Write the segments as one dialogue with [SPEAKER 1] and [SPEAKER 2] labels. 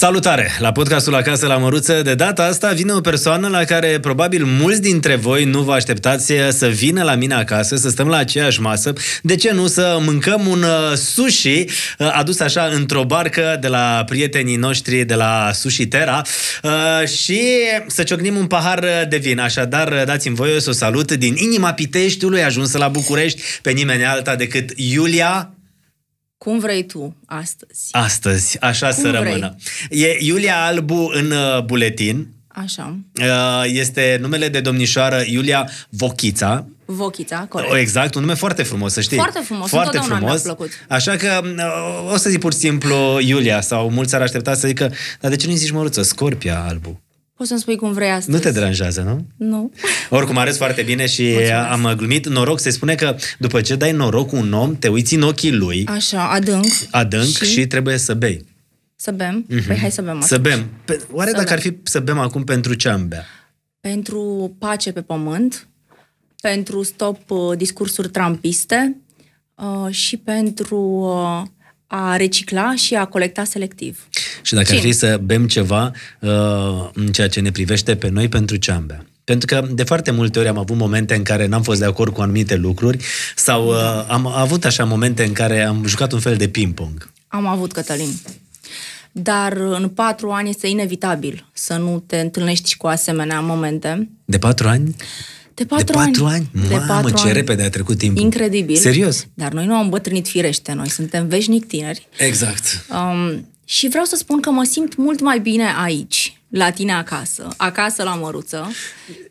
[SPEAKER 1] Salutare! La podcastul Acasă la Măruță, de data asta vine o persoană la care probabil mulți dintre voi nu vă așteptați să vină la mine acasă, să stăm la aceeași masă, de ce nu să mâncăm un uh, sushi uh, adus așa într-o barcă de la prietenii noștri de la Sushi Terra uh, și să ciocnim un pahar uh, de vin. Așadar, uh, dați-mi voie să o salut din inima Piteștiului, ajunsă la București, pe nimeni alta decât Iulia
[SPEAKER 2] Cum vrei tu astăzi?
[SPEAKER 1] Astăzi, așa
[SPEAKER 2] Cum
[SPEAKER 1] să
[SPEAKER 2] vrei.
[SPEAKER 1] rămână. E Iulia Albu în uh, buletin.
[SPEAKER 2] Așa.
[SPEAKER 1] Uh, Este numele de domnișoară Iulia Vochița.
[SPEAKER 2] Vochița, corect.
[SPEAKER 1] O, Exact, un nume foarte frumos, să știi.
[SPEAKER 2] Foarte frumos,
[SPEAKER 1] foarte
[SPEAKER 2] întotdeauna mi-a
[SPEAKER 1] frumos.
[SPEAKER 2] plăcut.
[SPEAKER 1] Așa că uh, o să zic pur și simplu Iulia sau mulți ar aștepta să zică, dar de ce nu-i zici măruță? Scorpia Albu.
[SPEAKER 2] Poți să-mi spui cum vrei astăzi?
[SPEAKER 1] Nu te deranjează, nu?
[SPEAKER 2] Nu.
[SPEAKER 1] Oricum arăți foarte bine și
[SPEAKER 2] Mulțumesc.
[SPEAKER 1] am uh, glumit. Noroc, se spune că după ce dai noroc un om, te uiți în ochii lui
[SPEAKER 2] Așa, adânc.
[SPEAKER 1] adânc și,
[SPEAKER 2] Și?
[SPEAKER 1] trebuie să bei.
[SPEAKER 2] Să bem? Mm-hmm. Păi hai să bem
[SPEAKER 1] Mhm. Să
[SPEAKER 2] asta.
[SPEAKER 1] bem. Pe, oare
[SPEAKER 2] Să
[SPEAKER 1] dacă
[SPEAKER 2] bem.
[SPEAKER 1] ar fi să bem acum pentru ce am bea?
[SPEAKER 2] Pentru pace pe pământ, pentru stop uh, discursuri trampiste uh, și pentru uh, a recicla și a colecta selectiv.
[SPEAKER 1] Și dacă ar
[SPEAKER 2] Cine?
[SPEAKER 1] fi să bem ceva uh, în ceea ce ne privește pe noi, pentru ce am bea? Pentru că de foarte multe ori am avut momente în care n-am fost de acord cu anumite lucruri sau uh, am avut așa momente în care am jucat un fel de ping-pong.
[SPEAKER 2] Am avut, Cătălin. Dar uh, în patru ani este inevitabil să nu te întâlnești și cu asemenea momente.
[SPEAKER 1] De patru ani?
[SPEAKER 2] De patru,
[SPEAKER 1] de patru ani?
[SPEAKER 2] De
[SPEAKER 1] Mamă,
[SPEAKER 2] patru
[SPEAKER 1] ce
[SPEAKER 2] ani.
[SPEAKER 1] repede a trecut timpul.
[SPEAKER 2] Incredibil.
[SPEAKER 1] Mhm. Serios?
[SPEAKER 2] Dar noi nu am îmbătrânit firește, noi suntem veșnic tineri.
[SPEAKER 1] Exact.
[SPEAKER 2] Um, și vreau să spun că mă simt mult mai bine aici, la tine acasă, acasă la măruță.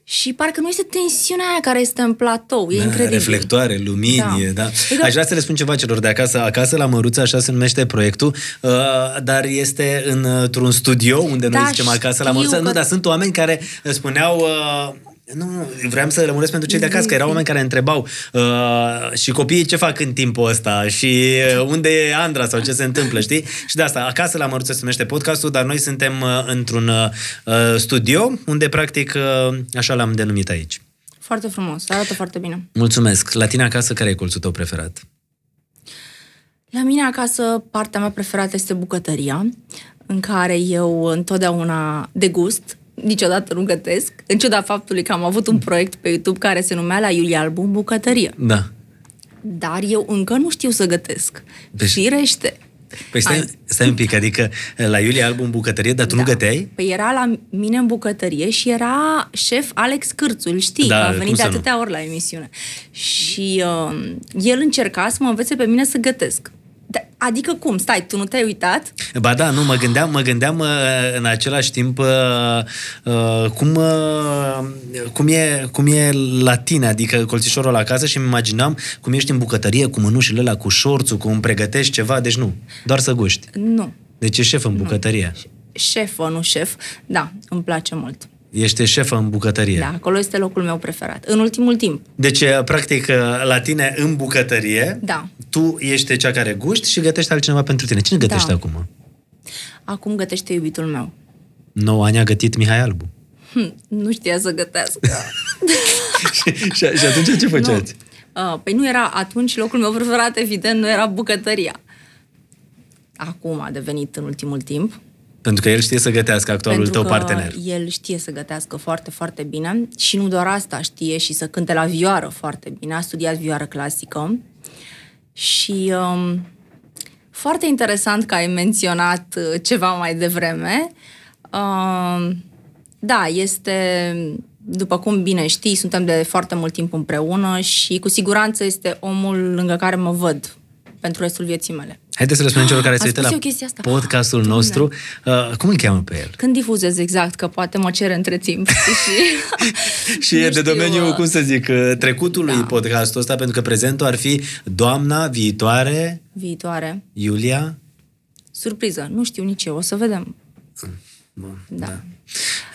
[SPEAKER 2] Și parcă nu este tensiunea aia care este în platou,
[SPEAKER 1] Da,
[SPEAKER 2] e incredibil.
[SPEAKER 1] Reflectoare, lumini, da.
[SPEAKER 2] Da.
[SPEAKER 1] da. Aș vrea să le spun ceva celor de acasă. Acasă la Măruță, așa se numește proiectul, uh, dar este în, într-un studio unde noi
[SPEAKER 2] Da,
[SPEAKER 1] zicem acasă la
[SPEAKER 2] știu
[SPEAKER 1] Măruță. Că... Nu,
[SPEAKER 2] că-
[SPEAKER 1] dar sunt oameni care spuneau... Uh, nu, nu, vreau să rămânesc pentru cei de acasă, că erau oameni care întrebau uh, și copiii ce fac în timpul ăsta și uh, unde e Andra sau ce se întâmplă, știi? Și de asta, acasă la Măruță se numește podcastul, dar noi suntem uh, într-un uh, studio unde, practic, uh, așa l-am denumit aici.
[SPEAKER 2] Foarte frumos, arată foarte bine.
[SPEAKER 1] Mulțumesc. La tine acasă, care e colțul tău preferat?
[SPEAKER 2] La mine acasă, partea mea preferată este bucătăria, în care eu întotdeauna degust, niciodată nu gătesc, în ciuda faptului că am avut un proiect pe YouTube care se numea la Iulia Albu în bucătărie.
[SPEAKER 1] Da.
[SPEAKER 2] Dar eu încă nu știu să gătesc.
[SPEAKER 1] Deci-
[SPEAKER 2] Deci... Firește.
[SPEAKER 1] Păi stai,
[SPEAKER 2] Ai-
[SPEAKER 1] stai un pic, adică la Iulia Albu în bucătărie, dar tu da. nu găteai?
[SPEAKER 2] Păi era la mine în bucătărie și era șef Alex Cârțu, îl știi,
[SPEAKER 1] Da,
[SPEAKER 2] că a
[SPEAKER 1] cum
[SPEAKER 2] venit de
[SPEAKER 1] să nu?
[SPEAKER 2] atâtea ori la emisiune. Și uh, el încerca să mă învețe pe mine să gătesc. Da, adică cum? Stai, tu nu te-ai uitat?
[SPEAKER 1] Ba da, nu, mă gândeam, mă gândeam uh, în același timp uh, uh, cum, uh, cum, e, cum e la tine, adică colțișorul la casă și îmi imaginam cum ești în bucătărie cu mânușile la cu șorțul, cum pregătești ceva, deci nu, doar să guști.
[SPEAKER 2] Nu.
[SPEAKER 1] Deci e șef în bucătărie.
[SPEAKER 2] Șefă, nu șef. Da, îmi place mult.
[SPEAKER 1] Ești șefă în bucătărie.
[SPEAKER 2] Da, acolo este locul meu preferat. În ultimul timp.
[SPEAKER 1] Deci, uh, practic, uh, la tine în bucătărie,
[SPEAKER 2] Da.
[SPEAKER 1] tu ești cea care guști și gătești altcineva pentru tine. Cine gătește
[SPEAKER 2] Da.
[SPEAKER 1] acum?
[SPEAKER 2] Acum gătește iubitul meu.
[SPEAKER 1] 9 ani a gătit Mihai Albu.
[SPEAKER 2] Hm, nu știa să gătească.
[SPEAKER 1] și, și atunci ce făceați?
[SPEAKER 2] Nu. Uh, Păi nu era atunci locul meu preferat, evident, nu era bucătăria. Acum a devenit în ultimul timp.
[SPEAKER 1] Pentru că el știe să gătească actualul
[SPEAKER 2] pentru
[SPEAKER 1] tău
[SPEAKER 2] că
[SPEAKER 1] partener.
[SPEAKER 2] el știe să gătească foarte, foarte bine și nu doar asta știe și să cânte la vioară foarte bine. A studiat vioară clasică și um, foarte interesant că ai menționat uh, ceva mai devreme. Um, da, este, după cum bine știi, suntem de foarte mult timp împreună și cu siguranță este omul lângă care mă văd pentru restul vieții mele.
[SPEAKER 1] Haideți să le spunem celor care se
[SPEAKER 2] Am
[SPEAKER 1] uită
[SPEAKER 2] spus
[SPEAKER 1] la
[SPEAKER 2] eu chestia asta.
[SPEAKER 1] podcastul
[SPEAKER 2] Doamne.
[SPEAKER 1] nostru. Uh, cum îl cheamă pe el?
[SPEAKER 2] Când difuzez exact, că poate mă cere între timp. și...
[SPEAKER 1] Și
[SPEAKER 2] Nu
[SPEAKER 1] e de
[SPEAKER 2] știu,
[SPEAKER 1] domeniul,
[SPEAKER 2] uh,
[SPEAKER 1] cum să zic, uh, trecutului da.
[SPEAKER 2] da.
[SPEAKER 1] podcastul ăsta, pentru că prezentul ar fi doamna viitoare
[SPEAKER 2] Viitoare.
[SPEAKER 1] Iulia.
[SPEAKER 2] Surpriză, nu știu nici eu, o să vedem. Da. da.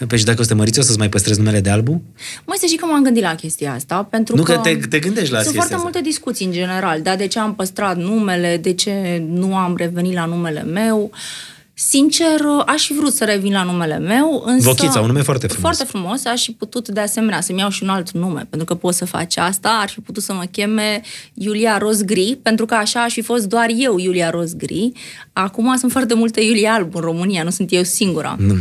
[SPEAKER 1] Păi și dacă o să te măriți, o să-ți mai păstrezi numele de Albu?
[SPEAKER 2] Mai să știi că m-am gândit la chestia asta, pentru
[SPEAKER 1] Nu,
[SPEAKER 2] că...
[SPEAKER 1] că te- te gândești la
[SPEAKER 2] Sunt
[SPEAKER 1] chestia
[SPEAKER 2] foarte
[SPEAKER 1] asta.
[SPEAKER 2] multe discuții da, în general, dar de ce am păstrat numele, de ce nu am revenit la numele meu Sincer, aș fi vrut să revin la numele meu, însă...
[SPEAKER 1] Vochița, un nume foarte frumos.
[SPEAKER 2] Foarte frumos, aș fi putut de asemenea să-mi iau și un alt nume, pentru că pot să faci asta, ar fi putut să mă cheme Iulia Ros Gri, pentru că așa aș fi fost doar eu, Iulia Ros Gri. Acum sunt foarte multe Iulia Alb în România, nu sunt eu singura.
[SPEAKER 1] Nu.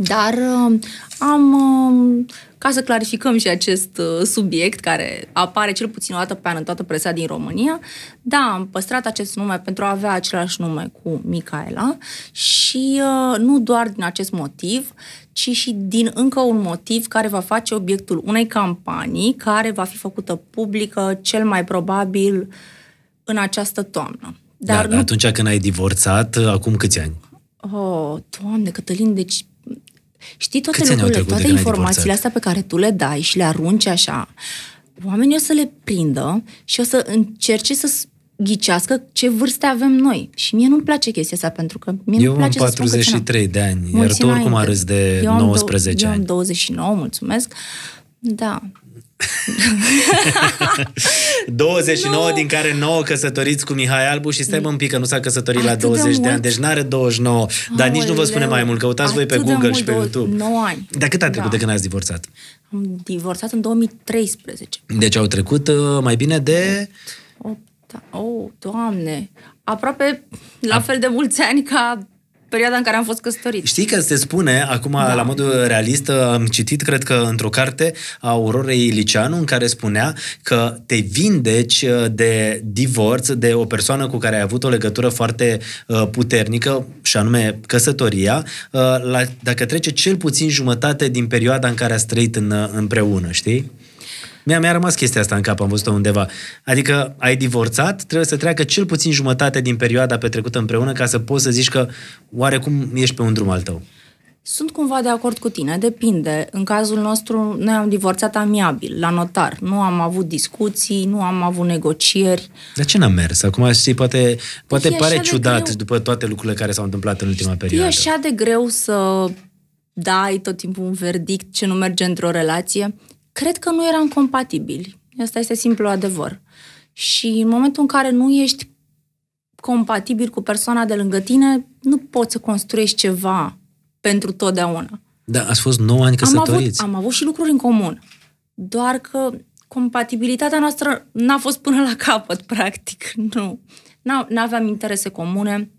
[SPEAKER 2] Dar um, am, um, ca să clarificăm și acest uh, subiect care apare cel puțin o dată pe an în toată presa din România, da, am păstrat acest nume pentru a avea același nume cu Micaela și uh, nu doar din acest motiv, ci și din încă un motiv care va face obiectul unei campanii care va fi făcută publică cel mai probabil în această toamnă.
[SPEAKER 1] Dar da, nu... atunci când ai divorțat, acum câți ani?
[SPEAKER 2] Oh, doamne, Cătălin, deci Știi toate
[SPEAKER 1] Câți ani au
[SPEAKER 2] lucrurile,
[SPEAKER 1] trecut de
[SPEAKER 2] toate
[SPEAKER 1] când ai
[SPEAKER 2] informațiile
[SPEAKER 1] divorțat?
[SPEAKER 2] astea pe care tu le dai și le arunci așa, oamenii o să le prindă și o să încerce să s- ghicească ce vârste avem noi. Și mie nu-mi place chestia asta, pentru că mie
[SPEAKER 1] Eu
[SPEAKER 2] nu-mi
[SPEAKER 1] am
[SPEAKER 2] place să spun că ce n-am.
[SPEAKER 1] 43 de ani, iar
[SPEAKER 2] Mulți
[SPEAKER 1] tu oricum
[SPEAKER 2] înainte.
[SPEAKER 1] arăți de
[SPEAKER 2] eu am dou-
[SPEAKER 1] 19
[SPEAKER 2] Eu am
[SPEAKER 1] ani.
[SPEAKER 2] 29, mulțumesc. Da.
[SPEAKER 1] 29, din care 9 căsătoriți cu Mihai Albu și stai mă un pic că nu s-a căsătorit la
[SPEAKER 2] Atât de
[SPEAKER 1] 20 de,
[SPEAKER 2] mult?
[SPEAKER 1] ani, deci n-are 29, dar nici nu vă spune
[SPEAKER 2] Aoleu,
[SPEAKER 1] mai mult, căutați voi pe
[SPEAKER 2] atât de
[SPEAKER 1] Google
[SPEAKER 2] mult,
[SPEAKER 1] și pe
[SPEAKER 2] dou-
[SPEAKER 1] YouTube.
[SPEAKER 2] 9 ani.
[SPEAKER 1] Dar cât a trecut de
[SPEAKER 2] Da.
[SPEAKER 1] când ați divorțat?
[SPEAKER 2] Am divorțat în 2013.
[SPEAKER 1] Deci au trecut uh, mai bine de...
[SPEAKER 2] O, da, oh, doamne! Aproape la fel de mulți ani ca perioada în care am fost căsătorit.
[SPEAKER 1] Știi că se spune, acum da. la modul realist, uh, am citit, cred că într-o carte a Aurorei Liceanu, în care spunea că te vindeci uh, de divorț de o persoană cu care ai avut o legătură foarte uh, puternică, și anume căsătoria, uh, la, dacă trece cel puțin jumătate din perioada în care ați trăit în, uh, împreună, știi? Mi-a, mi-a rămas chestia asta în cap, am văzut-o undeva. Adică ai divorțat, trebuie să treacă cel puțin jumătate din perioada petrecută împreună ca să poți să zici că oarecum ești pe un drum al tău.
[SPEAKER 2] Sunt cumva de acord cu tine, depinde. În cazul nostru, noi am divorțat amiabil, la notar. Nu am avut discuții, nu am avut negocieri.
[SPEAKER 1] Dar ce n-a mers? Acum știi, poate, poate
[SPEAKER 2] E așa
[SPEAKER 1] pare
[SPEAKER 2] de
[SPEAKER 1] ciudat
[SPEAKER 2] greu.
[SPEAKER 1] după toate lucrurile care s-au întâmplat în ultima
[SPEAKER 2] E
[SPEAKER 1] perioadă.
[SPEAKER 2] așa de greu să dai tot timpul un verdict ce nu merge într-o relație. Cred că nu eram compatibili. Asta este simplu adevăr. Și în momentul în care nu ești compatibil cu persoana de lângă tine, nu poți să construiești ceva pentru totdeauna.
[SPEAKER 1] Da, ați fost 9 ani
[SPEAKER 2] am avut,
[SPEAKER 1] căsătoriți.
[SPEAKER 2] am avut și lucruri în comun, doar că compatibilitatea noastră n-a fost până la capăt, practic. Nu. N-a- N-aveam interese comune.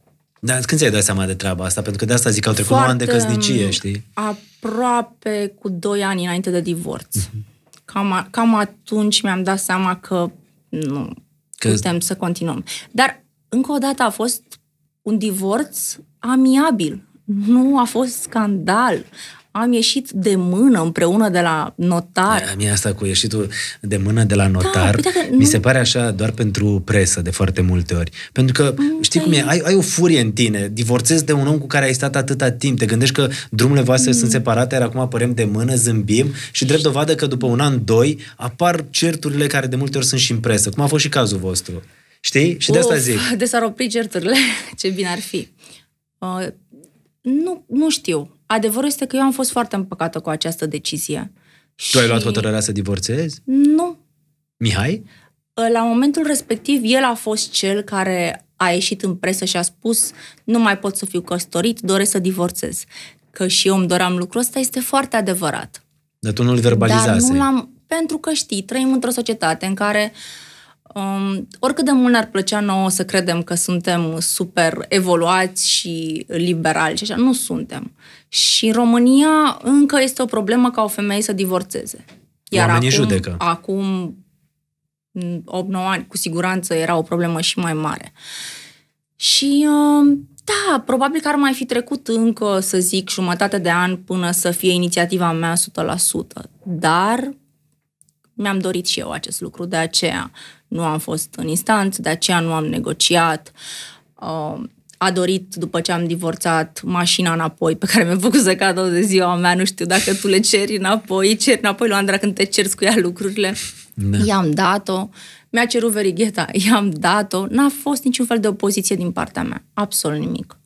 [SPEAKER 1] Dar când ți-ai dat seama de treaba asta? Pentru că de asta zic că au trecut 9 ani de căsnicie, știi?
[SPEAKER 2] mm, Aproape cu 2 ani înainte de divorț.
[SPEAKER 1] Mhm.
[SPEAKER 2] Cam, a- cam atunci mi-am dat seama că nu
[SPEAKER 1] Că-
[SPEAKER 2] că... putem să continuăm. Dar, încă o dată, a fost un divorț amiabil. Nu a fost scandal. Am ieșit de mână împreună de la notar.
[SPEAKER 1] Aia, Mie asta cu ieșitul de mână de la notar,
[SPEAKER 2] păi dacă
[SPEAKER 1] mi
[SPEAKER 2] nu-
[SPEAKER 1] se pare așa doar pentru presă de foarte multe ori. Pentru că,
[SPEAKER 2] da,
[SPEAKER 1] știi cum e, ai, ai o furie în tine, divorțezi de un om cu care ai stat atâta timp, te gândești că drumurile
[SPEAKER 2] Mm.
[SPEAKER 1] voastre sunt separate, iar acum apărem de mână, zâmbim și drept dovadă că după un an, doi, apar certurile care de multe ori sunt și în presă, cum a fost și cazul vostru. Știi? Și de asta
[SPEAKER 2] Uf,
[SPEAKER 1] zic.
[SPEAKER 2] De s-ar opri certurile, ce bine ar fi. Uh, nu, nu știu. Adevărul este că eu am fost foarte împăcată cu această decizie.
[SPEAKER 1] Tu ai luat hotărârea să divorțezi?
[SPEAKER 2] Nu.
[SPEAKER 1] Mihai?
[SPEAKER 2] Uh, La momentul respectiv, el a fost cel care a ieșit în presă și a spus nu mai pot să fiu căsătorit, doresc să divorțez. Că și eu îmi doream lucrul ăsta, este foarte adevărat.
[SPEAKER 1] Dar tu nu-l verbalizase.
[SPEAKER 2] Dar nu l-am... Pentru că știi, trăim într-o societate în care um, oricât de mult ne-ar plăcea nouă să credem că suntem super evoluați și liberali și așa, nu suntem. Și în România încă este o problemă ca o femeie să divorțeze.
[SPEAKER 1] Oamenii
[SPEAKER 2] acum,
[SPEAKER 1] judecă.
[SPEAKER 2] acum m, 8-9 ani, cu siguranță era o problemă și mai mare. Și uh, da, probabil că ar mai fi trecut încă, să zic, jumătate de an până să fie inițiativa mea 100%. Dar mi-am dorit și eu acest lucru, de aceea nu am fost în instanță, de aceea nu am negociat. Uh, A dorit, după ce am divorțat, mașina înapoi, pe care mi-a făcut să cadă de ziua mea, nu știu dacă tu le ceri înapoi, ceri înapoi lui Andra când te cerți cu ea lucrurile.
[SPEAKER 1] Da.
[SPEAKER 2] I-am dat-o, mi-a cerut verigheta, i-am dat-o, n-a fost niciun fel de opoziție din partea mea, absolut nimic.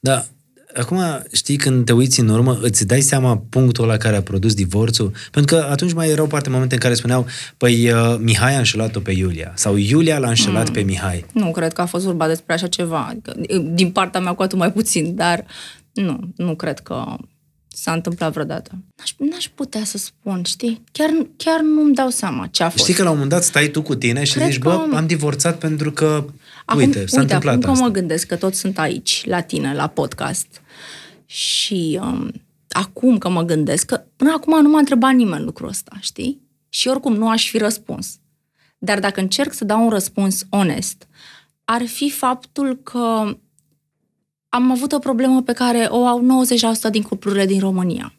[SPEAKER 1] Da, Acum, știi, când te uiți în urmă, îți dai seama punctul ăla care a produs divorțul? Pentru că atunci mai erau parte momente în care spuneau, păi uh, Mihai a înșelat-o pe Iulia sau Iulia l-a înșelat mm. pe Mihai.
[SPEAKER 2] Nu cred că a fost vorba despre așa ceva. Adică, din partea mea cu atât mai puțin, dar nu, nu cred că s-a întâmplat vreodată. N-aș, n-aș putea să spun, știi? Chiar, chiar nu-mi dau seama ce a fost.
[SPEAKER 1] Știi că la un moment dat stai tu cu tine și
[SPEAKER 2] Cred
[SPEAKER 1] zici,
[SPEAKER 2] că-
[SPEAKER 1] bă, am divorțat pentru că,
[SPEAKER 2] Acum,
[SPEAKER 1] uite, s-a întâmplat
[SPEAKER 2] acum
[SPEAKER 1] asta.
[SPEAKER 2] că mă gândesc că toți sunt aici, la tine, la podcast. Și um, acum că mă gândesc că până acum nu m-a întrebat nimeni lucrul ăsta, știi? Și oricum nu aș fi răspuns. Dar dacă încerc să dau un răspuns onest, ar fi faptul că am avut o problemă pe care o au 90% din cuplurile din România.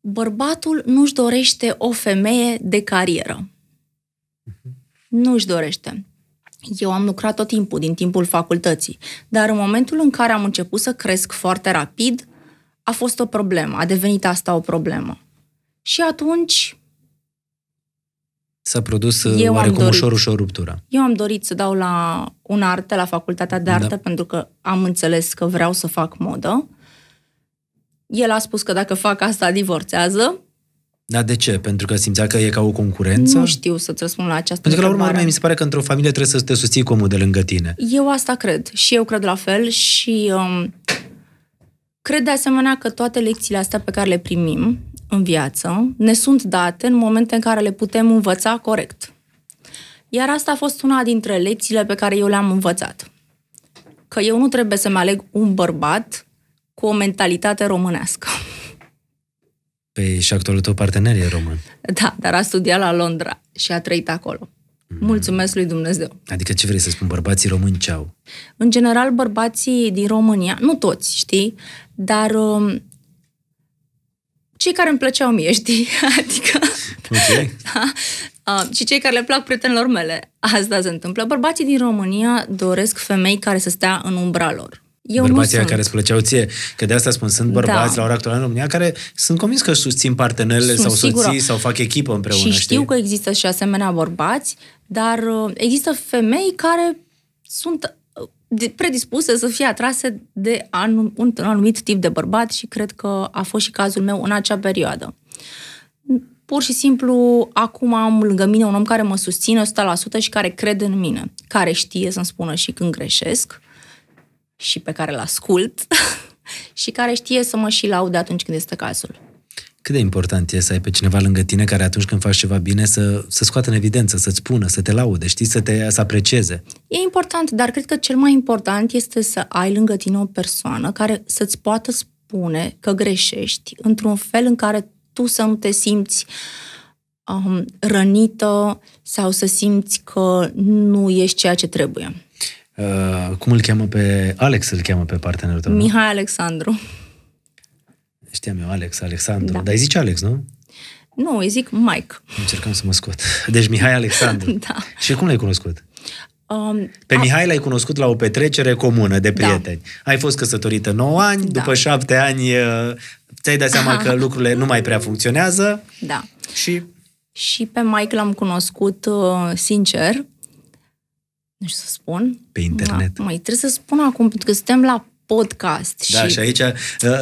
[SPEAKER 2] Bărbatul nu-și dorește o femeie de carieră. Nu-și dorește. Eu am lucrat tot timpul, din timpul facultății, dar în momentul în care am început să cresc foarte rapid, a fost o problemă, a devenit asta o problemă. Și atunci
[SPEAKER 1] S-a produs
[SPEAKER 2] Eu
[SPEAKER 1] uh,
[SPEAKER 2] am
[SPEAKER 1] oarecum
[SPEAKER 2] dorit.
[SPEAKER 1] ușor, ușor ruptura.
[SPEAKER 2] eu am dorit să dau la un artă, la facultatea de artă,
[SPEAKER 1] Da.
[SPEAKER 2] da. pentru că am înțeles că vreau să fac modă. El a spus că dacă fac asta, divorțează.
[SPEAKER 1] Dar de ce? Pentru că simțea că e ca o concurență?
[SPEAKER 2] Nu știu să-ți răspund la această
[SPEAKER 1] Pentru că, la urmă, urmei,
[SPEAKER 2] întrebare.
[SPEAKER 1] mi se pare că într-o familie trebuie să te susții cu omul de lângă tine.
[SPEAKER 2] Eu asta cred și eu cred la fel și um, cred de asemenea că toate lecțiile astea pe care le primim în viață ne sunt date în momente în care le putem învăța corect. Iar asta a fost una dintre lecțiile pe care eu le-am învățat. Că eu nu trebuie să-mi aleg un bărbat cu o mentalitate românească.
[SPEAKER 1] Păi și actualul tău partener e român.
[SPEAKER 2] Da, dar a studiat la Londra și a trăit acolo. Mulțumesc lui Dumnezeu.
[SPEAKER 1] Adică ce vrei să spun? Bărbații români ce au?
[SPEAKER 2] În general, bărbații din România, nu toți, știi, dar um, cei care îmi plăceau mie, știi, adică
[SPEAKER 1] Ok.
[SPEAKER 2] da? uh, și cei care le plac prietenilor mele, asta se întâmplă. Bărbații din România doresc femei care să stea în umbra lor. Eu
[SPEAKER 1] Bărbații
[SPEAKER 2] nu
[SPEAKER 1] aia
[SPEAKER 2] sunt.
[SPEAKER 1] care îți plăceau ție. Că de asta spun, sunt bărbați
[SPEAKER 2] Da.
[SPEAKER 1] la ora actuală în România care sunt convins că își susțin partenerele
[SPEAKER 2] Sunt
[SPEAKER 1] sau soții
[SPEAKER 2] sigură.
[SPEAKER 1] sau fac echipă împreună.
[SPEAKER 2] și știu
[SPEAKER 1] știi?
[SPEAKER 2] că există și asemenea bărbați, dar uh, există femei care sunt uh, de- predispuse să fie atrase de anum, un, un anumit tip de bărbat și cred că a fost și cazul meu în acea perioadă. Pur și simplu, acum am lângă mine un om care mă susține 100% și care crede în mine, care știe să-mi spună și când greșesc și pe care îl ascult și care știe să mă și laude atunci când este cazul.
[SPEAKER 1] Cât de important e să ai pe cineva lângă tine care atunci când faci ceva bine să, să scoată în evidență, să-ți spună, să te laude, știi, să te să aprecieze.
[SPEAKER 2] E important, dar cred că cel mai important este să ai lângă tine o persoană care să-ți poată spune că greșești într-un fel în care tu să nu te simți um, rănită sau să simți că nu ești ceea ce trebuie.
[SPEAKER 1] Uh, cum îl cheamă pe... Alex îl cheamă pe partenerul tău, nu?
[SPEAKER 2] Mihai Alexandru.
[SPEAKER 1] Știam eu, Alex, Alexandru. Da.
[SPEAKER 2] Da.
[SPEAKER 1] Dar îi zici Alex, nu?
[SPEAKER 2] Nu, îi zic Mike.
[SPEAKER 1] Încercam să mă scot. Deci Mihai Alexandru.
[SPEAKER 2] Da.
[SPEAKER 1] Și cum l-ai cunoscut?
[SPEAKER 2] Um,
[SPEAKER 1] Pe Mihai l-ai cunoscut la o petrecere comună de
[SPEAKER 2] Da.
[SPEAKER 1] prieteni. Ai fost căsătorită 9 ani,
[SPEAKER 2] Da.
[SPEAKER 1] după 7 ani uh, ți-ai dat seama că lucrurile nu mai prea funcționează
[SPEAKER 2] da.
[SPEAKER 1] și
[SPEAKER 2] Și pe Mike l-am cunoscut uh, sincer. Nu știu să spun.
[SPEAKER 1] pe internet.
[SPEAKER 2] Da, mai trebuie să spun acum, pentru că suntem la podcast
[SPEAKER 1] Da,
[SPEAKER 2] și
[SPEAKER 1] și aici uh,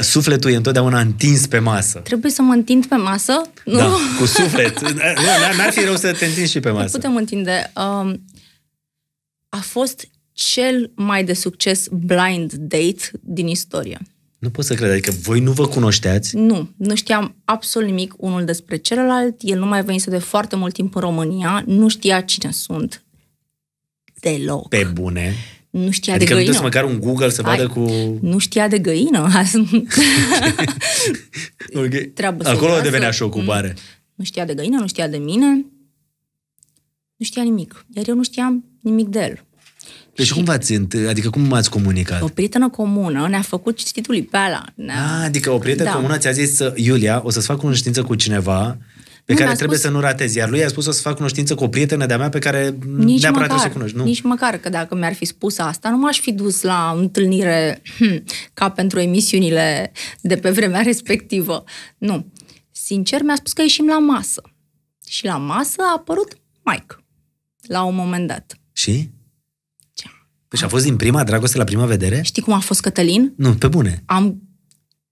[SPEAKER 1] sufletul e întotdeauna întins pe masă.
[SPEAKER 2] Trebuie să mă întind pe masă? Nu?
[SPEAKER 1] Da, cu suflet. Da, Nu, n-ar- n-ar fi rău să te întinzi și pe
[SPEAKER 2] Ne
[SPEAKER 1] masă.
[SPEAKER 2] putem întinde. Um, a fost cel mai de succes blind date din istorie.
[SPEAKER 1] Nu pot să cred, adică voi nu vă cunoșteați,
[SPEAKER 2] Nu, nu știam absolut nimic unul despre celălalt, el nu mai venise de foarte mult timp în România, nu știa cine sunt deloc.
[SPEAKER 1] pe bune.
[SPEAKER 2] Nu știa
[SPEAKER 1] Adică nu trebuie
[SPEAKER 2] de găină.
[SPEAKER 1] măcar un Google să vadă
[SPEAKER 2] Hai.
[SPEAKER 1] cu...
[SPEAKER 2] Nu știa de găină.
[SPEAKER 1] Ok.
[SPEAKER 2] Treabă
[SPEAKER 1] Acolo
[SPEAKER 2] serioasă. Mm.
[SPEAKER 1] devenea și ocupare.
[SPEAKER 2] nu știa de găină, nu știa de mine, nu știa nimic. Iar eu nu știam nimic de el.
[SPEAKER 1] Deci
[SPEAKER 2] Și-
[SPEAKER 1] cum v-ați, înt- adică cum m-ați comunicat?
[SPEAKER 2] O prietenă comună ne-a făcut cititul lui Peala. Ne-a...
[SPEAKER 1] Ah, adică o prietenă da.
[SPEAKER 2] Da.
[SPEAKER 1] comună ți-a zis, uh, Iulia, o să-ți fac cunoștință cu cineva pe
[SPEAKER 2] Nu,
[SPEAKER 1] care
[SPEAKER 2] mi-a
[SPEAKER 1] trebuie
[SPEAKER 2] spus-
[SPEAKER 1] să nu ratezi. Iar lui a spus o să fac cunoștință cu o prietenă de-a mea pe care mm,
[SPEAKER 2] Nici
[SPEAKER 1] neapărat
[SPEAKER 2] măcar,
[SPEAKER 1] trebuie să o cunoști. Nu?
[SPEAKER 2] nici măcar că dacă mi-ar fi spus asta, nu m-aș fi dus la întâlnire hmm, ca pentru emisiunile de pe vremea respectivă. Nu. Sincer, mi-a spus că ieșim la masă. Și la masă a apărut Mike, la un moment dat.
[SPEAKER 1] Și?
[SPEAKER 2] Ce?
[SPEAKER 1] Păi și a fost din prima dragoste la prima vedere?
[SPEAKER 2] Știi cum a fost Cătălin?
[SPEAKER 1] Nu, pe bune.
[SPEAKER 2] Am...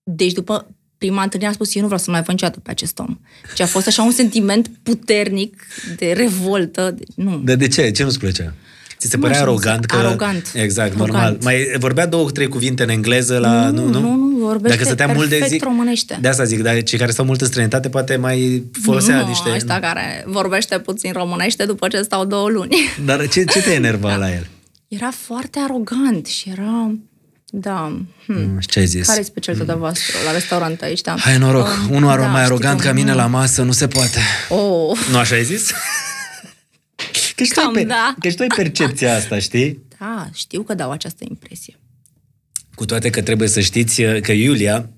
[SPEAKER 2] Deci după prima întâlnire am spus, eu nu vreau să mai văd niciodată pe acest om. Deci a fost așa un sentiment puternic de revoltă. De... Nu.
[SPEAKER 1] Dar de ce? Ce nu-ți plăcea? Ți se
[SPEAKER 2] Nu
[SPEAKER 1] părea
[SPEAKER 2] știu,
[SPEAKER 1] arogant că...
[SPEAKER 2] arogant.
[SPEAKER 1] Exact,
[SPEAKER 2] Arogant.
[SPEAKER 1] normal. Mai vorbea două, trei cuvinte în engleză la... Nu, nu,
[SPEAKER 2] nu, nu, vorbește
[SPEAKER 1] Dacă stătea mult de
[SPEAKER 2] perfect
[SPEAKER 1] zi...
[SPEAKER 2] românește.
[SPEAKER 1] De asta zic, dar cei care stau mult în străinătate poate mai folosea
[SPEAKER 2] nu,
[SPEAKER 1] niște...
[SPEAKER 2] ăsta care vorbește puțin românește după ce stau două luni.
[SPEAKER 1] Dar ce, ce te enerva
[SPEAKER 2] Da.
[SPEAKER 1] la el?
[SPEAKER 2] Era foarte arogant și era... Da. Hmm.
[SPEAKER 1] Mm, Și ce ai zis?
[SPEAKER 2] Care e specialitatea voastră la restaurant aici? Da.
[SPEAKER 1] Mm. Hai noroc,
[SPEAKER 2] Um,
[SPEAKER 1] unul arom- mai
[SPEAKER 2] știi
[SPEAKER 1] arogant
[SPEAKER 2] cum-
[SPEAKER 1] ca mine la masă nu se poate.
[SPEAKER 2] Oh,
[SPEAKER 1] Nu așa ai zis? Că și, tu ai
[SPEAKER 2] Cam
[SPEAKER 1] pe-
[SPEAKER 2] da.
[SPEAKER 1] că și tu ai percepția asta, știi?
[SPEAKER 2] da, știu că dau această impresie.
[SPEAKER 1] Cu toate că trebuie să știți uh, că Iulia,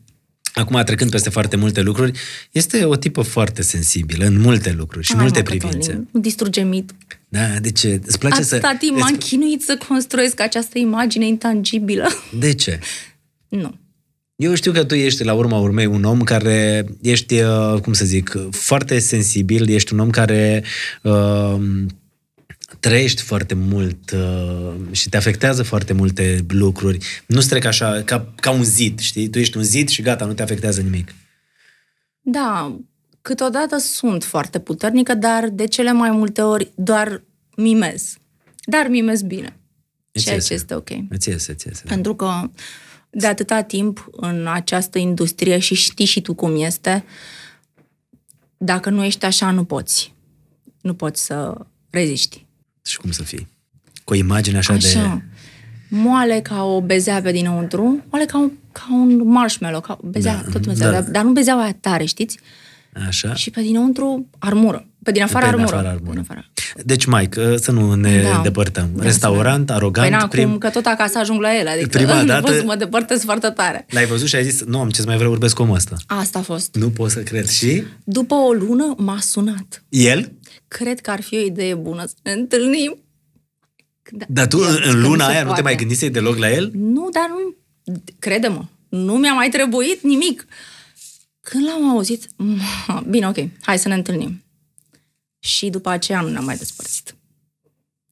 [SPEAKER 1] acum trecând peste foarte multe lucruri, este o tipă foarte sensibilă în multe lucruri și
[SPEAKER 2] Hai,
[SPEAKER 1] multe
[SPEAKER 2] mă,
[SPEAKER 1] privințe.
[SPEAKER 2] Cătălin, Nu distruge mit.
[SPEAKER 1] Da, de ce? Îți place
[SPEAKER 2] Atâta
[SPEAKER 1] să...
[SPEAKER 2] timp m-am chinuit să construiesc această imagine intangibilă.
[SPEAKER 1] De ce?
[SPEAKER 2] Nu.
[SPEAKER 1] Eu știu că tu ești, la urma urmei, un om care ești, uh, cum să zic, foarte sensibil, ești un om care uh, trăiești foarte mult uh, și te afectează foarte multe lucruri. Nu-ți trec așa, ca, ca un zid, știi? Tu ești un zid și gata, nu te afectează nimic.
[SPEAKER 2] Da, câteodată sunt foarte puternică, dar de cele mai multe ori doar mimez. Dar mimez bine.
[SPEAKER 1] Îți
[SPEAKER 2] Ceea
[SPEAKER 1] iese.
[SPEAKER 2] ce este ok.
[SPEAKER 1] Îți iese, îți iese. da.
[SPEAKER 2] Pentru că de atâta timp în această industrie și știi și tu cum este, dacă nu ești așa, nu poți. Nu poți să reziști.
[SPEAKER 1] Și cum să fii? Cu o imagine așa, de...
[SPEAKER 2] Așa. Moale ca o bezea pe dinăuntru, moale ca un, ca un marshmallow, ca o bezea,
[SPEAKER 1] Da,
[SPEAKER 2] da, tot bezea,
[SPEAKER 1] da.
[SPEAKER 2] da. dar nu bezeaua aia tare, știți?
[SPEAKER 1] Așa.
[SPEAKER 2] Și pe dinăuntru armură. Pe din afară
[SPEAKER 1] Pe din
[SPEAKER 2] armură.
[SPEAKER 1] afară armură.
[SPEAKER 2] Din afară.
[SPEAKER 1] Deci, Mike, uh, să nu ne
[SPEAKER 2] Da.
[SPEAKER 1] depărtăm.
[SPEAKER 2] Da,
[SPEAKER 1] Restaurant,
[SPEAKER 2] Păi
[SPEAKER 1] arogant,
[SPEAKER 2] n-acum,
[SPEAKER 1] prim... da,
[SPEAKER 2] că tot acasă ajung la el, adică
[SPEAKER 1] Prima
[SPEAKER 2] prima
[SPEAKER 1] dată-
[SPEAKER 2] dată... să mă depărtez foarte tare.
[SPEAKER 1] L-ai văzut și ai zis, nu am ce să mai vreau, vorbesc omul ăsta.
[SPEAKER 2] Asta a fost.
[SPEAKER 1] Nu pot să cred. Și
[SPEAKER 2] După o lună m-a sunat.
[SPEAKER 1] el?
[SPEAKER 2] Cred că ar fi o idee bună să ne întâlnim. Da.
[SPEAKER 1] Dar tu
[SPEAKER 2] Ia,
[SPEAKER 1] în,
[SPEAKER 2] că
[SPEAKER 1] în
[SPEAKER 2] nu
[SPEAKER 1] luna
[SPEAKER 2] se
[SPEAKER 1] aia nu te
[SPEAKER 2] poate.
[SPEAKER 1] mai gândisei deloc la el?
[SPEAKER 2] Nu, dar nu... Crede-mă, nu mi-a mai trebuit nimic. Când l-am auzit, "Mm, bine, ok, hai să ne întâlnim. Și după aceea nu ne-am mai despărțit.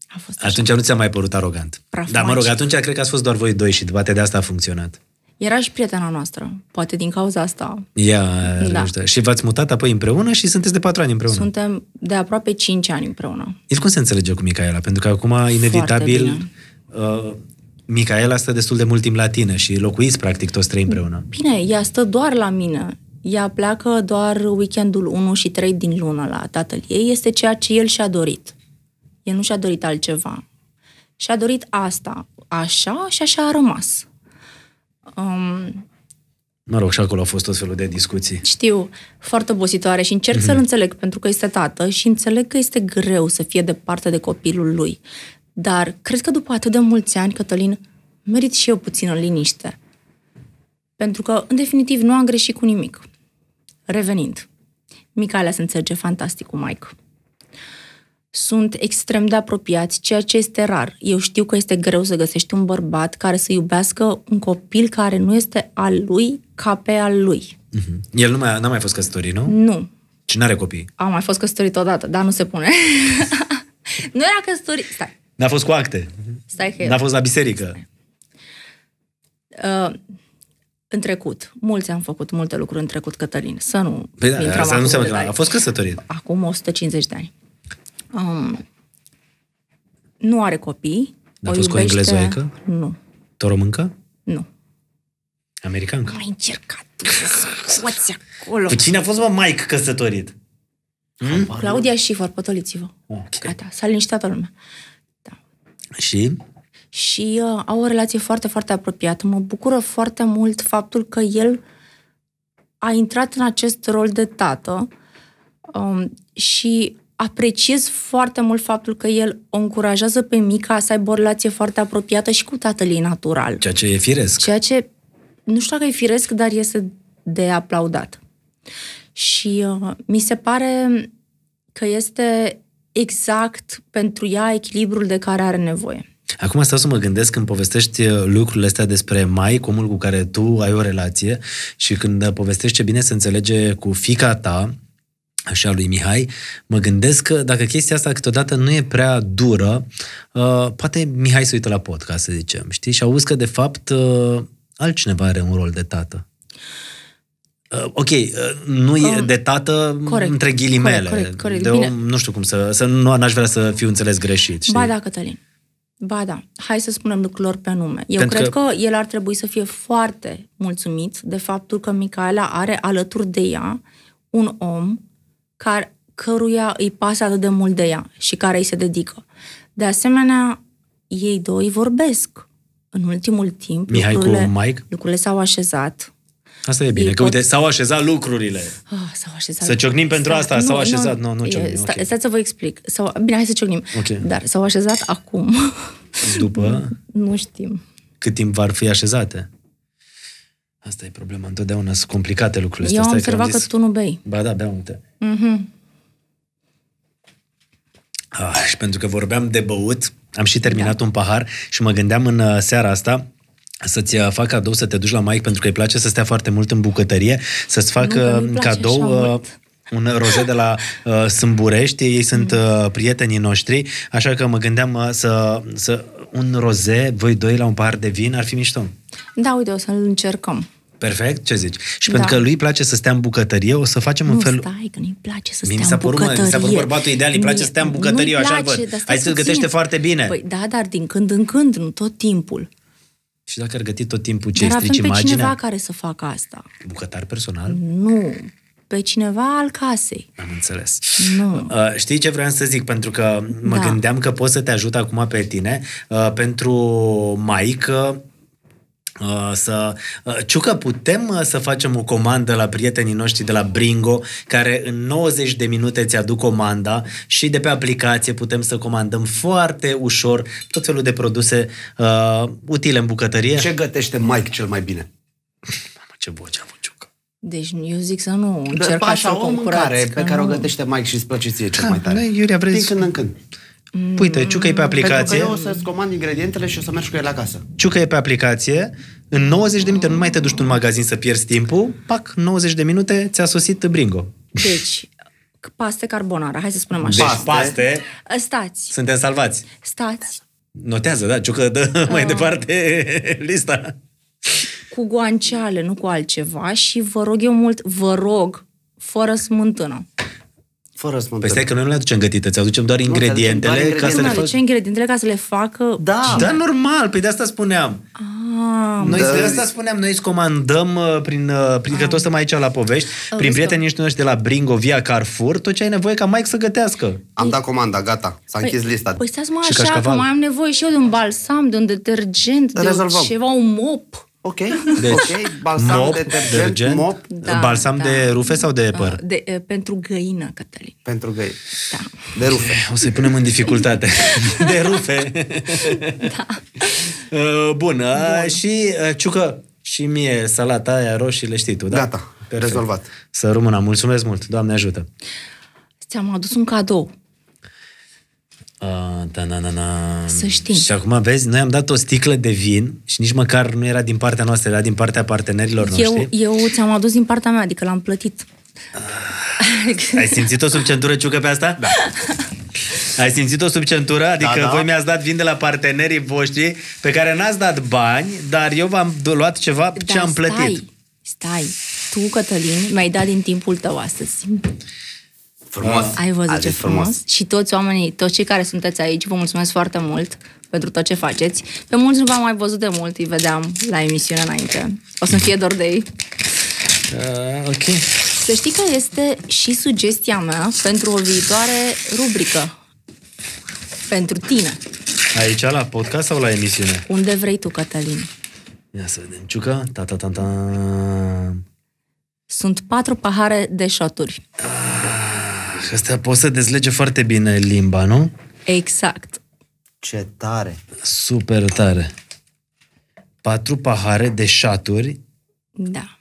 [SPEAKER 2] A fost așa.
[SPEAKER 1] Atunci nu ți-a mai părut arogant.
[SPEAKER 2] Praf
[SPEAKER 1] Dar mă rog,
[SPEAKER 2] magic.
[SPEAKER 1] atunci cred că ați fost doar voi doi și poate de asta a funcționat.
[SPEAKER 2] Era și prietena noastră. Poate din cauza asta
[SPEAKER 1] Ia,
[SPEAKER 2] Da.
[SPEAKER 1] da. Și v-ați mutat apoi împreună și sunteți de patru ani împreună. Sunt...
[SPEAKER 2] suntem de aproape 5 ani împreună.
[SPEAKER 1] El cum se înțelege cu Micaela? Pentru că acum, inevitabil,
[SPEAKER 2] bine.
[SPEAKER 1] uh, Micaela stă destul de mult timp la tine și locuiți practic toți trei împreună.
[SPEAKER 2] Bine, ea stă doar la mine. Ea pleacă doar weekendul 1 și 3 din lună la tatăl ei. Este ceea ce el și-a dorit. El nu și-a dorit altceva. Și-a dorit asta. Așa și așa a rămas. Um,
[SPEAKER 1] Mă rog, și acolo au fost tot felul de discuții.
[SPEAKER 2] știu, foarte obositoare și încerc să-l înțeleg pentru că este tată și înțeleg că este greu să fie departe de copilul lui. Dar cred că după atât de mulți ani, Cătălin, merit și eu puțin în liniște. Pentru că, în definitiv, nu am greșit cu nimic. Revenind, Micaela se înțelege fantastic cu Mike. Sunt extrem de apropiați, ceea ce este rar. Eu știu că este greu să găsești un bărbat care să iubească un copil care nu este al lui ca pe al lui.
[SPEAKER 1] Mhm. El nu mai, n-a mai fost căsătorit, nu?
[SPEAKER 2] Nu,
[SPEAKER 1] Și n-are copii.
[SPEAKER 2] am mai fost căsătorit odată, dar nu se pune. nu era căsătorit... Stai,
[SPEAKER 1] N-a fost cu acte.
[SPEAKER 2] stai că
[SPEAKER 1] N-a fost la biserică.
[SPEAKER 2] în trecut. Mulți am făcut multe lucruri în trecut, Cătălin. Să nu
[SPEAKER 1] Păi da, asta nu înseamnă
[SPEAKER 2] acum în
[SPEAKER 1] că n-a-
[SPEAKER 2] detalii.
[SPEAKER 1] a fost căsătorit.
[SPEAKER 2] Acum 150 de ani. Um, nu are copii.
[SPEAKER 1] N-a
[SPEAKER 2] o
[SPEAKER 1] fost cu o
[SPEAKER 2] iubește-
[SPEAKER 1] englezoică?
[SPEAKER 2] Nu,
[SPEAKER 1] Tot româncă?
[SPEAKER 2] nu.
[SPEAKER 1] Americancă.
[SPEAKER 2] Mai încercat tu să scoți acolo.
[SPEAKER 1] Cu cine a fost, mă, Mike căsătorit? Hmm?
[SPEAKER 2] Claudia Șifor, potoliți-vă.
[SPEAKER 1] Okay.
[SPEAKER 2] Gata, s-a liniștit toată lumea.
[SPEAKER 1] Și?
[SPEAKER 2] și uh, au o relație foarte, foarte apropiată. Mă bucură foarte mult faptul că el a intrat în acest rol de tată um, și apreciez foarte mult faptul că el o încurajează pe Mica să aibă o relație foarte apropiată și cu tatăl ei natural.
[SPEAKER 1] Ceea ce e firesc.
[SPEAKER 2] Ceea ce, nu știu dacă e firesc, dar este de aplaudat. Și uh, mi se pare că este exact pentru ea echilibrul de care are nevoie.
[SPEAKER 1] Acum stau să mă gândesc când povestești uh, lucrurile astea despre Mai, omul cu care tu ai o relație și când uh, povestești ce bine se înțelege cu fica ta, așa lui Mihai, mă gândesc că dacă chestia asta câteodată nu e prea dură, uh, poate Mihai se uită la podcast, să zicem, știi? Și auzi că, de fapt, uh, altcineva are un rol de tată. Uh, ok, uh, nu e
[SPEAKER 2] Um,
[SPEAKER 1] de tată
[SPEAKER 2] corect,
[SPEAKER 1] între ghilimele.
[SPEAKER 2] corect, corect, corect,
[SPEAKER 1] de
[SPEAKER 2] bine.
[SPEAKER 1] nu știu cum să, să nu, n-aș vrea să fiu înțeles greșit, știi?
[SPEAKER 2] Ba da, Cătălin. Ba da. Hai să spunem lucrurilor pe nume.
[SPEAKER 1] Pentru
[SPEAKER 2] Eu Pentru cred
[SPEAKER 1] că-
[SPEAKER 2] că... că el ar trebui să fie foarte mulțumit de faptul că Micaela are alături de ea un om care, căruia îi pasă atât de mult de ea și care îi se dedică. De asemenea, ei doi vorbesc. În ultimul timp,
[SPEAKER 1] Mihai cu
[SPEAKER 2] lucrurile,
[SPEAKER 1] Mike?
[SPEAKER 2] lucrurile s-au așezat.
[SPEAKER 1] Asta e bine,
[SPEAKER 2] Ei
[SPEAKER 1] că
[SPEAKER 2] pot-
[SPEAKER 1] uite, s-au așezat lucrurile.
[SPEAKER 2] Ah, s-au așezat. Da.
[SPEAKER 1] Să ciocnim pentru asta, s-au așezat. Nu, nu
[SPEAKER 2] e,
[SPEAKER 1] ciocnim,
[SPEAKER 2] Sta,
[SPEAKER 1] ok.
[SPEAKER 2] Stați să vă explic. S-au, bine, hai să ciocnim.
[SPEAKER 1] Ok.
[SPEAKER 2] Dar s-au așezat acum.
[SPEAKER 1] După
[SPEAKER 2] nu știm.
[SPEAKER 1] cât timp vor fi așezate. Asta e problema, întotdeauna sunt complicate lucrurile
[SPEAKER 2] Eu
[SPEAKER 1] astea.
[SPEAKER 2] am
[SPEAKER 1] Stai că
[SPEAKER 2] observat că
[SPEAKER 1] zis-
[SPEAKER 2] tu nu bei.
[SPEAKER 1] Ba da, beau un te.
[SPEAKER 2] Mhm.
[SPEAKER 1] Ah, și pentru că vorbeam de băut, am și
[SPEAKER 2] Da.
[SPEAKER 1] terminat un pahar și mă gândeam în uh, seara asta să-ți uh, fac cadou să te duci la Mike pentru că îi place să stea foarte mult în bucătărie, să-ți
[SPEAKER 2] că
[SPEAKER 1] facă
[SPEAKER 2] nu-i place așa
[SPEAKER 1] cadou uh,
[SPEAKER 2] mult.
[SPEAKER 1] un rozet de la uh, Sâmburești, ei sunt
[SPEAKER 2] Mm.
[SPEAKER 1] uh, prietenii noștri, așa că mă gândeam uh, să, să un roze, voi doi la un pahar de vin, ar fi mișto.
[SPEAKER 2] Da, uite, o să-l încercăm.
[SPEAKER 1] Perfect, ce zici? Și
[SPEAKER 2] Da.
[SPEAKER 1] pentru că lui îi place să stea în bucătărie, o să facem în
[SPEAKER 2] Nu,
[SPEAKER 1] felul...
[SPEAKER 2] stai, că nu-i place să
[SPEAKER 1] Mie
[SPEAKER 2] stea
[SPEAKER 1] mi s-a
[SPEAKER 2] în
[SPEAKER 1] părut, mă,
[SPEAKER 2] bucătărie.
[SPEAKER 1] mi s-a părut bărbatul ideal, îi place să stea în
[SPEAKER 2] Mie-
[SPEAKER 1] bucătărie,
[SPEAKER 2] nu-i
[SPEAKER 1] așa îl
[SPEAKER 2] place,
[SPEAKER 1] văd.
[SPEAKER 2] dar stai
[SPEAKER 1] Ai să-l
[SPEAKER 2] puțin.
[SPEAKER 1] gătește foarte bine.
[SPEAKER 2] Păi da, dar din când în când, nu tot timpul.
[SPEAKER 1] Și dacă ar găti tot timpul ce
[SPEAKER 2] Ce dar
[SPEAKER 1] îi
[SPEAKER 2] avem
[SPEAKER 1] strici
[SPEAKER 2] pe cineva
[SPEAKER 1] imaginea,
[SPEAKER 2] care să facă asta.
[SPEAKER 1] bucătar personal,
[SPEAKER 2] Nu, pe cineva al casei.
[SPEAKER 1] am înțeles.
[SPEAKER 2] Nu.
[SPEAKER 1] Uh, știi ce vreau să zic? Pentru că mă
[SPEAKER 2] Da.
[SPEAKER 1] gândeam că pot să te ajut acum pe tine uh, pentru maică uh, să... Uh, Ciucă, putem uh, să facem o comandă la prietenii noștri de la Bringo, care în 90 de minute ți aduc comanda și de pe aplicație putem să comandăm foarte ușor tot felul de produse uh, utile în bucătărie.
[SPEAKER 3] Ce gătește Mike cel mai bine?
[SPEAKER 1] Mamă, ce voce a avut Ciucă.
[SPEAKER 2] Deci eu zic să nu
[SPEAKER 3] Dă
[SPEAKER 2] încercați să-l
[SPEAKER 3] așa o mâncare
[SPEAKER 2] concurați.
[SPEAKER 3] pe
[SPEAKER 2] că
[SPEAKER 3] care o
[SPEAKER 2] nu.
[SPEAKER 3] gătește Mike și îți place ție cel
[SPEAKER 1] Da,
[SPEAKER 3] mai tare.
[SPEAKER 1] noi, Iurea, vrei
[SPEAKER 3] Din
[SPEAKER 1] să-
[SPEAKER 3] când în când.
[SPEAKER 1] Uite, Ciucă e pe
[SPEAKER 3] Mm, Pentru că
[SPEAKER 1] aplicație.
[SPEAKER 3] eu o să-ți comand ingredientele și o să mergi cu ele acasă.
[SPEAKER 1] Ciucă e pe aplicație, în 90 de minute nu mai te duci tu în magazin să pierzi timpul, pac, 90 de minute ți-a sosit bringo.
[SPEAKER 2] Deci, paste carbonara, hai să spunem
[SPEAKER 1] Deci
[SPEAKER 2] așa.
[SPEAKER 1] paste, paste
[SPEAKER 2] Stați,
[SPEAKER 1] suntem salvați.
[SPEAKER 2] stați.
[SPEAKER 1] Notează, da, Ciucă
[SPEAKER 3] Ah.
[SPEAKER 1] dă mai departe lista.
[SPEAKER 2] cu guanceale, nu cu altceva și vă rog eu mult, vă rog, fără smântână.
[SPEAKER 3] Fără să mă
[SPEAKER 1] Păi
[SPEAKER 3] întreb.
[SPEAKER 1] stai că noi nu le aducem gătite, ți aducem doar
[SPEAKER 3] ți aducem
[SPEAKER 1] ingredientele
[SPEAKER 3] doar
[SPEAKER 1] ca să
[SPEAKER 3] ingredientele.
[SPEAKER 1] le
[SPEAKER 2] Nu, de
[SPEAKER 1] faci.
[SPEAKER 2] ce ingredientele ca să le facă?
[SPEAKER 3] Da,
[SPEAKER 1] Da, normal, păi de asta spuneam.
[SPEAKER 2] Ah,
[SPEAKER 1] Noi
[SPEAKER 3] Da.
[SPEAKER 1] de asta spuneam, noi îți comandăm uh, prin, uh, prin
[SPEAKER 3] Ah.
[SPEAKER 1] că toți stăm aici la povești, prin
[SPEAKER 2] vezi că-
[SPEAKER 1] prietenii noștri de la Bringo, via Carrefour, tot ce ai nevoie ca Mike să gătească.
[SPEAKER 3] am dat comanda, gata. S-a închis lista.
[SPEAKER 2] Păi stați mă
[SPEAKER 1] Și
[SPEAKER 2] așa, că
[SPEAKER 1] cașcaval.
[SPEAKER 2] mai am nevoie și eu de un balsam, de un detergent, de
[SPEAKER 3] Rezolvăm.
[SPEAKER 2] ceva, un mop.
[SPEAKER 3] Ok,
[SPEAKER 1] Deci,
[SPEAKER 3] ok, balsam,
[SPEAKER 1] mop,
[SPEAKER 3] detergent, mop
[SPEAKER 2] Da,
[SPEAKER 1] balsam
[SPEAKER 2] da.
[SPEAKER 1] de rufe sau de păr?
[SPEAKER 2] Ah, De, eh, pentru găină, Cătălin.
[SPEAKER 3] pentru găi.
[SPEAKER 2] Da.
[SPEAKER 3] De rufe.
[SPEAKER 1] Ah. O să-i punem în dificultate. De rufe. Da. Bun. Bun. Și uh, ciucă și mie salata aia, roșiile știi tu, da?
[SPEAKER 3] Gata, rezolvat.
[SPEAKER 1] Să rămână. Mulțumesc mult. Doamne ajută.
[SPEAKER 2] Ți-am adus un cadou.
[SPEAKER 1] Uh, da, na, na, na.
[SPEAKER 2] Să știi.
[SPEAKER 1] Și acum vezi, noi am dat o sticlă de vin și nici măcar nu era din partea noastră, era din partea partenerilor
[SPEAKER 2] Eu,
[SPEAKER 1] noștri.
[SPEAKER 2] eu ți-am adus din partea mea, adică l-am plătit.
[SPEAKER 1] Ah, Ai simțit-o sub centură, ciucă pe asta? Da. Ai simțit-o sub centură? Adică da,
[SPEAKER 3] Da,
[SPEAKER 1] da.
[SPEAKER 3] da.
[SPEAKER 1] voi mi-ați dat vin de la partenerii voștri pe care n-ați dat bani, dar eu v-am du- luat ceva ce
[SPEAKER 2] Dar
[SPEAKER 1] am plătit.
[SPEAKER 2] Da, Stai, stai. Tu, Cătălin, mi-ai dat din timpul tău astăzi.
[SPEAKER 3] Frumos.
[SPEAKER 2] Ai văzut
[SPEAKER 3] Azi
[SPEAKER 2] ce
[SPEAKER 3] e
[SPEAKER 2] frumos. Și toți oamenii, toți cei care sunteți aici, vă mulțumesc foarte mult pentru tot ce faceți. Pe mulți nu v-am mai văzut de mult, îi vedeam la emisiune înainte. O să-mi fie dor de ei.
[SPEAKER 1] Uh, ok.
[SPEAKER 2] Să știi că este și sugestia mea pentru o viitoare rubrică. Pentru tine.
[SPEAKER 1] Aici, la podcast sau la emisiune?
[SPEAKER 2] Unde vrei tu, Cătălin?
[SPEAKER 1] Ia să vedem. Ciucă? Ta, ta, ta, ta.
[SPEAKER 2] Sunt patru pahare de șoturi.
[SPEAKER 1] Astea pot să dezlege foarte bine limba, nu?
[SPEAKER 2] Exact.
[SPEAKER 3] Ce tare.
[SPEAKER 1] Super tare. Patru pahare de șaturi.
[SPEAKER 2] Da.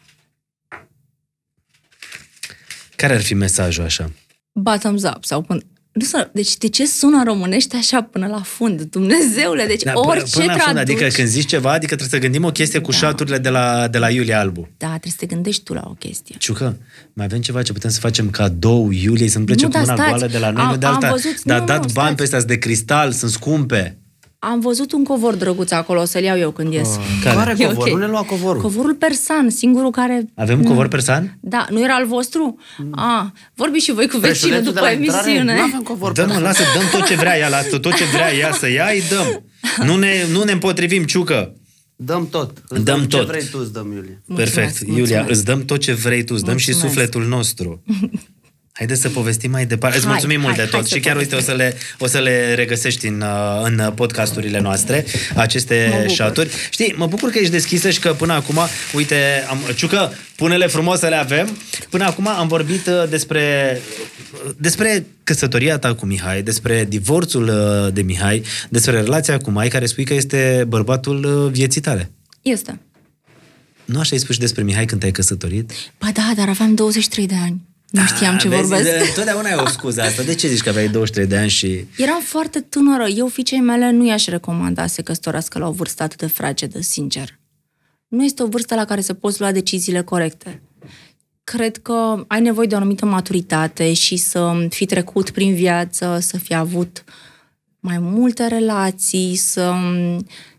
[SPEAKER 1] Care ar fi mesajul așa?
[SPEAKER 2] Bottoms up sau până... Nu sună, deci de ce sună în românește așa până la fund? Dumnezeule, deci
[SPEAKER 1] Da, până-
[SPEAKER 2] orice
[SPEAKER 1] până la fund,
[SPEAKER 2] traduci...
[SPEAKER 1] Adică când zici ceva, adică trebuie să gândim o chestie cu
[SPEAKER 2] Da.
[SPEAKER 1] șaturile de la, de la Iulia Albu.
[SPEAKER 2] Da, trebuie să te gândești tu la o chestie.
[SPEAKER 1] Ciucă, mai avem ceva ce putem să facem cadou Iuliei, să-mi plece
[SPEAKER 2] Nu,
[SPEAKER 1] cu
[SPEAKER 2] dar
[SPEAKER 1] mâna
[SPEAKER 2] stați.
[SPEAKER 1] goală de la noi,
[SPEAKER 2] Am-
[SPEAKER 1] nu de
[SPEAKER 2] am
[SPEAKER 1] alta.
[SPEAKER 2] văzut-
[SPEAKER 1] dar
[SPEAKER 2] nu,
[SPEAKER 1] dat
[SPEAKER 2] nu,
[SPEAKER 1] bani
[SPEAKER 2] stați.
[SPEAKER 1] pe astea de cristal, sunt scumpe.
[SPEAKER 2] Am văzut un covor drăguț acolo, să-l iau eu când ies.
[SPEAKER 1] Care?
[SPEAKER 3] Care
[SPEAKER 2] E
[SPEAKER 3] covor?
[SPEAKER 2] ok.
[SPEAKER 3] Nu ne lua covorul.
[SPEAKER 2] Covorul persan, singurul care...
[SPEAKER 1] Avem covor persan?
[SPEAKER 2] Da, nu era al vostru? A, vorbi și voi cu vecinul
[SPEAKER 3] Preșulețul de
[SPEAKER 2] după
[SPEAKER 3] la intrare?
[SPEAKER 2] emisiune.
[SPEAKER 3] Nu avem covor.
[SPEAKER 1] Dă mă, lasă, dăm tot ce vrea ea, lasă, tot ce vrea ea să ia, îi dăm. Nu ne, nu ne împotrivim, Ciucă.
[SPEAKER 3] Dăm tot. Îți
[SPEAKER 1] Dăm
[SPEAKER 3] ce
[SPEAKER 1] tot.
[SPEAKER 3] vrei tu, îți dăm, Iulie.
[SPEAKER 2] Mulțumesc,
[SPEAKER 1] Perfect.
[SPEAKER 2] mulțumesc.
[SPEAKER 1] Iulia, îți dăm tot ce vrei tu, îți dăm și
[SPEAKER 2] Mulțumesc.
[SPEAKER 1] sufletul nostru. Haideți să povestim mai departe. Îți
[SPEAKER 2] Hai,
[SPEAKER 1] mulțumim mult
[SPEAKER 2] hai,
[SPEAKER 1] de
[SPEAKER 2] hai
[SPEAKER 1] tot
[SPEAKER 2] să
[SPEAKER 1] și chiar uite o să le, o să le regăsești în, uh, în podcasturile noastre, aceste șaturi. Știi, mă bucur că ești deschisă și că până acum, uite, am, Ciucă, punele frumos să le avem. Până acum am vorbit uh, despre uh, despre căsătoria ta cu Mihai, despre divorțul uh, de Mihai, despre relația cu Mai, care spui că este bărbatul uh, vieții tale.
[SPEAKER 2] Este.
[SPEAKER 1] Nu așa ai spus și despre Mihai când te-ai căsătorit?
[SPEAKER 2] Ba da, dar aveam 23 de ani. Nu știam
[SPEAKER 1] Ah,
[SPEAKER 2] ce
[SPEAKER 1] vezi,
[SPEAKER 2] vorbesc.
[SPEAKER 1] de- Totdeauna ai o scuză asta. De ce zici că aveai 23 de ani și...
[SPEAKER 2] Eram foarte tânără. Eu fiicei mele nu i-aș recomanda să se căsătorească la o vârstă atât de fragedă, sincer. Nu este o vârstă la care să poți lua deciziile corecte. Cred că ai nevoie de o anumită maturitate și să fi trecut prin viață, să fi avut mai multe relații, să,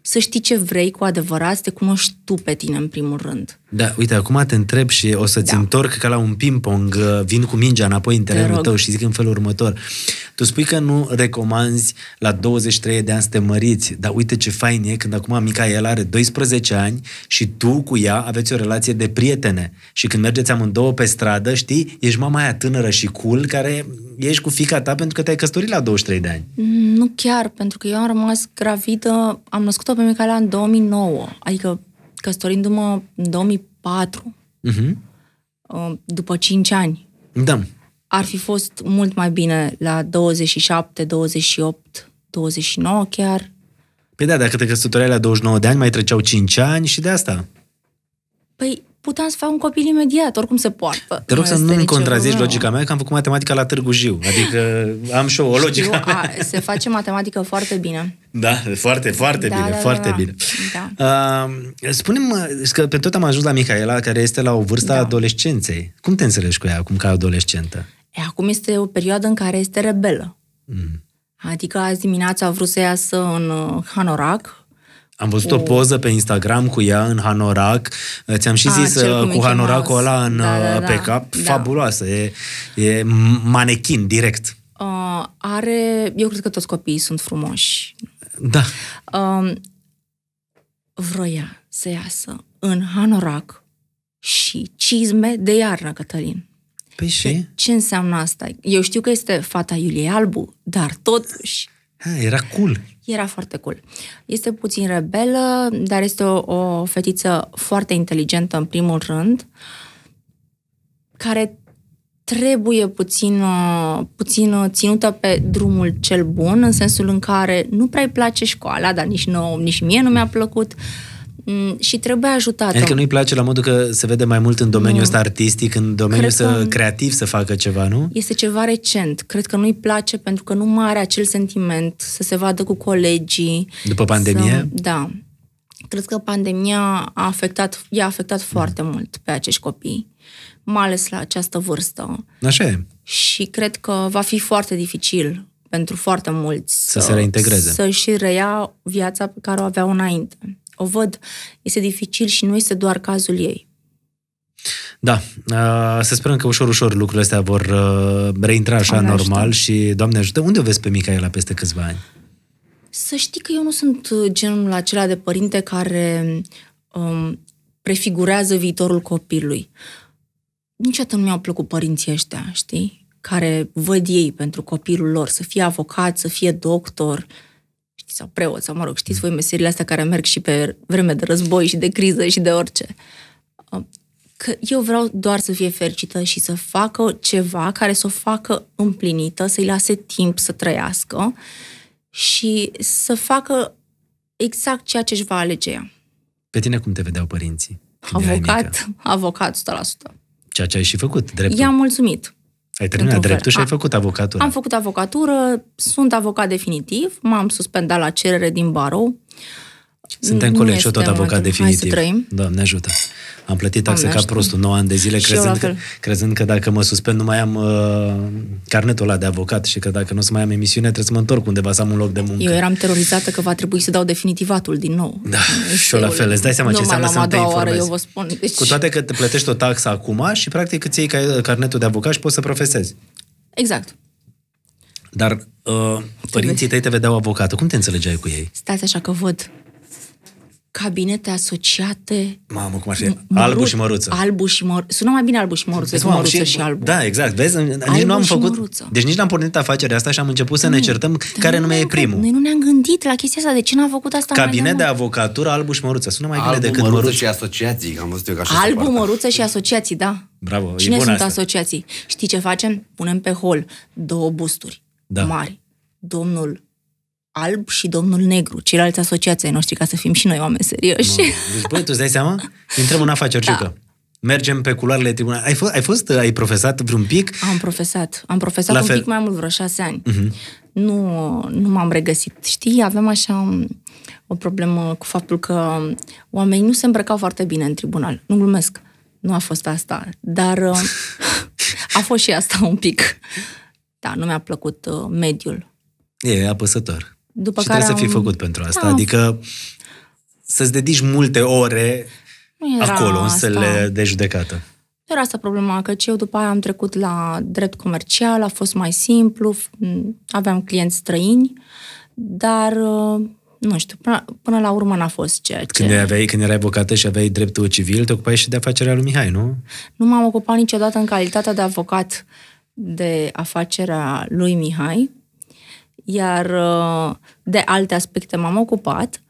[SPEAKER 2] să știi ce vrei cu adevărat, să te cunoști tu pe tine în primul rând.
[SPEAKER 1] Da, uite, acum te întreb și o să-ți da. întorc ca la un ping-pong, uh, vin cu mingea înapoi în terenul
[SPEAKER 2] rog.
[SPEAKER 1] tău și zic în felul următor. Tu spui că nu recomanzi la 23 de ani să te măriți, dar uite ce fain e când acum Micaela are 12 ani și tu cu ea aveți o relație de prietene și când mergeți amândouă pe stradă, știi, ești mama aia tânără și cool care ești cu fica ta pentru că te-ai căsătorit la 23 de ani.
[SPEAKER 2] Mm, Nu chiar, pentru că eu am rămas gravidă, am născut-o pe Micaela în 2009, adică căsătorindu-mă în 2004,
[SPEAKER 1] Mhm.
[SPEAKER 2] uh, după 5 ani.
[SPEAKER 1] Da.
[SPEAKER 2] Ar fi fost mult mai bine la 27, 28, 29 chiar.
[SPEAKER 1] Păi da, dacă te căsătoreai la 29 de ani, mai treceau 5 ani și de asta.
[SPEAKER 2] Păi puteam să fac un copil imediat, oricum se poartă.
[SPEAKER 1] Te rog să
[SPEAKER 2] este
[SPEAKER 1] nu-mi
[SPEAKER 2] nicio
[SPEAKER 1] contrazici
[SPEAKER 2] problemă.
[SPEAKER 1] logica mea că am făcut matematica la Târgu Jiu. Adică am și eu o
[SPEAKER 2] Eu,
[SPEAKER 1] logică.
[SPEAKER 2] a, se face matematică foarte bine.
[SPEAKER 1] Da, foarte, foarte
[SPEAKER 2] Da,
[SPEAKER 1] bine,
[SPEAKER 2] da, da,
[SPEAKER 1] foarte
[SPEAKER 2] da.
[SPEAKER 1] bine.
[SPEAKER 2] Da.
[SPEAKER 1] Uh, spune-mi că pe tot am ajuns la Micaela, care este la o vârstă da.
[SPEAKER 2] Da.
[SPEAKER 1] adolescenței. Cum te înțelegi cu ea acum ca adolescentă?
[SPEAKER 2] E, acum este o perioadă în care este rebelă.
[SPEAKER 1] Mm.
[SPEAKER 2] Adică azi dimineața a vrut să iasă în uh, Hanorac,
[SPEAKER 1] Am văzut
[SPEAKER 2] Oh.
[SPEAKER 1] o poză pe Instagram cu ea în Hanorac. Uh, Ți-am și
[SPEAKER 2] Ah,
[SPEAKER 1] zis
[SPEAKER 2] cel cu
[SPEAKER 1] uh, cu
[SPEAKER 2] Mickey
[SPEAKER 1] hanoracul
[SPEAKER 2] Mouse.
[SPEAKER 1] ăla în,
[SPEAKER 2] Da, da,
[SPEAKER 1] uh,
[SPEAKER 2] da.
[SPEAKER 1] pe cap.
[SPEAKER 2] Da.
[SPEAKER 1] Fabuloasă. E, e manechin direct.
[SPEAKER 2] Uh, are, eu cred că toți copiii sunt frumoși.
[SPEAKER 1] Da.
[SPEAKER 2] Uh, vroia să iasă în hanorac și cizme de iarnă, Cătălin.
[SPEAKER 1] Păi și?
[SPEAKER 2] Ce înseamnă asta? Eu știu că este fata Iuliei Albu, dar totuși
[SPEAKER 1] Ha, era cool.
[SPEAKER 2] era foarte cool. Este puțin rebelă, dar este o, o fetiță foarte inteligentă în primul rând, care trebuie puțin, uh, puțin uh, ținută pe drumul cel bun, în sensul în care nu prea îi place școala, dar nici, nouă, nici mie nu mi-a plăcut mm, și trebuie ajutată.
[SPEAKER 1] Adică nu-i place la modul că se vede mai mult în domeniul ăsta artistic, în domeniul
[SPEAKER 2] Cred
[SPEAKER 1] să,
[SPEAKER 2] că-
[SPEAKER 1] creativ să facă ceva, nu?
[SPEAKER 2] Este ceva recent. Cred că nu-i place pentru că nu mai are acel sentiment să se vadă cu colegii.
[SPEAKER 1] După pandemie?
[SPEAKER 2] Să, da. Cred că pandemia a afectat, i-a afectat foarte mult pe acești copii, mai ales la această vârstă.
[SPEAKER 1] Așa e.
[SPEAKER 2] Și cred că va fi foarte dificil pentru foarte mulți
[SPEAKER 1] Să se reintegreze.
[SPEAKER 2] Să-și reia viața pe care o aveau înainte. O văd, este dificil și nu este doar cazul ei.
[SPEAKER 1] Da, uh, să sperăm că ușor, ușor lucrurile astea vor uh, reintra așa
[SPEAKER 2] Doamne
[SPEAKER 1] normal
[SPEAKER 2] ajută.
[SPEAKER 1] și, Doamne ajută, unde o vezi pe Micaela peste câțiva ani?
[SPEAKER 2] Să știi că eu nu sunt uh, genul acela de părinte care um, prefigurează viitorul copilului. Niciodată nu mi-au plăcut părinții ăștia, știi? Care văd ei pentru copilul lor, să fie avocat, să fie doctor, știi, sau preot, sau mă rog, știți voi meserile astea care merg și pe vreme de război și de criză și de orice. Um, Că eu vreau doar să fie fericită și să facă ceva care să o facă împlinită, să-i lase timp să trăiască și să facă exact ceea ce își va alege ea.
[SPEAKER 1] Pe tine cum te vedeau părinții? când erai mică?
[SPEAKER 2] Avocat, avocat 100%.
[SPEAKER 1] Ceea ce ai și făcut, drept.
[SPEAKER 2] I-am mulțumit.
[SPEAKER 1] Ai terminat
[SPEAKER 2] Într-un
[SPEAKER 1] dreptul
[SPEAKER 2] fel.
[SPEAKER 1] și ai
[SPEAKER 2] A-
[SPEAKER 1] făcut avocatura.
[SPEAKER 2] Am făcut avocatură, sunt avocat definitiv, m-am suspendat la cerere din barou.
[SPEAKER 1] Suntem
[SPEAKER 2] Nu
[SPEAKER 1] colegi și eu
[SPEAKER 2] este
[SPEAKER 1] tot avocat
[SPEAKER 2] momentul.
[SPEAKER 1] definitiv.
[SPEAKER 2] Hai să trăim.
[SPEAKER 1] Doamne ajută. Am plătit taxe
[SPEAKER 2] Doamne
[SPEAKER 1] ca
[SPEAKER 2] ajută.
[SPEAKER 1] prostul 9 ani de zile,
[SPEAKER 2] Și eu la
[SPEAKER 1] crezând că,
[SPEAKER 2] fel.
[SPEAKER 1] crezând că dacă mă suspend nu mai am uh, carnetul ăla de avocat și că dacă nu o să mai am emisiune trebuie să mă întorc undeva să am un loc de muncă.
[SPEAKER 2] Eu eram terorizată că va trebui să dau definitivatul din nou.
[SPEAKER 1] Da,
[SPEAKER 2] Este
[SPEAKER 1] și eu la
[SPEAKER 2] o-
[SPEAKER 1] fel. Îți dai seama ce
[SPEAKER 2] nu mai
[SPEAKER 1] înseamnă
[SPEAKER 2] l-am
[SPEAKER 1] să nu
[SPEAKER 2] a
[SPEAKER 1] te
[SPEAKER 2] doua oară,
[SPEAKER 1] informezi.
[SPEAKER 2] eu vă spun. Deci,
[SPEAKER 1] Cu toate că te plătești o taxă acum și practic îți iei ca- uh, carnetul de avocat și poți să profesezi.
[SPEAKER 2] Exact.
[SPEAKER 1] Dar uh, părinții tăi te vedeau avocată. Cum te înțelegeai cu ei?
[SPEAKER 2] Stați așa că văd cabinete asociate...
[SPEAKER 1] Mamă, cum ar fi?
[SPEAKER 2] M-
[SPEAKER 1] Albu
[SPEAKER 2] mărut-
[SPEAKER 1] și măruță.
[SPEAKER 2] Albu și măruță. Sună mai bine albu și măruță decât
[SPEAKER 1] Mamă,
[SPEAKER 2] măruță
[SPEAKER 1] și-
[SPEAKER 2] și, albu.
[SPEAKER 1] Da, exact. Vezi, nici nu am
[SPEAKER 2] și
[SPEAKER 1] făcut,
[SPEAKER 2] măruță.
[SPEAKER 1] deci nici n-am pornit afacerea asta și am început să ne certăm
[SPEAKER 2] Dar
[SPEAKER 1] care
[SPEAKER 2] nu
[SPEAKER 1] nume
[SPEAKER 2] ne-am
[SPEAKER 1] e
[SPEAKER 2] gândit-
[SPEAKER 1] primul.
[SPEAKER 2] Noi nu ne-am gândit la chestia asta. De ce n-am făcut asta mai
[SPEAKER 1] Cabinet
[SPEAKER 2] de
[SPEAKER 1] de avocatură, albu și măruță. Sună mai bine
[SPEAKER 3] Albul,
[SPEAKER 1] decât
[SPEAKER 3] măruță
[SPEAKER 1] măruță.
[SPEAKER 3] și asociații, că am văzut eu că așa se
[SPEAKER 2] Albu,
[SPEAKER 3] poartă.
[SPEAKER 2] măruță și asociații, da.
[SPEAKER 1] Bravo, e
[SPEAKER 2] Cine
[SPEAKER 1] bună
[SPEAKER 2] sunt
[SPEAKER 1] asta.
[SPEAKER 2] asociații? Știi ce facem? Punem pe hol două busturi
[SPEAKER 1] Da.
[SPEAKER 2] mari. Domnul alb și domnul negru, ceilalți asociații ai noștri, ca să fim și noi oameni serioși.
[SPEAKER 1] Deci, băi, tu îți dai seama? Intrăm în afaceri,
[SPEAKER 2] Da.
[SPEAKER 1] da. Mergem pe culoarele tribunalului. Ai, fost, ai fost, ai profesat vreun pic?
[SPEAKER 2] Am profesat. Am profesat
[SPEAKER 1] La
[SPEAKER 2] un
[SPEAKER 1] fel. Mhm.
[SPEAKER 2] pic mai mult, vreo șase ani. Nu, nu m-am regăsit. Știi, aveam așa um, o problemă cu faptul că oamenii nu se îmbrăcau foarte bine în tribunal. Nu glumesc. Nu a fost asta. Dar uh, a fost și asta un pic. Da, nu mi-a plăcut uh, mediul.
[SPEAKER 1] E apăsător.
[SPEAKER 2] După
[SPEAKER 1] și
[SPEAKER 2] care
[SPEAKER 1] trebuie să
[SPEAKER 2] am-
[SPEAKER 1] fii făcut pentru asta.
[SPEAKER 2] Da.
[SPEAKER 1] Adică să-ți dedici multe ore
[SPEAKER 2] Nu era
[SPEAKER 1] acolo, în
[SPEAKER 2] asta.
[SPEAKER 1] sele de judecată.
[SPEAKER 2] Nu Era asta problema, că eu după aia am trecut la drept comercial, a fost mai simplu, f- m, aveam clienți străini, dar uh, nu știu, până, până la urmă n-a fost ceea ce...
[SPEAKER 1] Când, aveai, când erai avocată și aveai dreptul civil, te ocupai și de afacerea lui Mihai, nu?
[SPEAKER 2] Nu m-am ocupat niciodată în calitatea de avocat de afacerea lui Mihai, iar uh, de alte aspecte m-am ocupat,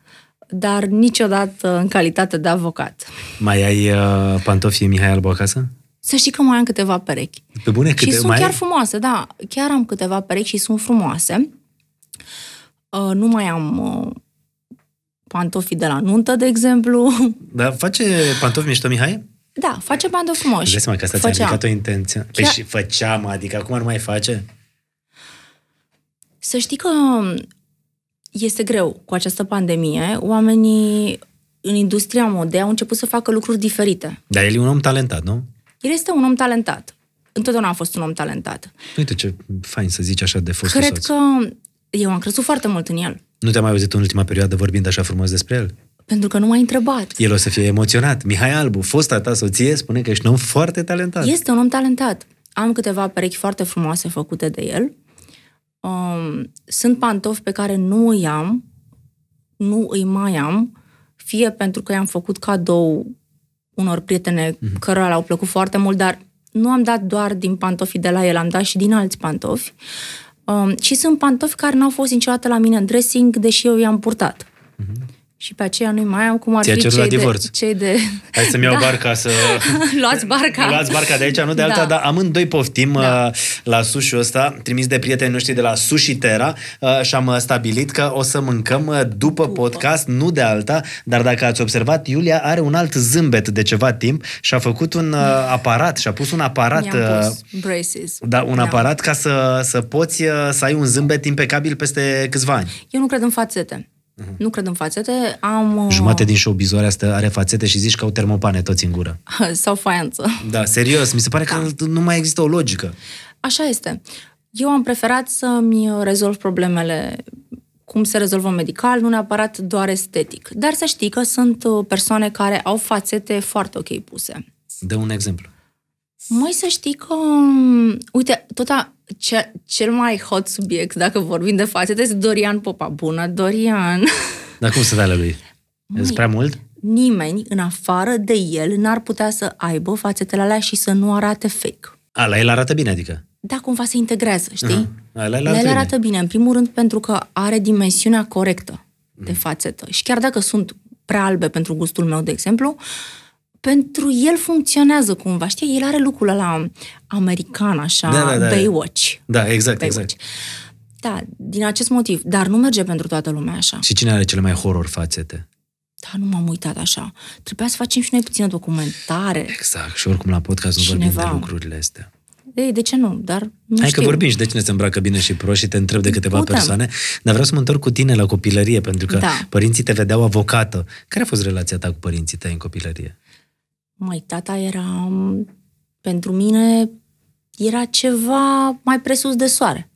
[SPEAKER 2] dar niciodată în calitate de avocat.
[SPEAKER 1] Mai ai uh, pantofii Mihai Albu acasă?
[SPEAKER 2] Să știi că mai am câteva perechi.
[SPEAKER 1] Pe bune,
[SPEAKER 2] Și
[SPEAKER 1] câte
[SPEAKER 2] sunt
[SPEAKER 1] mai
[SPEAKER 2] chiar
[SPEAKER 1] ai?
[SPEAKER 2] frumoase, da. Chiar am câteva perechi și sunt frumoase. Uh, Nu mai am uh, pantofii de la nuntă, de exemplu.
[SPEAKER 1] Dar face pantofi mișto Mihai?
[SPEAKER 2] Da, face pantofi frumoși.
[SPEAKER 1] Îți dai seama că asta ți-a
[SPEAKER 2] Făceam.
[SPEAKER 1] ridicat o intenție. Păi
[SPEAKER 2] Chiar-
[SPEAKER 1] și făceam, adică acum nu mai face?
[SPEAKER 2] Să știi că um, este greu cu această pandemie. Oamenii în industria modei au început să facă lucruri diferite.
[SPEAKER 1] Dar el e un om talentat, nu?
[SPEAKER 2] El este un om talentat. Întotdeauna a fost un om talentat.
[SPEAKER 1] Uite ce fain să zici așa de fostul
[SPEAKER 2] Cred
[SPEAKER 1] soț.
[SPEAKER 2] că eu am crezut foarte mult în el,
[SPEAKER 1] Nu te-am mai auzit în ultima perioadă vorbind așa frumos despre el?
[SPEAKER 2] pentru că nu m-a întrebat.
[SPEAKER 1] El o să fie emoționat. Mihai Albu, fosta ta soție, spune că ești un om foarte talentat.
[SPEAKER 2] Este un om talentat. Am câteva perechi foarte frumoase făcute de el. Um, sunt pantofi pe care nu îi am, nu îi mai am, fie pentru că i-am făcut cadou unor prietene
[SPEAKER 1] Mhm.
[SPEAKER 2] mm-hmm. cărora le-au plăcut foarte mult, dar nu am dat doar din pantofii de la el, am dat și din alți pantofi. Um, și sunt pantofi care n-au fost niciodată la mine în dressing, deși eu i-am purtat. Mm-hmm. Și pe aceea nu mai am, cum ar
[SPEAKER 1] Ți-a
[SPEAKER 2] fi
[SPEAKER 1] Mhm. cerut la
[SPEAKER 2] cei de,
[SPEAKER 1] divorț.
[SPEAKER 2] cei de...
[SPEAKER 1] Hai să-mi iau da. barca să...
[SPEAKER 2] Luați barca!
[SPEAKER 1] Luați barca de aici, nu de alta,
[SPEAKER 2] Da.
[SPEAKER 1] dar amândoi poftim da. la sushi ăsta, trimis de prietenii noștri de la Sushi Terra uh, și am uh, stabilit că o să mâncăm uh, după podcast, nu de alta, dar dacă ați observat, Iulia are un alt zâmbet de ceva timp și a făcut un uh, aparat, și-a pus un aparat...
[SPEAKER 2] Mi-am
[SPEAKER 1] uh,
[SPEAKER 2] pus braces.
[SPEAKER 1] Da, un
[SPEAKER 2] Da.
[SPEAKER 1] aparat ca să, să poți uh, să ai un zâmbet impecabil peste câțiva ani.
[SPEAKER 2] Eu nu cred în fațete. Nu cred în fațete, am... uh,
[SPEAKER 1] Mhm. Jumate din showbizoarea asta are fațete și zici că au termopane toți în gură.
[SPEAKER 2] Sau faianță.
[SPEAKER 1] Da, serios, mi se pare că
[SPEAKER 2] Da.
[SPEAKER 1] nu mai există o logică.
[SPEAKER 2] Așa este. Eu am preferat să-mi rezolv problemele cum se rezolvă medical, nu neapărat doar estetic. Dar să știi că sunt uh, persoane care au fațete foarte ok puse.
[SPEAKER 1] Dă un exemplu.
[SPEAKER 2] Mai să știi că, um, uite, tot a, ce, cel mai hot subiect, dacă vorbim de fațete, este Dorian Popa. Bună, Dorian!
[SPEAKER 1] Dar cum sunt ale lui? Sunt prea mult?
[SPEAKER 2] nimeni în afară de el n-ar putea să aibă fațetele alea și să nu arate fake.
[SPEAKER 1] A, la el arată bine, adică.
[SPEAKER 2] Da, cumva se integrează, știi?
[SPEAKER 1] Aha. La el arată
[SPEAKER 2] La el
[SPEAKER 1] bine.
[SPEAKER 2] arată bine, în primul rând pentru că are dimensiunea corectă de
[SPEAKER 1] Mhm.
[SPEAKER 2] fațetă. Și chiar dacă sunt prea albe pentru gustul meu, de exemplu, pentru el funcționează cumva, știi? El are lucrul ăla american, așa,
[SPEAKER 1] Da, da, da.
[SPEAKER 2] Baywatch.
[SPEAKER 1] Da, exact, exact.
[SPEAKER 2] Baywatch. Da, din acest motiv. Dar nu merge pentru toată lumea așa.
[SPEAKER 1] Și cine are cele mai horror fațete?
[SPEAKER 2] Da, nu m-am uitat așa. Trebuia să facem și noi puțină documentare.
[SPEAKER 1] Exact. Și oricum la podcast nu vorbim
[SPEAKER 2] Cineva.
[SPEAKER 1] de lucrurile astea.
[SPEAKER 2] Ei, de ce nu? Dar nu
[SPEAKER 1] Hai
[SPEAKER 2] știu.
[SPEAKER 1] că vorbim și de cine se îmbracă bine și prost și te întreb de câteva
[SPEAKER 2] Putem.
[SPEAKER 1] persoane, dar vreau să mă întorc cu tine la copilărie, pentru că
[SPEAKER 2] Da.
[SPEAKER 1] părinții te vedeau avocată. Care a fost relația ta cu părinții tăi în copilărie?
[SPEAKER 2] Mai tata era, m, pentru mine, era ceva mai presus de soare.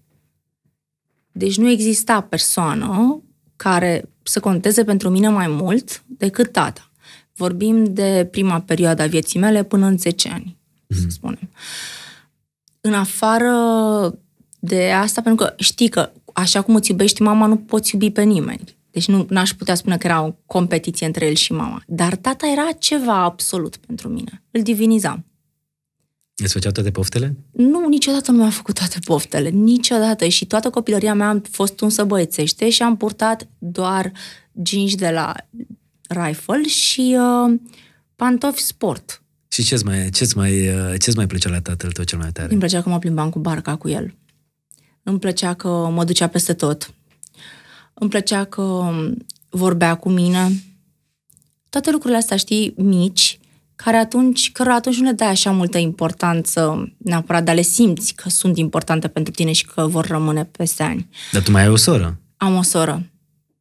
[SPEAKER 2] Deci nu exista persoană care să conteze pentru mine mai mult decât tata. Vorbim de prima perioadă a vieții mele până în 10 ani, să
[SPEAKER 1] Mhm.
[SPEAKER 2] spunem. În afară de asta, pentru că știi că așa cum îți iubești mama, nu poți iubi pe nimeni. Deci nu aș putea spune că era o competiție între el și mama. Dar tata era ceva absolut pentru mine. Îl divinizam.
[SPEAKER 1] Îți făceau toate poftele?
[SPEAKER 2] Nu, niciodată nu mi-am făcut toate poftele, niciodată. Și toată copilăria mea am fost un să băiețește și am purtat doar jeans de la rifle și uh, pantofi sport.
[SPEAKER 1] Și ce-ți mai, ce-ți mai, uh, ce-ți mai plăcea la tatăl tău cel mai tare?
[SPEAKER 2] Îmi plăcea că mă plimbam cu barca cu el. Îmi plăcea că mă ducea peste tot. Îmi plăcea că vorbea cu mine. Toate lucrurile astea, știi, mici, care atunci, cărora atunci nu le dai așa multă importanță neapărat, dar le simți că sunt importante pentru tine și că vor rămâne peste ani.
[SPEAKER 1] Dar tu mai ai o soră
[SPEAKER 2] Am o soră.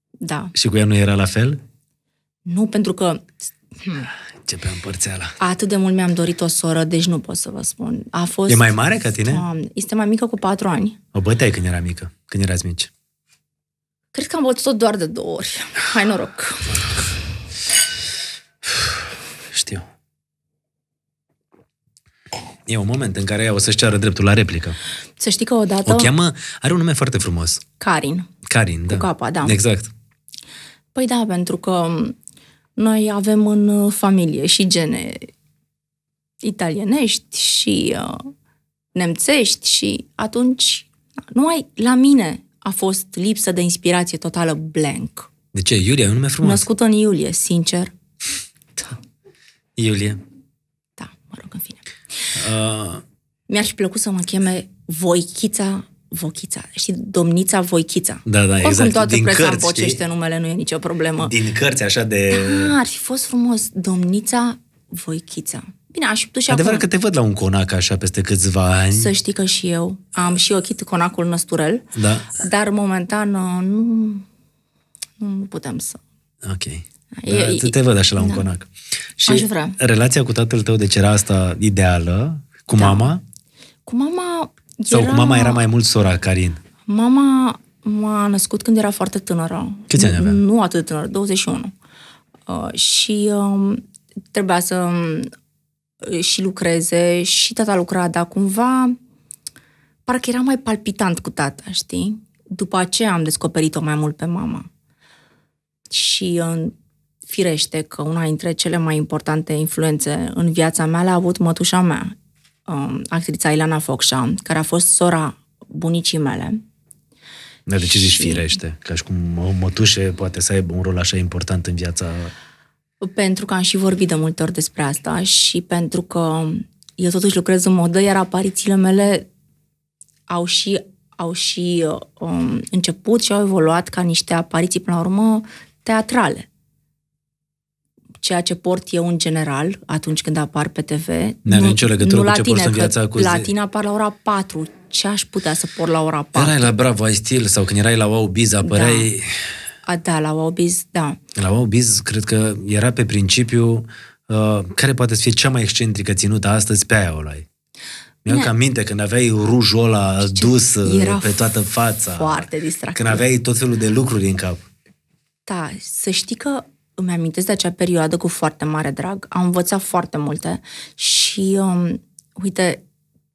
[SPEAKER 2] Da.
[SPEAKER 1] și cu ea nu era la fel?
[SPEAKER 2] Nu pentru că
[SPEAKER 1] Începea împărțeala.
[SPEAKER 2] atât de mult mi-am dorit o soră, deci nu pot să vă spun. A fost...
[SPEAKER 1] E mai mare ca tine?
[SPEAKER 2] Doamne, Este mai mică cu patru ani.
[SPEAKER 1] O băteai când era mică, când erați mici.
[SPEAKER 2] Cred că am bătut-o doar de două ori. Hai noroc.
[SPEAKER 1] Știu. E un moment în care ea o să-și ceară dreptul la replică.
[SPEAKER 2] Să știi că odată...
[SPEAKER 1] O cheamă, are un nume foarte frumos.
[SPEAKER 2] Karin.
[SPEAKER 1] Karin, da.
[SPEAKER 2] capa, da.
[SPEAKER 1] Exact.
[SPEAKER 2] Păi da, pentru că noi avem în uh, familie și gene italienești și uh, nemțești și atunci nu ai, la mine a fost lipsă de inspirație totală blank.
[SPEAKER 1] De ce? Iulia e un nume frumos.
[SPEAKER 2] Născută în iulie, sincer.
[SPEAKER 1] Iulie.
[SPEAKER 2] Da, mă rog, în fine.
[SPEAKER 1] Uh,
[SPEAKER 2] Mi-ar fi plăcut să mă cheme Voichița Vochița, știi, domnița Voichița.
[SPEAKER 1] Da, da,
[SPEAKER 2] Oricum,
[SPEAKER 1] exact.
[SPEAKER 2] toată
[SPEAKER 1] Din
[SPEAKER 2] presa
[SPEAKER 1] cărți,
[SPEAKER 2] împocește
[SPEAKER 1] știi?
[SPEAKER 2] numele, nu e nicio problemă.
[SPEAKER 1] din cărți așa de...
[SPEAKER 2] Ah, ar fi fost frumos. Domnița Voichița. Bine, aș fi putut și
[SPEAKER 1] Adevărat că
[SPEAKER 2] acum.
[SPEAKER 1] te văd la un conac așa peste câțiva ani.
[SPEAKER 2] Să știi că și eu am și ochit conacul năsturel,
[SPEAKER 1] Da?
[SPEAKER 2] dar momentan uh, nu, nu putem să...
[SPEAKER 1] Ok.
[SPEAKER 2] E-
[SPEAKER 1] Da, te- te văd așa la un
[SPEAKER 2] da.
[SPEAKER 1] conac. Și
[SPEAKER 2] Aș vrea.
[SPEAKER 1] relația cu tatăl tău, deci era asta ideală? Cu mama?
[SPEAKER 2] Cu mama Da. era...
[SPEAKER 1] Sau cu mama era mai mult sora Karin?
[SPEAKER 2] Mama m-a născut când era foarte tânără.
[SPEAKER 1] Câți ani avea?
[SPEAKER 2] Nu atât de tânără, 21. Uh, și um, trebuia să um, și lucreze și tata lucra, dar cumva parcă era mai palpitant cu tata, știi? După aceea am descoperit-o mai mult pe mama. Și uh, firește că una dintre cele mai importante influențe în viața mea l-a avut mătușa mea, um, actrița Ilana Focșa, care a fost sora bunicii mele.
[SPEAKER 1] Da, de ce zici
[SPEAKER 2] Și-
[SPEAKER 1] firește? Ca și cum o mătușe poate să aibă un rol așa important în viața...
[SPEAKER 2] Pentru că am și vorbit de multe ori despre asta și pentru că eu totuși lucrez în modă, iar aparițiile mele au și, au și uh, um, început și au evoluat ca niște apariții, până la urmă, teatrale. Ceea ce port eu în general atunci când apar pe TV,
[SPEAKER 1] are nicio legătură
[SPEAKER 2] nu
[SPEAKER 1] cu
[SPEAKER 2] la
[SPEAKER 1] ce
[SPEAKER 2] tine,
[SPEAKER 1] porți în
[SPEAKER 2] că
[SPEAKER 1] viața cu
[SPEAKER 2] la
[SPEAKER 1] zi-
[SPEAKER 2] tine apar la ora 4. Ce aș putea să port la ora 4?
[SPEAKER 1] Erai la Bravo, ai stil, sau când erai la Wow Biz, apăreai...
[SPEAKER 2] A, da, la Obiz, da.
[SPEAKER 1] La Wow Biz, cred că era pe principiu uh, care poate să fie cea mai excentrică ținută astăzi, pe aia o luai. Mi-am
[SPEAKER 2] Bine.
[SPEAKER 1] ca minte când aveai rujul ăla dus uh,
[SPEAKER 2] Era
[SPEAKER 1] pe toată fața.
[SPEAKER 2] foarte distractiv.
[SPEAKER 1] Când aveai tot felul de lucruri în cap.
[SPEAKER 2] Da, să știi că îmi amintesc de acea perioadă cu foarte mare drag. Am învățat foarte multe și, um, uite,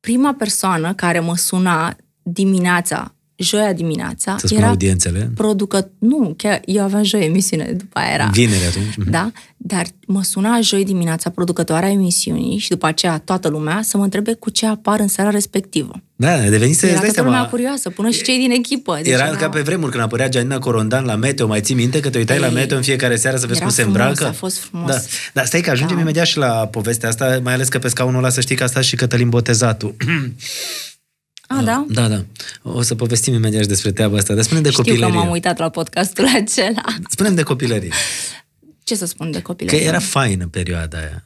[SPEAKER 2] prima persoană care mă suna dimineața, joia dimineața,
[SPEAKER 1] Să spun
[SPEAKER 2] era
[SPEAKER 1] audiențele.
[SPEAKER 2] producăt... Nu, chiar eu aveam joi emisiune, după aia era...
[SPEAKER 1] Vineri atunci. Mhm.
[SPEAKER 2] Da? Dar mă suna joi dimineața producătoarea emisiunii și după aceea toată lumea să mă întrebe cu ce apar în seara respectivă.
[SPEAKER 1] Da, devenise,
[SPEAKER 2] Era
[SPEAKER 1] îți dai
[SPEAKER 2] toată lumea
[SPEAKER 1] seama,
[SPEAKER 2] curioasă, până și cei din echipă. Deci
[SPEAKER 1] era ca pe vremuri când apărea Gianina Corondan la Meteo, mai ții minte că te uitai la
[SPEAKER 2] Ei,
[SPEAKER 1] Meteo în fiecare seară să vezi
[SPEAKER 2] era
[SPEAKER 1] cum se
[SPEAKER 2] frumos,
[SPEAKER 1] îmbracă?
[SPEAKER 2] a fost frumos.
[SPEAKER 1] Da. Dar săi că ajungem
[SPEAKER 2] Da.
[SPEAKER 1] imediat și la povestea asta, mai ales că pe scaunul ăla să știi că a stat și Cătălin Botezatul.
[SPEAKER 2] A, da?
[SPEAKER 1] Da, da. O să povestim imediat și despre treaba asta. Dar spune de
[SPEAKER 2] Știu că
[SPEAKER 1] copilărie.
[SPEAKER 2] m-am uitat la podcastul acela.
[SPEAKER 1] spune de copilărie.
[SPEAKER 2] Ce să spun de
[SPEAKER 1] Că
[SPEAKER 2] copilărie?
[SPEAKER 1] era faină perioada aia.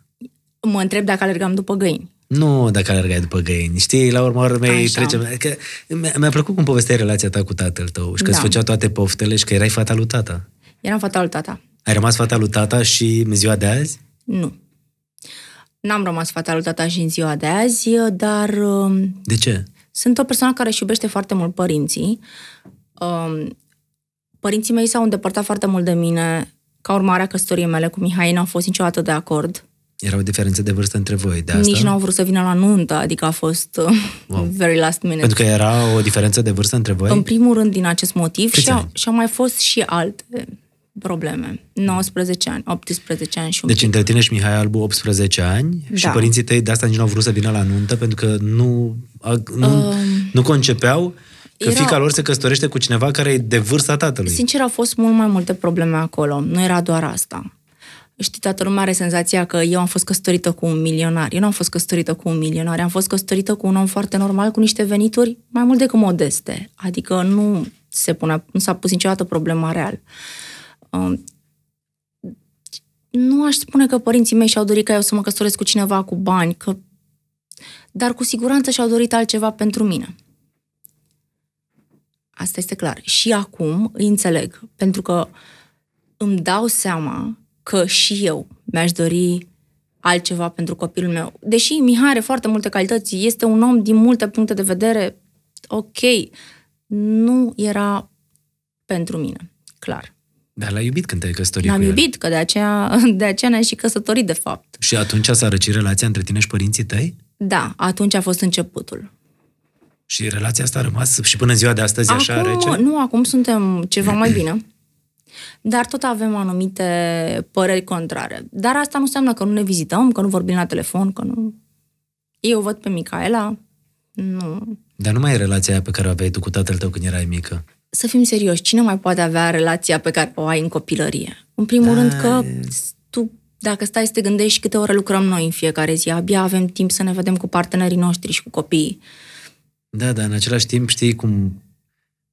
[SPEAKER 2] Mă întreb dacă alergam după găini.
[SPEAKER 1] Nu dacă alergai după găini. Știi, la urma urmei
[SPEAKER 2] Așa.
[SPEAKER 1] trecem... Că mi-a, mi-a plăcut cum povesteai relația ta cu tatăl tău și că îți
[SPEAKER 2] Da.
[SPEAKER 1] făcea toate poftele și că erai fata lui tata.
[SPEAKER 2] Eram fata lui tata.
[SPEAKER 1] Ai rămas fata lui tata și în ziua de azi?
[SPEAKER 2] Nu. N-am rămas fata lui tata și în ziua de azi, dar um,
[SPEAKER 1] De ce?
[SPEAKER 2] Sunt o persoană care își iubește foarte mult părinții. Um, Părinții mei s-au îndepărtat foarte mult de mine. Ca urmare a căsătoriei mele cu Mihai, n-au fost niciodată de acord.
[SPEAKER 1] Erau diferențe de vârstă între voi de asta?
[SPEAKER 2] Nici n-au vrut să vină la nuntă, adică a fost uh,
[SPEAKER 1] Wow.
[SPEAKER 2] very last minute.
[SPEAKER 1] Pentru că era o diferență de vârstă între voi?
[SPEAKER 2] În primul rând din acest motiv
[SPEAKER 1] Câți
[SPEAKER 2] și au,
[SPEAKER 1] ani?
[SPEAKER 2] și au mai fost și alte probleme. 19 ani, 18 ani și un
[SPEAKER 1] Deci
[SPEAKER 2] deci,
[SPEAKER 1] între tine și Mihai Albu 18 ani da. și
[SPEAKER 2] Da.
[SPEAKER 1] părinții tăi de asta nici nu au vrut să vină la nuntă pentru că nu, a- nu, um, nu concepeau că
[SPEAKER 2] erau-
[SPEAKER 1] fica lor se căsătorește cu cineva care e de vârsta tatălui.
[SPEAKER 2] Sincer, au fost mult mai multe probleme acolo. Nu era doar asta. Știi, toată lumea are senzația că eu am fost căsătorită cu un milionar. Eu nu am fost căsătorită cu un milionar, am fost căsătorită cu un om foarte normal, cu niște venituri mai mult decât modeste. Adică nu, se punea, nu s-a pus niciodată problema real. Um, nu aș spune că părinții mei și-au dorit ca eu să mă căsătoresc cu cineva cu bani, că... dar cu siguranță și-au dorit altceva pentru mine. Asta este clar. Și acum îi înțeleg, pentru că îmi dau seama că și eu mi-aș dori altceva pentru copilul meu. Deși Mihai are foarte multe calități, este un om din multe puncte de vedere, ok, nu era pentru mine, clar.
[SPEAKER 1] Dar l-ai iubit când te-ai căsătorit
[SPEAKER 2] L-am
[SPEAKER 1] cu el.
[SPEAKER 2] iubit, că de aceea, de aceea ne-am și căsătorit, de fapt.
[SPEAKER 1] Și atunci s-a răcit relația între tine și părinții tăi?
[SPEAKER 2] Da, atunci a fost începutul.
[SPEAKER 1] Și relația asta a rămas și până în ziua de astăzi așa
[SPEAKER 2] acum,
[SPEAKER 1] rece?
[SPEAKER 2] Nu, acum suntem ceva mai bine. Dar tot avem anumite păreri contrare. Dar asta nu înseamnă că nu ne vizităm, că nu vorbim la telefon, că nu... Eu văd pe Micaela, nu...
[SPEAKER 1] Dar nu mai e relația aia pe care o aveai tu cu tatăl tău când erai mică.
[SPEAKER 2] Să fim serioși, cine mai poate avea relația pe care o ai în copilărie? În
[SPEAKER 1] Da,
[SPEAKER 2] primul rând că
[SPEAKER 1] e-
[SPEAKER 2] tu, dacă stai să te gândești câte ore lucrăm noi în fiecare zi, abia avem timp să ne vedem cu partenerii noștri și cu copiii.
[SPEAKER 1] Da, dar în același timp știi cum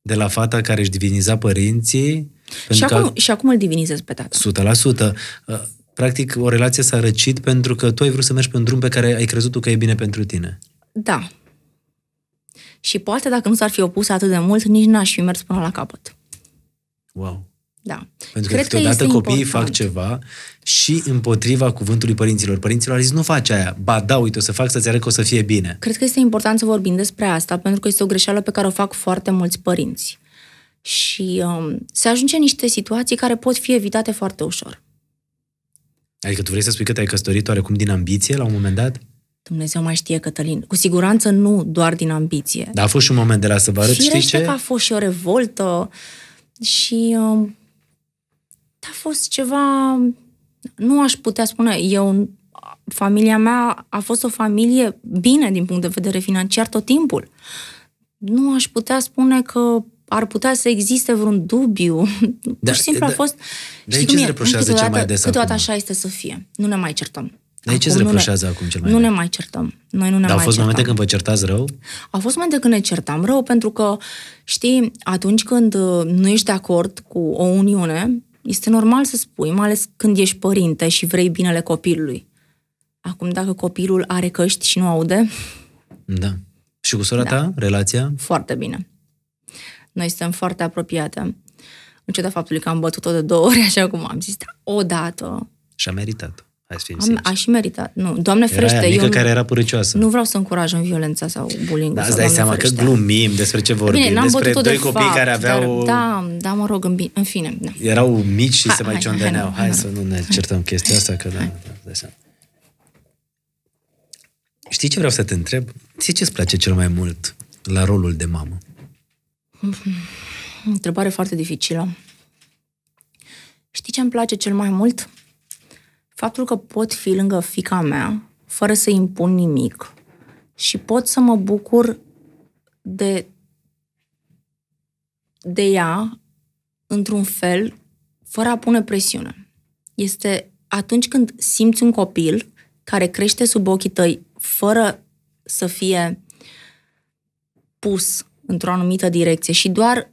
[SPEAKER 1] de la fata care își diviniza părinții
[SPEAKER 2] Și
[SPEAKER 1] pentru că
[SPEAKER 2] acum, și acum îl divinizez pe tata.
[SPEAKER 1] 100%. Uh, Practic, o relație s-a răcit pentru că tu ai vrut să mergi pe un drum pe care ai crezut tu că e bine pentru tine.
[SPEAKER 2] Da. Și poate dacă nu s-ar fi opus atât de mult, nici n-aș fi mers până la capăt.
[SPEAKER 1] Wow!
[SPEAKER 2] Da.
[SPEAKER 1] Pentru că câteodată
[SPEAKER 2] este
[SPEAKER 1] copiii
[SPEAKER 2] important.
[SPEAKER 1] fac ceva și împotriva cuvântului părinților. Părinților au zis, nu faci aia. Ba da, uite, o să fac să-ți arăt că o să fie bine.
[SPEAKER 2] Cred că este important să vorbim despre asta, pentru că este o greșeală pe care o fac foarte mulți părinți. Și um, se ajunge în niște situații care pot fi evitate foarte ușor.
[SPEAKER 1] Adică tu vrei să spui că te-ai căsătorit oarecum din ambiție la un moment dat?
[SPEAKER 2] Dumnezeu mai știe, Cătălin. Cu siguranță nu doar din ambiție.
[SPEAKER 1] Dar Da, a fost și un moment de la să vă arăt, știi
[SPEAKER 2] Firește
[SPEAKER 1] ce?
[SPEAKER 2] că a fost și o revoltă și um, a fost ceva, nu aș putea spune, eu, familia mea a fost o familie bine din punct de vedere financiar tot timpul. Nu aș putea spune că ar putea să existe vreun dubiu.
[SPEAKER 1] Da,
[SPEAKER 2] Da, Pur și simplu
[SPEAKER 1] da.
[SPEAKER 2] a fost...
[SPEAKER 1] Dar ce
[SPEAKER 2] știi cum
[SPEAKER 1] îți
[SPEAKER 2] e?
[SPEAKER 1] reproșează cel mai
[SPEAKER 2] Câteodată-
[SPEAKER 1] des
[SPEAKER 2] Câteodată
[SPEAKER 1] acum?
[SPEAKER 2] așa este să fie. Nu ne mai certăm.
[SPEAKER 1] Dar ce îți
[SPEAKER 2] Acum nu ne-
[SPEAKER 1] reproșează acum cel mai
[SPEAKER 2] Nu
[SPEAKER 1] des?
[SPEAKER 2] ne mai certăm. Noi nu
[SPEAKER 1] Dar
[SPEAKER 2] ne mai
[SPEAKER 1] Da, au fost
[SPEAKER 2] certăm.
[SPEAKER 1] momente când vă certați rău?
[SPEAKER 2] Au fost momente când ne certam rău, pentru că, știi, atunci când uh, nu ești de acord cu o uniune, este normal să spui, mai ales când ești părinte și vrei binele copilului. Acum, dacă copilul are căști și nu aude,
[SPEAKER 1] Da. Și cu sora da. ta? Relația?
[SPEAKER 2] foarte bine. Noi suntem foarte apropiate. În ciuda faptului că am bătut-o de două ori, așa cum am zis, dar odată
[SPEAKER 1] Și-a meritat. Hai să fim
[SPEAKER 2] am,
[SPEAKER 1] sinceri.
[SPEAKER 2] a și meritat. Nu, Doamne
[SPEAKER 1] Era
[SPEAKER 2] ferește,
[SPEAKER 1] aia mică
[SPEAKER 2] eu
[SPEAKER 1] care era puricioasă.
[SPEAKER 2] nu vreau să încurajăm violența sau bullying
[SPEAKER 1] Da,
[SPEAKER 2] sau
[SPEAKER 1] îți dai
[SPEAKER 2] Doamne
[SPEAKER 1] seama
[SPEAKER 2] ferește.
[SPEAKER 1] că glumim despre ce vorbim,
[SPEAKER 2] Bine, n-am
[SPEAKER 1] despre
[SPEAKER 2] bătut-o
[SPEAKER 1] doi
[SPEAKER 2] de
[SPEAKER 1] copii
[SPEAKER 2] fapt,
[SPEAKER 1] care aveau...
[SPEAKER 2] Dar, da, da, mă rog, în, bine, în fine, da.
[SPEAKER 1] Erau mici și
[SPEAKER 2] Hai,
[SPEAKER 1] se mai
[SPEAKER 2] hai, hai,
[SPEAKER 1] ciondeneau.
[SPEAKER 2] hai,
[SPEAKER 1] Hai, să nu ne certăm chestia asta, că da, da, îți dai seama. Știi ce vreau să te întreb? Ție ce-ți place cel mai mult la rolul de mamă?
[SPEAKER 2] Întrebare foarte dificilă. Știi ce îmi place cel mai mult? Faptul că pot fi lângă fica mea, fără să impun nimic și pot să mă bucur de, de ea într-un fel, fără a pune presiune. Este atunci când simți un copil care crește sub ochii tăi fără să fie pus într-o anumită direcție și doar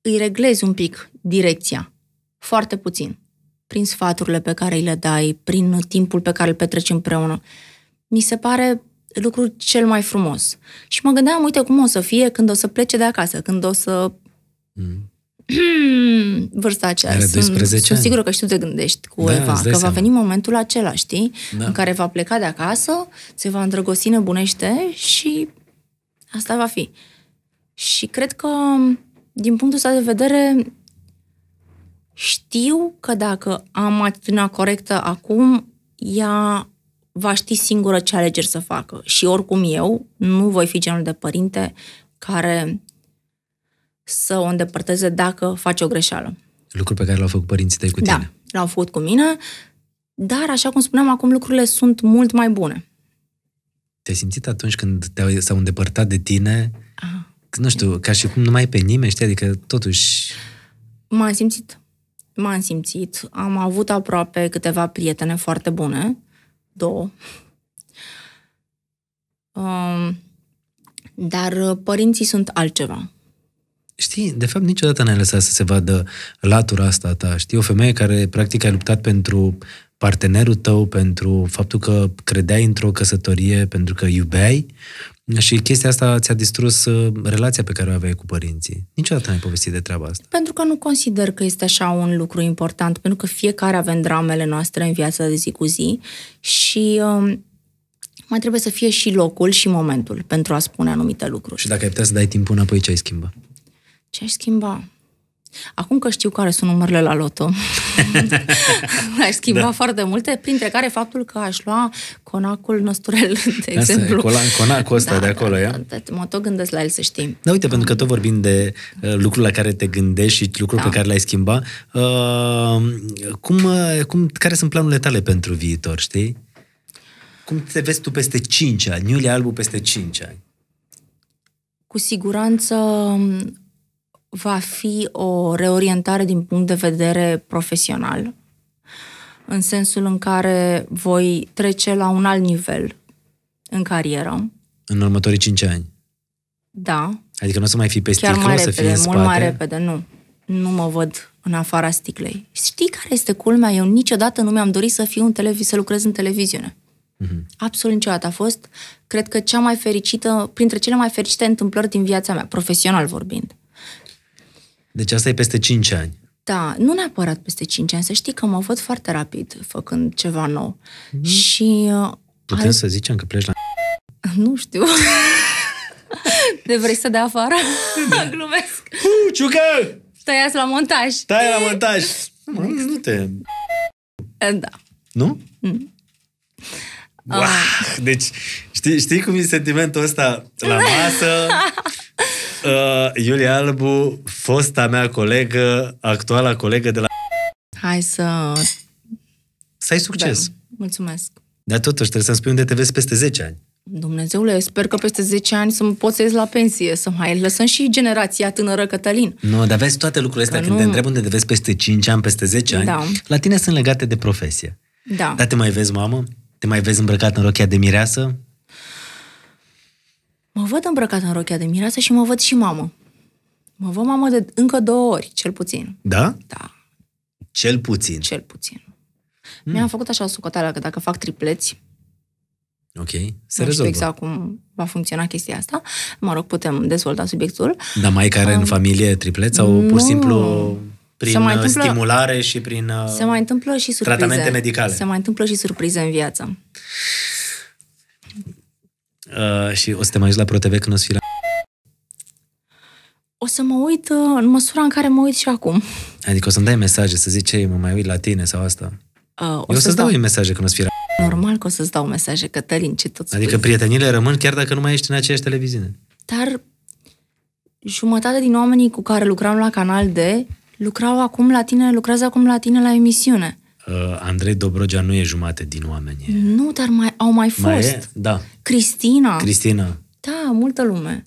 [SPEAKER 2] îi reglezi un pic direcția. Foarte puțin. Prin sfaturile pe care îi le dai, prin timpul pe care îl petreci împreună. Mi se pare lucru cel mai frumos. Și mă gândeam, uite cum o să fie când o să plece de acasă, când o să... Mm. Vârsta aceea.
[SPEAKER 1] Are 12
[SPEAKER 2] sunt, sunt
[SPEAKER 1] ani.
[SPEAKER 2] sigură că și tu te gândești cu
[SPEAKER 1] Da,
[SPEAKER 2] Eva,
[SPEAKER 1] îți
[SPEAKER 2] că
[SPEAKER 1] dai
[SPEAKER 2] va
[SPEAKER 1] seama.
[SPEAKER 2] veni momentul acela, știi?
[SPEAKER 1] Da.
[SPEAKER 2] În care va pleca de acasă, se va îndrăgosti nebunește și asta va fi. Și cred că, din punctul ăsta de vedere, știu că dacă am atitudinea corectă acum, ea va ști singură ce alegeri să facă. Și oricum eu nu voi fi genul de părinte care să o îndepărteze dacă face o greșeală.
[SPEAKER 1] Lucruri pe care l-au făcut părinții tăi cu tine.
[SPEAKER 2] Da, l-au făcut cu mine, dar așa cum spuneam, acum lucrurile sunt mult mai bune.
[SPEAKER 1] Te-ai simțit atunci când te-au, s-au îndepărtat de tine? Nu știu, ca și cum nu mai e pe nimeni, știi? Adică totuși...
[SPEAKER 2] M-am simțit. M-am simțit. Am avut aproape câteva prietene foarte bune. Două. Um, dar uh, părinții sunt altceva.
[SPEAKER 1] Știi, de fapt niciodată n-ai lăsat să se vadă latura asta a ta. Știi, o femeie care practic a luptat pentru partenerul tău, pentru faptul că credeai într-o căsătorie, pentru că iubeai și chestia asta ți-a distrus uh, relația pe care o aveai cu părinții. Niciodată n-ai povestit de treaba asta.
[SPEAKER 2] Pentru că nu consider că este așa un lucru important, pentru că fiecare avem dramele noastre în viața de zi cu zi și um, mai trebuie să fie și locul și momentul pentru a spune anumite lucruri.
[SPEAKER 1] Și dacă ai putea să dai timpul înapoi, ce ai schimba?
[SPEAKER 2] Ce aș schimba? Acum că știu care sunt numărele la loto, aș schimba da. foarte multe, printre care faptul că aș lua conacul Năsturel, de
[SPEAKER 1] Asta e,
[SPEAKER 2] exemplu.
[SPEAKER 1] colan- conacul ăsta de acolo, ia?
[SPEAKER 2] da, da, da, mă tot gândesc la el, să știi.
[SPEAKER 1] Da, uite, pentru că tot vorbim de uh, lucruri la care te gândești și lucruri da.
[SPEAKER 2] Da.
[SPEAKER 1] pe care le-ai schimba, uh, cum, uh, cum, care sunt planurile tale pentru viitor, știi? Cum te vezi tu peste 5 ani, Iulia Albu peste 5 ani?
[SPEAKER 2] Cu siguranță m, va fi o reorientare din punct de vedere profesional, în sensul în care voi trece la un alt nivel în carieră.
[SPEAKER 1] În următorii 5 ani?
[SPEAKER 2] Da,
[SPEAKER 1] Adică nu o să mai fii pe
[SPEAKER 2] Chiar
[SPEAKER 1] sticlă,
[SPEAKER 2] mai
[SPEAKER 1] o să fii
[SPEAKER 2] repede,
[SPEAKER 1] în
[SPEAKER 2] mult
[SPEAKER 1] spate?
[SPEAKER 2] mai repede, nu. Nu mă văd în afara sticlei. Știi care este culmea? Eu niciodată nu mi-am dorit să fiu în televiz- să lucrez în televiziune.
[SPEAKER 1] Mhm.
[SPEAKER 2] Absolut niciodată. A fost, cred că, cea mai fericită, printre cele mai fericite întâmplări din viața mea, profesional vorbind.
[SPEAKER 1] Deci asta e peste 5 ani.
[SPEAKER 2] Da, nu neapărat peste 5 ani, să știi că mă văd foarte rapid făcând ceva nou.
[SPEAKER 1] Mhm.
[SPEAKER 2] Și uh,
[SPEAKER 1] Putem să zicem că pleci la...
[SPEAKER 2] nu știu. De vrei să dea afară? Glumesc.
[SPEAKER 1] Uh, ciucă!
[SPEAKER 2] Tăiați la montaj.
[SPEAKER 1] Stai la montaj! Nu, mă, nu te...
[SPEAKER 2] Da.
[SPEAKER 1] Nu?
[SPEAKER 2] Mm.
[SPEAKER 1] Wow! Deci, știi, știi cum e sentimentul ăsta la masă? Uh, Iulia Albu, fosta mea colegă, actuala colegă de la...
[SPEAKER 2] Hai să...
[SPEAKER 1] Să ai succes!
[SPEAKER 2] Da, mulțumesc.
[SPEAKER 1] Dar totuși trebuie să-mi spui unde te vezi peste 10 ani.
[SPEAKER 2] Dumnezeule, sper că peste 10 ani să mă pot să ies la pensie, să mai lăsăm și generația tânără Cătălin.
[SPEAKER 1] Nu, dar vezi toate lucrurile astea.
[SPEAKER 2] Că
[SPEAKER 1] Când
[SPEAKER 2] nu-
[SPEAKER 1] te întreb unde te vezi peste 5 ani, peste 10 ani,
[SPEAKER 2] Da.
[SPEAKER 1] la tine sunt legate de profesie.
[SPEAKER 2] Da.
[SPEAKER 1] Dar te mai vezi mamă? Te mai vezi îmbrăcat în rochia de mireasă?
[SPEAKER 2] Mă văd îmbrăcată în rochea de mireasă și mă văd și mamă. Mă văd mamă de încă două ori, cel puțin.
[SPEAKER 1] Da?
[SPEAKER 2] Da,
[SPEAKER 1] Cel puțin.
[SPEAKER 2] cel puțin.
[SPEAKER 1] Hmm.
[SPEAKER 2] Mm. Mi-am făcut așa o sucoteală că dacă fac tripleți,
[SPEAKER 1] Ok, se
[SPEAKER 2] nu știu
[SPEAKER 1] rezolvă.
[SPEAKER 2] exact cum va funcționa chestia asta, mă rog, putem dezvolta subiectul,
[SPEAKER 1] Dar Da, mai care în familie triplet sau pur și
[SPEAKER 2] nu.
[SPEAKER 1] simplu prin
[SPEAKER 2] Se mai
[SPEAKER 1] uh,
[SPEAKER 2] întâmplă-
[SPEAKER 1] stimulare și prin... uh,
[SPEAKER 2] se mai întâmplă și surprize.
[SPEAKER 1] Tratamente medicale.
[SPEAKER 2] Se mai întâmplă și surprize în viață.
[SPEAKER 1] uh, și o să te mai uiți la ProTV când o să fii la...
[SPEAKER 2] O să mă uit uh, în măsura în care mă uit și acum. Uh,
[SPEAKER 1] Adică o să-mi dai mesaje să zici, ei, mă mai uit la tine sau asta.
[SPEAKER 2] Uh,
[SPEAKER 1] O Eu o să-ți dau eu mesaje când o să fii la...
[SPEAKER 2] Normal că o să-ți dau mesaje, Cătălin, ce tot spui.
[SPEAKER 1] Adică prietenile rămân chiar dacă nu mai ești în aceeași televiziune.
[SPEAKER 2] Dar jumătate din oamenii cu care lucram la Canal D lucrau acum la tine, lucrează acum la tine la emisiune.
[SPEAKER 1] Uh, Andrei Dobrogea nu e jumate din oameni. e.
[SPEAKER 2] Nu, dar mai, au mai fost.
[SPEAKER 1] Mai e? Da.
[SPEAKER 2] Cristina.
[SPEAKER 1] Cristina.
[SPEAKER 2] da, multă lume.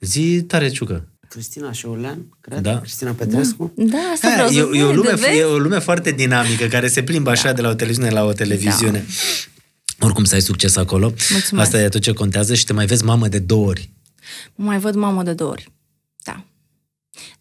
[SPEAKER 1] Zi tare ciucă.
[SPEAKER 3] Cristina Șeulean, cred?
[SPEAKER 1] Da.
[SPEAKER 3] Cristina Petrescu?
[SPEAKER 2] Da, asta
[SPEAKER 1] Ha,
[SPEAKER 2] vreau
[SPEAKER 1] e,
[SPEAKER 2] să spun.
[SPEAKER 1] e, o lume,
[SPEAKER 2] de vezi? Da.
[SPEAKER 1] e o lume foarte dinamică care se plimbă așa de la o televiziune la o televiziune. Oricum să ai succes acolo.
[SPEAKER 2] Mulțumesc.
[SPEAKER 1] Asta e tot ce contează și te mai vezi mamă de două ori.
[SPEAKER 2] Mă mai văd mamă de două ori. Da.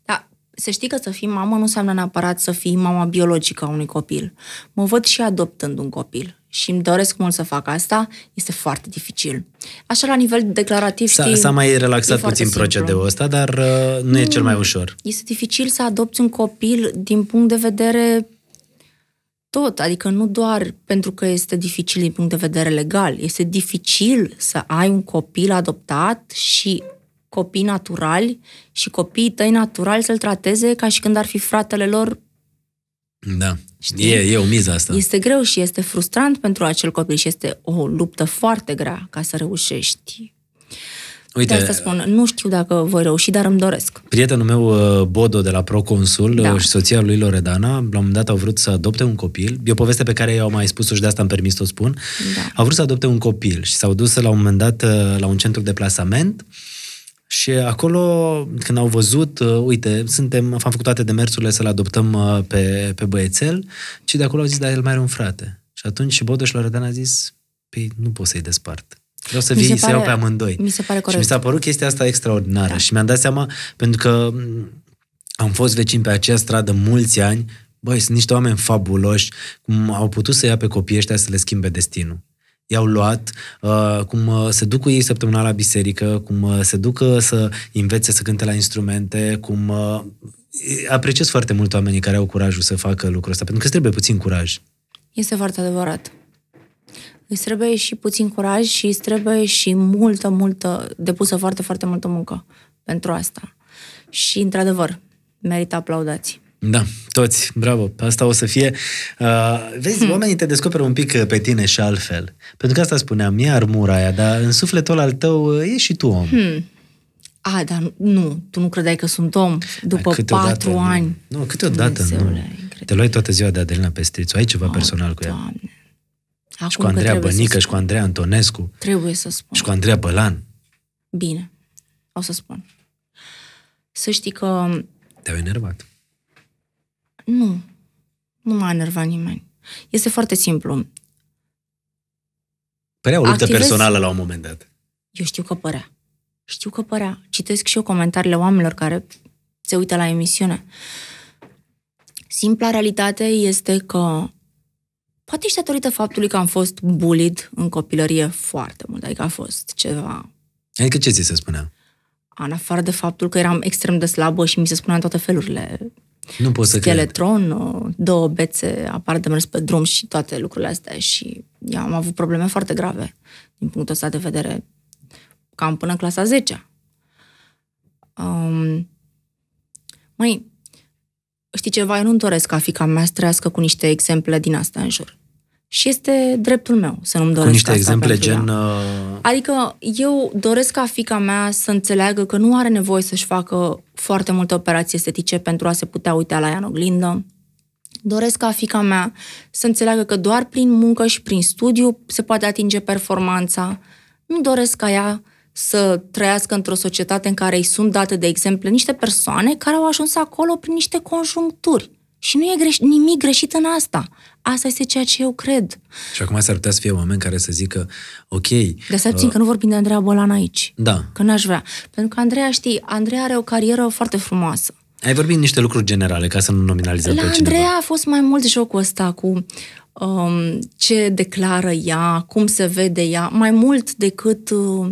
[SPEAKER 2] Da, să știi că să fii mamă nu înseamnă neapărat să fii mama biologică a unui copil. Mă văd și adoptând un copil și îmi doresc mult să fac asta, este foarte dificil. Așa la nivel declarativ,
[SPEAKER 1] S-a,
[SPEAKER 2] știi,
[SPEAKER 1] s-a mai
[SPEAKER 2] e
[SPEAKER 1] relaxat
[SPEAKER 2] foarte
[SPEAKER 1] puțin
[SPEAKER 2] simplu. Mm.
[SPEAKER 1] procedeul ăsta, dar uh, nu e cel mai ușor.
[SPEAKER 2] Este dificil să adopți un copil din punct de vedere tot, adică nu doar pentru că este dificil din punct de vedere legal, este dificil să ai un copil adoptat și copii naturali și copiii tăi naturali să-l trateze ca și când ar fi fratele lor
[SPEAKER 1] Da.
[SPEAKER 2] Știi?
[SPEAKER 1] E, e o miză asta.
[SPEAKER 2] Este greu și este frustrant pentru acel copil și este o luptă foarte grea ca să reușești. Uite, de
[SPEAKER 1] Uite,
[SPEAKER 2] asta spun, nu știu dacă voi reuși, dar îmi doresc.
[SPEAKER 1] prietenul meu uh, Bodo de la Proconsul
[SPEAKER 2] Da.
[SPEAKER 1] da. și soția lui Loredana, la un moment dat au vrut să adopte un copil. E o poveste pe care eu am mai spus-o și de asta am permis să o spun.
[SPEAKER 2] Da.
[SPEAKER 1] Au vrut să adopte un copil și s-au dus la un moment dat uh, la un centru de plasament și acolo, când au văzut, uh, uite, suntem, am făcut toate demersurile să-l adoptăm uh, pe, pe băiețel, și de acolo au zis, dar el mai are un frate. Și atunci și Bodo și Loredana a zis, păi nu pot să-i despart. Vreau să
[SPEAKER 2] Mi se
[SPEAKER 1] vii, să
[SPEAKER 2] pare-
[SPEAKER 1] iau pe amândoi.
[SPEAKER 2] mi se pare
[SPEAKER 1] Și mi
[SPEAKER 2] corect.
[SPEAKER 1] s-a părut chestia asta extraordinară da. și mi-am dat seama, pentru că m, am fost vecin pe acea stradă mulți ani, băi, sunt niște oameni fabuloși, cum au putut să ia pe copiii ăștia să le schimbe destinul. I-au luat, uh, cum uh, se duc cu ei săptămâna la biserică, cum uh, se duc uh, să învețe să cânte la instrumente, cum... uh, e- Apreciez foarte mult oamenii care au curajul să facă lucrul ăsta, pentru că îți trebuie puțin curaj.
[SPEAKER 2] Este foarte adevărat. Îți trebuie și puțin curaj și îți trebuie și multă, multă, depusă foarte, foarte multă muncă pentru asta. Și, într-adevăr, merită aplaudați.
[SPEAKER 1] Da, toți, bravo, asta o să fie. Uh, vezi, hmm. oamenii te descoperă un pic uh, pe tine și altfel. Pentru că asta spuneam, e armura aia, dar în sufletul al tău uh, e și tu om. Hmm,
[SPEAKER 2] A, dar nu, tu nu credeai că sunt om după patru ani.
[SPEAKER 1] Nu, nu câteodată nu.
[SPEAKER 2] Dumnezeule, incredibil.
[SPEAKER 1] Te luai toată ziua de Adelina Pestrițu, ai ceva oh, personal cu ea.
[SPEAKER 2] Doamne. Acum
[SPEAKER 1] Și cu Andreea
[SPEAKER 2] că trebuie
[SPEAKER 1] Bănică
[SPEAKER 2] să
[SPEAKER 1] și cu Andreea Antonescu
[SPEAKER 2] Trebuie să spun.
[SPEAKER 1] și cu Andreea Bălan.
[SPEAKER 2] Bine, o să spun. Să știi că
[SPEAKER 1] Te-au enervat.
[SPEAKER 2] nu, nu m-a enervat nimeni. Este foarte simplu.
[SPEAKER 1] Părea o luptă
[SPEAKER 2] Activezi-
[SPEAKER 1] personală la un moment dat.
[SPEAKER 2] Eu știu că părea. Știu că părea. Citesc și eu comentariile oamenilor care se uită la emisiune. Simpla realitate este că poate și datorită faptului că am fost bullied în copilărie foarte mult, adică a fost ceva
[SPEAKER 1] Adică ce ți se spunea?
[SPEAKER 2] în afară de faptul că eram extrem de slabă și mi se spunea în toate felurile
[SPEAKER 1] Nu pot să cred.
[SPEAKER 2] Scheletron, uh, două bețe, apar de mers pe drum și toate lucrurile astea și eu am avut probleme foarte grave din punctul ăsta de vedere, cam până în clasa 10 um, Măi, știi ceva, eu nu-mi doresc ca fica mea să trăiască cu niște exemple din asta în jur. Și este dreptul meu să nu-mi doresc
[SPEAKER 1] Cu niște
[SPEAKER 2] asta
[SPEAKER 1] exemple
[SPEAKER 2] pentru ea.
[SPEAKER 1] gen... Uh,
[SPEAKER 2] Adică eu doresc ca fica mea să înțeleagă că nu are nevoie să-și facă foarte multe operații estetice pentru a se putea uita la ea în oglindă. Doresc ca fica mea să înțeleagă că doar prin muncă și prin studiu se poate atinge performanța. Nu doresc ca ea să trăiască într-o societate în care îi sunt date de exemple niște persoane care au ajuns acolo prin niște conjuncturi. Și nu e greș- nimic greșit în asta. Asta este ceea ce eu cred.
[SPEAKER 1] și acum s-ar putea să fie oameni care să zică, ok,
[SPEAKER 2] De să țin că nu vorbim de Andreea Bolan aici.
[SPEAKER 1] da,
[SPEAKER 2] Că n-aș vrea. Pentru că Andreea, știi, Andreea are o carieră foarte frumoasă.
[SPEAKER 1] Ai vorbit niște lucruri generale, ca să nu nominalizăm
[SPEAKER 2] La
[SPEAKER 1] pe cineva.
[SPEAKER 2] Andreea a fost mai mult jocul ăsta cu um, ce declară ea, cum se vede ea, mai mult decât uh,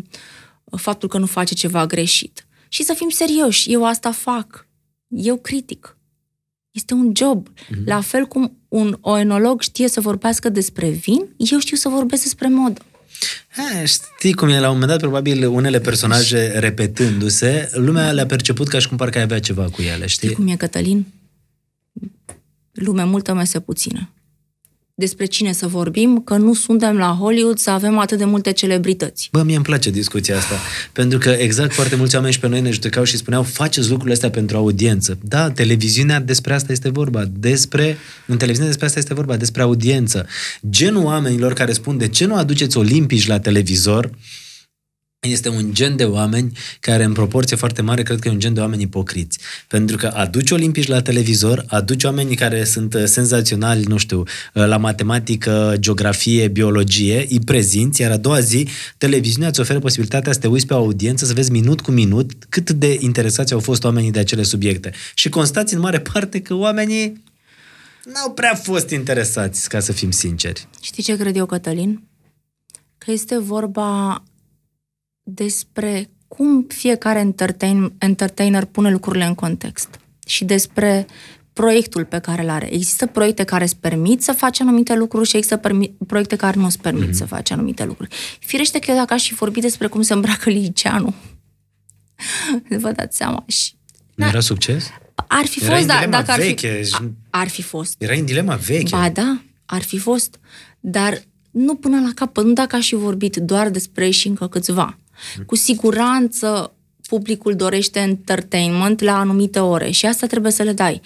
[SPEAKER 2] faptul că nu face ceva greșit. Și să fim serioși, eu asta fac. Eu critic. Este un job. Mm-hmm. La fel cum un oenolog știe să vorbească despre vin, eu știu să vorbesc despre modă.
[SPEAKER 1] Ha, știi cum e, la un moment dat, probabil, unele personaje repetându-se, lumea le-a perceput ca și cum parcă ai avea ceva cu ele,
[SPEAKER 2] Știi
[SPEAKER 1] știi?
[SPEAKER 2] cum e, Cătălin? Lume multă, mese puțină. Despre cine să vorbim, că nu suntem la Hollywood să avem atât de multe celebrități.
[SPEAKER 1] Bă, mie îmi place discuția asta, pentru că exact foarte mulți oameni și pe noi ne judecau și spuneau, faceți lucrurile astea pentru audiență. Da, televiziunea despre asta este vorba, despre, în televiziune despre asta este vorba, despre audiență. Genul oamenilor care spun, de ce nu aduceți olimpici la televizor, este un gen de oameni care, în proporție foarte mare, cred că e un gen de oameni ipocriți. Pentru că aduci olimpici la televizor, aduci oamenii care sunt uh, senzaționali, nu știu, uh, la matematică, geografie, biologie, îi prezinți, iar a doua zi televiziunea îți oferă posibilitatea să te uiți pe o audiență, să vezi minut cu minut cât de interesați au fost oamenii de acele subiecte. Și constați în mare parte că oamenii n-au prea fost interesați, ca să fim sinceri.
[SPEAKER 2] Știi ce cred eu, Cătălin? Că este vorba despre cum fiecare entertain, entertainer pune lucrurile în context și despre proiectul pe care îl are. Există proiecte care îți permit să faci anumite lucruri și există permi- proiecte care nu îți permit
[SPEAKER 1] Mhm.
[SPEAKER 2] mm-hmm. să faci anumite lucruri. Firește că eu dacă aș fi vorbit despre cum se îmbracă Liceanu, vă dați seama. Și
[SPEAKER 1] Nu era succes?
[SPEAKER 2] ar fi
[SPEAKER 1] Era
[SPEAKER 2] fost,
[SPEAKER 1] în
[SPEAKER 2] da,
[SPEAKER 1] dilema
[SPEAKER 2] dacă ar fi,
[SPEAKER 1] veche și-
[SPEAKER 2] a- ar fi fost.
[SPEAKER 1] Era în dilema veche.
[SPEAKER 2] Ba da, ar fi fost. Dar nu până la capăt, nu dacă aș fi vorbit doar despre ei și încă câțiva. Cu siguranță publicul dorește entertainment la anumite ore și asta trebuie să le dai.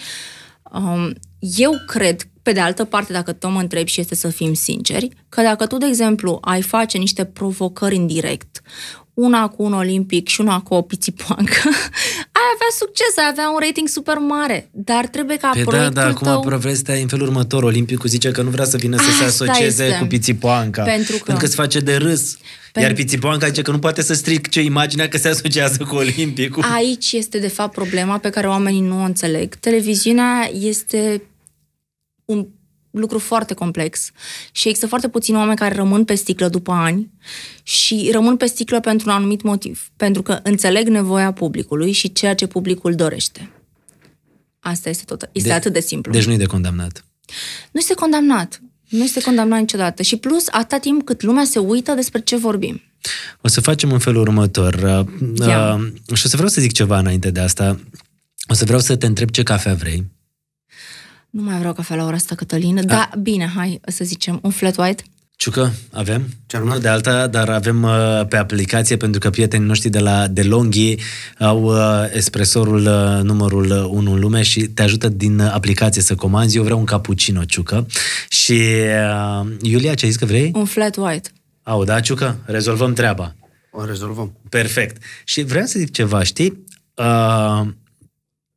[SPEAKER 2] Um, eu cred, pe de altă parte, dacă tot mă întreb și este să fim sinceri, că dacă tu, de exemplu, ai face niște provocări în direct, una cu un olimpic și una cu o pițipoancă, ai avea succes, ai avea un rating super mare, dar trebuie ca
[SPEAKER 1] Pe da,
[SPEAKER 2] proiectul
[SPEAKER 1] da, acum
[SPEAKER 2] tău...
[SPEAKER 1] povestea e în felul următor. Olimpicul zice că nu vrea să vină să se
[SPEAKER 2] Asta
[SPEAKER 1] asocieze
[SPEAKER 2] este.
[SPEAKER 1] cu Pițipoanca.
[SPEAKER 2] Pentru că-
[SPEAKER 1] Pentru că se face de râs.
[SPEAKER 2] Pen-
[SPEAKER 1] Iar Pițipoanca zice că nu poate să strice imaginea că se asociază cu Olimpicul.
[SPEAKER 2] Aici este, de fapt, problema pe care oamenii nu o înțeleg. Televiziunea este un lucru foarte complex și există foarte puțini oameni care rămân pe sticlă după ani și rămân pe sticlă pentru un anumit motiv, pentru că înțeleg nevoia publicului și ceea ce publicul dorește. Asta este tot. Este
[SPEAKER 1] De-
[SPEAKER 2] de, atât de simplu.
[SPEAKER 1] Deci nu e de condamnat.
[SPEAKER 2] Nu este condamnat. Nu este condamnat niciodată. Și plus, atâta timp cât lumea se uită despre ce vorbim.
[SPEAKER 1] O să facem în felul următor. Uh,
[SPEAKER 2] Ia.
[SPEAKER 1] uh, și o să vreau să zic ceva înainte de asta. O să vreau să te întreb ce cafea vrei.
[SPEAKER 2] Nu mai vreau cafea la ora asta, Cătălin. Da, bine, hai să zicem un flat white.
[SPEAKER 1] Ciucă, avem?
[SPEAKER 3] Ce-am
[SPEAKER 1] Nu
[SPEAKER 3] luat?
[SPEAKER 1] de alta, dar avem uh, pe aplicație, pentru că prietenii noștri de la DeLonghi au uh, espresorul uh, numărul uh, 1 în lume și te ajută din uh, aplicație să comanzi. Eu vreau un cappuccino, Ciucă. Și uh, Iulia, ce ai zis că vrei?
[SPEAKER 2] Un flat white.
[SPEAKER 1] Au, da, Ciucă? Rezolvăm treaba.
[SPEAKER 3] O rezolvăm.
[SPEAKER 1] Perfect. Și vreau să zic ceva, știi? Uh,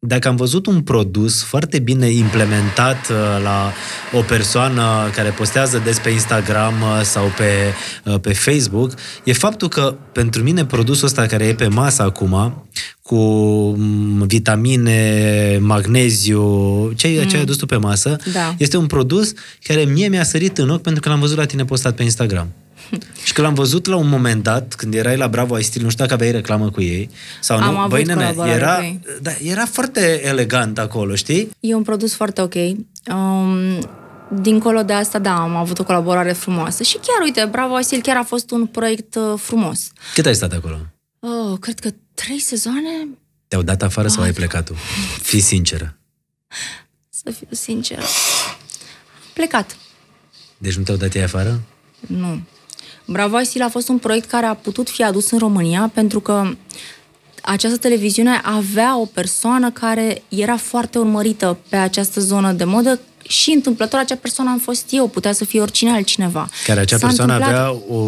[SPEAKER 1] dacă am văzut un produs foarte bine implementat uh, la o persoană care postează des pe Instagram uh, sau pe, uh, pe Facebook, e faptul că pentru mine produsul ăsta care e pe masă acum, cu mm, vitamine, magneziu, ce, mm. ce ai adus tu pe masă,
[SPEAKER 2] Da.
[SPEAKER 1] este un produs care mie mi-a sărit în ochi pentru că l-am văzut la tine postat pe Instagram. Și că l-am văzut la un moment dat, când erai la Bravo ai Stil, nu știu dacă aveai reclamă cu ei sau
[SPEAKER 2] Am
[SPEAKER 1] nu.
[SPEAKER 2] avut
[SPEAKER 1] Băi, nene,
[SPEAKER 2] colaborare
[SPEAKER 1] era,
[SPEAKER 2] cu ei.
[SPEAKER 1] da, era foarte elegant acolo, știi?
[SPEAKER 2] E un produs foarte ok. Um, dincolo de asta, da, am avut o colaborare frumoasă. Și chiar, uite, Bravo Asil chiar a fost un proiect uh, frumos.
[SPEAKER 1] Cât ai stat acolo?
[SPEAKER 2] Oh, cred că trei sezoane,
[SPEAKER 1] Te-au dat afară sau ai plecat tu? Fii sinceră.
[SPEAKER 2] să fiu sincer. Am plecat.
[SPEAKER 1] Deci nu te-au dat ei afară?
[SPEAKER 2] Nu. Bravo Asil a fost un proiect care a putut fi adus în România pentru că această televiziune avea o persoană care era foarte urmărită pe această zonă de modă și întâmplător acea persoană am fost eu, putea să fie oricine altcineva.
[SPEAKER 1] Care acea
[SPEAKER 2] S-a
[SPEAKER 1] persoană
[SPEAKER 2] întâmplat-
[SPEAKER 1] avea o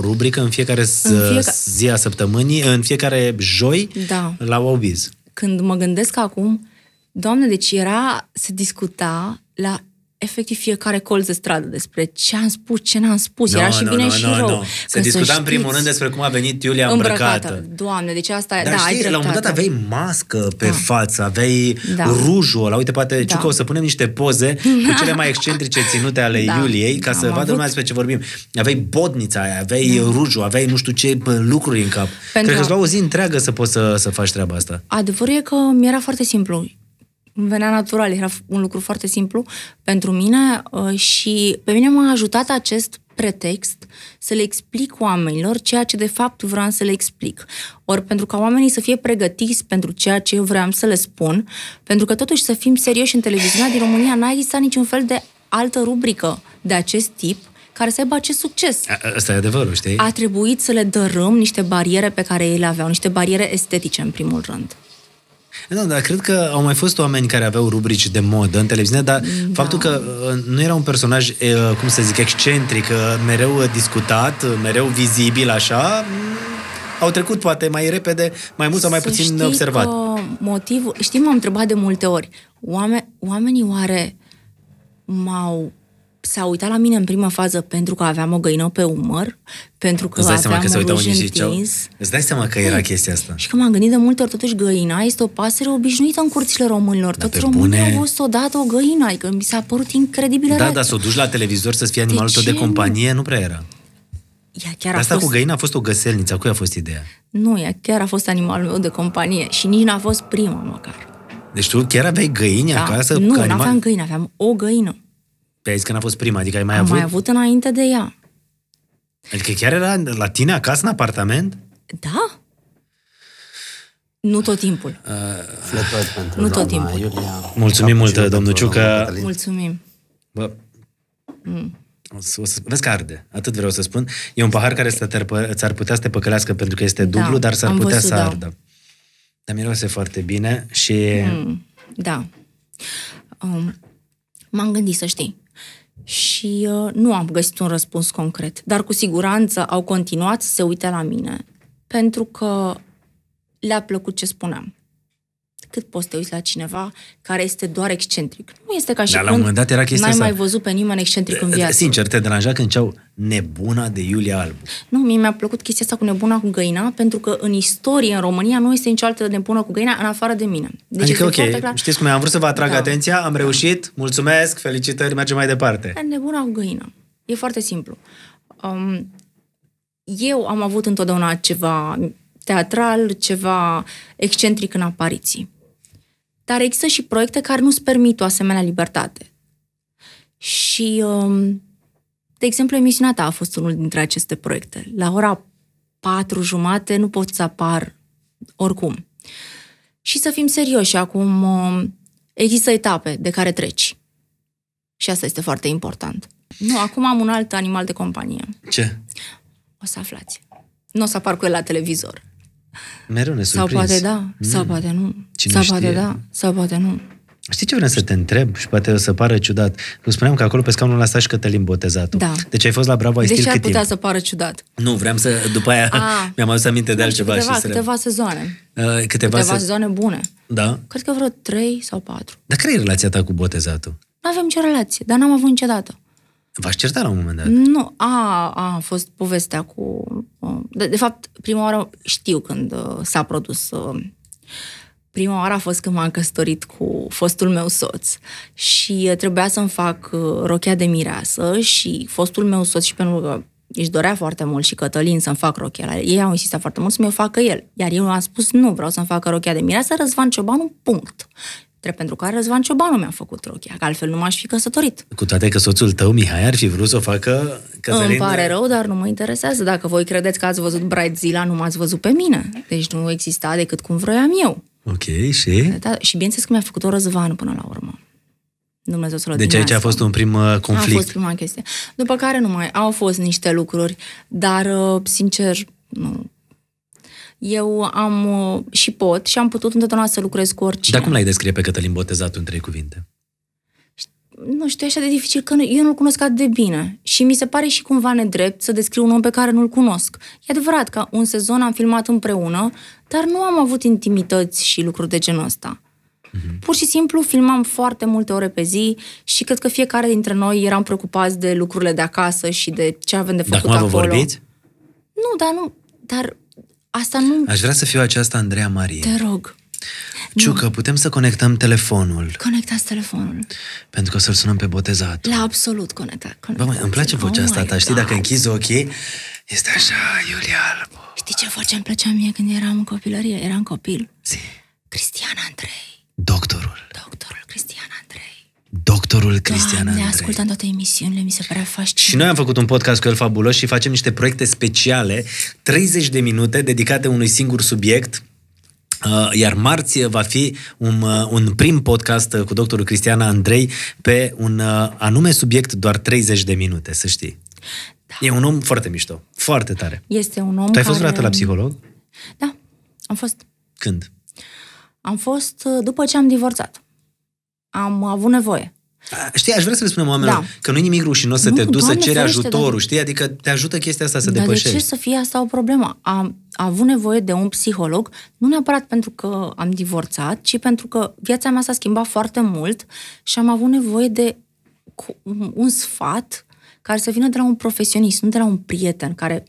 [SPEAKER 1] rubrică în fiecare, în
[SPEAKER 2] fiecare-
[SPEAKER 1] zi a săptămânii, în fiecare joi,
[SPEAKER 2] Da.
[SPEAKER 1] la Wowbiz.
[SPEAKER 2] când mă gândesc acum, doamne, deci era, se discuta la efectiv fiecare colț de stradă despre ce am spus, ce n-am spus. era și bine și rău.
[SPEAKER 1] Se
[SPEAKER 2] Că să
[SPEAKER 1] discuta în primul
[SPEAKER 2] știți,
[SPEAKER 1] rând despre cum a venit Iulia îmbrăcată.
[SPEAKER 2] Doamne, deci asta
[SPEAKER 1] Dar
[SPEAKER 2] da, ai
[SPEAKER 1] știi, la un moment dat
[SPEAKER 2] dreptate.
[SPEAKER 1] aveai mască pe da. față, aveai da.
[SPEAKER 2] Da.
[SPEAKER 1] rujul ăla. Uite, poate, da.
[SPEAKER 2] Da.
[SPEAKER 1] Ciucă, o să punem niște poze cu cele mai excentrice ținute ale da.
[SPEAKER 2] Da.
[SPEAKER 1] Iuliei, ca
[SPEAKER 2] Am
[SPEAKER 1] să vadă
[SPEAKER 2] avut.
[SPEAKER 1] lumea despre ce vorbim. Aveai bodnița aia, aveai da. rujul, aveai nu știu ce bă, lucruri în cap. Pentru... Cred că
[SPEAKER 2] a-
[SPEAKER 1] îți lua o zi întreagă să poți să, să faci treaba asta.
[SPEAKER 2] Adevărul e că mi-era foarte simplu. Îmi venea natural, era f- un lucru foarte simplu pentru mine uh, și pe mine m-a ajutat acest pretext să le explic oamenilor ceea ce de fapt vreau să le explic. Ori pentru ca oamenii să fie pregătiți pentru ceea ce eu vreau să le spun, pentru că totuși să fim serioși în televiziunea din România n-a existat niciun fel de altă rubrică de acest tip care să aibă acest succes.
[SPEAKER 1] A- Asta e adevărul, știi?
[SPEAKER 2] A trebuit să le dărâm niște bariere pe care ei le aveau, niște bariere estetice în primul rând.
[SPEAKER 1] Da, dar cred că au mai fost oameni care aveau rubrici de modă în televiziune, dar da. faptul că uh, nu era un personaj, e, uh, cum să zic, excentric, uh, mereu uh, discutat, uh, mereu vizibil așa, mm, au trecut poate mai repede, mai mult sau mai
[SPEAKER 2] Să
[SPEAKER 1] puțin
[SPEAKER 2] știi
[SPEAKER 1] observat.
[SPEAKER 2] Că motivul, știi, m-am întrebat de multe ori, oame, oamenii oare m-au s-au uitat la mine în prima fază pentru că aveam o găină pe umăr, pentru că
[SPEAKER 1] Îți dai seama
[SPEAKER 2] aveam
[SPEAKER 1] că se
[SPEAKER 2] un
[SPEAKER 1] uitau
[SPEAKER 2] ruj
[SPEAKER 1] unii și ziceau...
[SPEAKER 2] întins. Păi,
[SPEAKER 1] Îți dai seama că era chestia asta.
[SPEAKER 2] Și că m-am gândit de multe ori, totuși, găina este o pasăre obișnuită în curțile românilor.
[SPEAKER 1] Dar pe
[SPEAKER 2] Toți românii
[SPEAKER 1] Da, bune-
[SPEAKER 2] au văzut odată o găină, adică mi s-a părut incredibilă.
[SPEAKER 1] Da, dar să o duci la televizor să-ți fie animalul tău
[SPEAKER 2] ce
[SPEAKER 1] de
[SPEAKER 2] nu?
[SPEAKER 1] companie, nu prea era.
[SPEAKER 2] Ea chiar
[SPEAKER 1] Dar
[SPEAKER 2] a
[SPEAKER 1] asta
[SPEAKER 2] fost...
[SPEAKER 1] cu găina a fost o găselniță. A cui a fost ideea?
[SPEAKER 2] Nu, ea chiar a fost animalul meu de companie și nici n-a fost prima, măcar.
[SPEAKER 1] Deci tu chiar aveai găini
[SPEAKER 2] Da.
[SPEAKER 1] acasă?
[SPEAKER 2] nu,
[SPEAKER 1] ca
[SPEAKER 2] nu aveam găină, aveam o găină.
[SPEAKER 1] Pe ai zis că n-a fost prima, adică ai mai
[SPEAKER 2] Am
[SPEAKER 1] avut?
[SPEAKER 2] mai avut înainte de ea.
[SPEAKER 1] Adică chiar era la tine acasă, în apartament?
[SPEAKER 2] Da? Nu tot timpul.
[SPEAKER 3] Flătări pentru
[SPEAKER 2] Nu tot
[SPEAKER 3] doamna
[SPEAKER 2] timpul.
[SPEAKER 3] Iulia.
[SPEAKER 1] Mulțumim mult, domnul Ciucă.
[SPEAKER 2] Mulțumim.
[SPEAKER 1] Bă,
[SPEAKER 2] Mm.
[SPEAKER 1] o să, o să, vezi că arde, atât vreau să spun. E un pahar care să te, ți-ar putea să te păcălească pentru că este
[SPEAKER 2] Da,
[SPEAKER 1] dublu, dar s-ar
[SPEAKER 2] am
[SPEAKER 1] putea
[SPEAKER 2] văzut,
[SPEAKER 1] să
[SPEAKER 2] da.
[SPEAKER 1] ardă. Dar miroase foarte bine și... Mm.
[SPEAKER 2] Da. Um, m-am gândit să știi. Și uh, nu am găsit un răspuns concret, dar cu siguranță au continuat să se uite la mine pentru că le-a plăcut ce spuneam. Cât poți să te uiți la cineva care este doar excentric? Nu este ca și
[SPEAKER 1] Dar Da, la un
[SPEAKER 2] când
[SPEAKER 1] moment dat era chestia
[SPEAKER 2] n-ai
[SPEAKER 1] asta.
[SPEAKER 2] mai văzut pe nimeni excentric în viață.
[SPEAKER 1] Sincer, te deranja când ceau nebuna de Iulia Albu.
[SPEAKER 2] Nu, mie mi-a plăcut chestia asta cu nebuna cu găina, pentru că în istorie, în România, nu este nicio altă nebună cu găina în afară de mine. Deci
[SPEAKER 1] Deci adică,
[SPEAKER 2] este foarte
[SPEAKER 1] ok, clar... știți cum e, am vrut să vă atrag da.
[SPEAKER 2] Da.
[SPEAKER 1] atenția, am reușit, mulțumesc, felicitări, mergem mai departe.
[SPEAKER 2] Nebuna cu găina. E foarte simplu. Um, eu am avut întotdeauna ceva teatral, ceva excentric în apariții. Dar există și proiecte care nu-ți permit o asemenea libertate. Și, um, de exemplu, emisiunea ta a fost unul dintre aceste proiecte. La ora patru jumate nu pot să apar oricum. Și să fim serioși, acum um, există etape de care treci. Și asta este foarte important. Nu, acum am un alt animal de companie.
[SPEAKER 1] Ce?
[SPEAKER 2] O să aflați. Nu o să apar cu el la televizor.
[SPEAKER 1] Mereu ne
[SPEAKER 2] Sau
[SPEAKER 1] surprins.
[SPEAKER 2] poate da, mm. sau poate nu.
[SPEAKER 1] Cine
[SPEAKER 2] sau
[SPEAKER 1] știe?
[SPEAKER 2] poate da, sau poate nu.
[SPEAKER 1] Știi ce vreau să te întreb și poate o să pară ciudat? Vă spuneam că acolo pe scaunul ăla sta și Cătălin Botezatu.
[SPEAKER 2] Da.
[SPEAKER 1] Deci ai fost la Bravo, ai
[SPEAKER 2] Deși
[SPEAKER 1] stil
[SPEAKER 2] ar
[SPEAKER 1] cât
[SPEAKER 2] putea
[SPEAKER 1] timp?
[SPEAKER 2] să pară ciudat.
[SPEAKER 1] Nu, vreau să, după aia
[SPEAKER 2] A.
[SPEAKER 1] mi-am adus aminte de
[SPEAKER 2] Nu știu,
[SPEAKER 1] altceva
[SPEAKER 2] Da, câteva,
[SPEAKER 1] și să
[SPEAKER 2] câteva sezoane.
[SPEAKER 1] Uh, câteva,
[SPEAKER 2] Câteva
[SPEAKER 1] să...
[SPEAKER 2] sezoane bune.
[SPEAKER 1] Da?
[SPEAKER 2] Cred că vreo trei sau patru.
[SPEAKER 1] Dar care e relația ta cu Botezatul?
[SPEAKER 2] Nu avem nicio relație, dar n-am avut niciodată.
[SPEAKER 1] V-aș certa la un moment dat.
[SPEAKER 2] Nu, a, a fost povestea cu... uh, De, de fapt, prima oară știu când uh, s-a produs... uh, Prima oară a fost când m-am căsătorit cu fostul meu soț și uh, trebuia să-mi fac uh, rochea de mireasă și fostul meu soț și pentru că își dorea foarte mult și Cătălin să-mi fac rochea. la- Ei au insistat foarte mult să mi-o facă el. Iar eu am spus nu, vreau să-mi facă rochea de mireasă Răzvan Ciobanu, punct. Drept pentru care Răzvan Ciobanu mi-a făcut rochea, că altfel nu m-aș fi căsătorit.
[SPEAKER 1] Cu toate că soțul tău, Mihai, ar fi vrut să o facă Cătălin...
[SPEAKER 2] Îmi pare rău, dar nu mă interesează. Dacă voi credeți că ați văzut Bright Zilla, nu m-ați văzut pe mine. Deci nu exista decât cum vroiam eu.
[SPEAKER 1] Ok, și?
[SPEAKER 2] Da, și bineînțeles că mi-a făcut o răzvan până la urmă. Dumnezeu să-l
[SPEAKER 1] Deci aici a fost un prim uh,
[SPEAKER 2] A
[SPEAKER 1] conflict.
[SPEAKER 2] fost prima chestie. După care nu mai au fost niște lucruri, dar uh, sincer, nu. Eu am uh, și pot și am putut întotdeauna să lucrez cu oricine.
[SPEAKER 1] Dar cum l-ai descrie pe Cătălin Botezatul în trei cuvinte?
[SPEAKER 2] nu știu, e așa de dificil, că nu- eu nu-l cunosc atât de bine și mi se pare și cumva nedrept să descriu un om pe care nu-l cunosc. E adevărat că un sezon am filmat împreună, dar nu am avut intimități și lucruri de genul ăsta.
[SPEAKER 1] Mhm.
[SPEAKER 2] Pur și simplu filmam foarte multe ore pe zi și cred că fiecare dintre noi eram preocupați de lucrurile de acasă și de ce avem de
[SPEAKER 1] Dar
[SPEAKER 2] făcut
[SPEAKER 1] cum vă
[SPEAKER 2] acolo.
[SPEAKER 1] vorbiți?
[SPEAKER 2] Nu, dar nu, dar asta nu...
[SPEAKER 1] Aș vrea să fiu aceasta Andreea Marie.
[SPEAKER 2] Te rog,
[SPEAKER 1] Ciucă, putem să conectăm telefonul,
[SPEAKER 2] conectați telefonul.
[SPEAKER 1] pentru că o să-l sunăm pe Botezatul.
[SPEAKER 2] La absolut conecta.
[SPEAKER 1] Bă, mă, îmi place vocea
[SPEAKER 2] Oh
[SPEAKER 1] asta
[SPEAKER 2] my
[SPEAKER 1] ta, știi,
[SPEAKER 2] God.
[SPEAKER 1] dacă închizi ochii, este așa, Iulia Albu.
[SPEAKER 2] Știi ce voce îmi plăcea mie când eram în copilărie? Eram copil.
[SPEAKER 1] Zi.
[SPEAKER 2] Cristian Andrei.
[SPEAKER 1] Doctorul.
[SPEAKER 2] Doctorul Cristian Andrei.
[SPEAKER 1] Doctorul Cristian
[SPEAKER 2] Doamne,
[SPEAKER 1] Andrei.
[SPEAKER 2] ascultam toate emisiunile, mi se părea
[SPEAKER 1] Și
[SPEAKER 2] fascinant.
[SPEAKER 1] noi am făcut un podcast cu el fabulos și facem niște proiecte speciale, 30 de minute dedicate unui singur subiect. Uh, Iar marți va fi un, uh, un prim podcast uh, cu doctorul Cristiana Andrei pe un uh, anume subiect, doar 30 de minute, să știi. Da. E un om foarte mișto, foarte tare.
[SPEAKER 2] Este un om
[SPEAKER 1] Tu ai
[SPEAKER 2] care...
[SPEAKER 1] fost vreodată la psiholog?
[SPEAKER 2] Da, am fost.
[SPEAKER 1] Când?
[SPEAKER 2] Am fost uh, după ce am divorțat. Am avut nevoie.
[SPEAKER 1] A, Știi, aș vrea să le spunem oamenilor
[SPEAKER 2] Da.
[SPEAKER 1] că nu e nimic rușinos să
[SPEAKER 2] Nu,
[SPEAKER 1] te duci să
[SPEAKER 2] Doamne
[SPEAKER 1] ceri
[SPEAKER 2] ferește,
[SPEAKER 1] ajutorul,
[SPEAKER 2] dar-
[SPEAKER 1] știi? Adică te ajută chestia asta să
[SPEAKER 2] Dar de
[SPEAKER 1] depășești.
[SPEAKER 2] ce să fie asta o problemă? Am, avut nevoie de un psiholog, nu neapărat pentru că am divorțat, ci pentru că viața mea s-a schimbat foarte mult și am avut nevoie de cu- un- un sfat care să vină de la un profesionist, nu de la un prieten care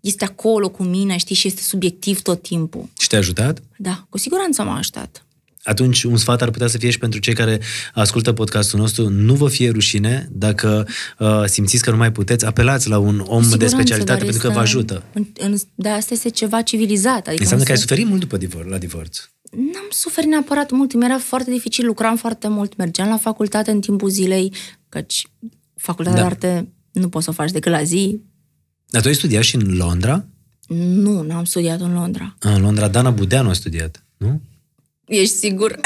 [SPEAKER 2] este acolo cu mine, știi, și este subiectiv tot timpul.
[SPEAKER 1] Și te-a ajutat?
[SPEAKER 2] Da, cu siguranță m-a ajutat.
[SPEAKER 1] Atunci, un sfat ar putea să fie și pentru cei care ascultă podcastul nostru, nu vă fie rușine dacă uh, simțiți că nu mai puteți, apelați la un om de
[SPEAKER 2] siguranță,
[SPEAKER 1] specialitate
[SPEAKER 2] dar
[SPEAKER 1] pentru că vă
[SPEAKER 2] este-
[SPEAKER 1] ajută.
[SPEAKER 2] În, în, dar asta este ceva civilizat. Adică
[SPEAKER 1] Înseamnă
[SPEAKER 2] nu
[SPEAKER 1] că ai
[SPEAKER 2] se-
[SPEAKER 1] suferit mult după divor, la divorț.
[SPEAKER 2] N-am suferit neapărat mult, mi-era foarte dificil, lucram foarte mult, mergeam la facultate în timpul zilei, căci facultatea
[SPEAKER 1] Da.
[SPEAKER 2] da. de arte nu poți să o faci decât la zi.
[SPEAKER 1] Dar tu ai studiat și în Londra?
[SPEAKER 2] Nu, n-am studiat în Londra.
[SPEAKER 1] În Londra, Dana Budeanu a studiat, nu?
[SPEAKER 2] Ești sigur?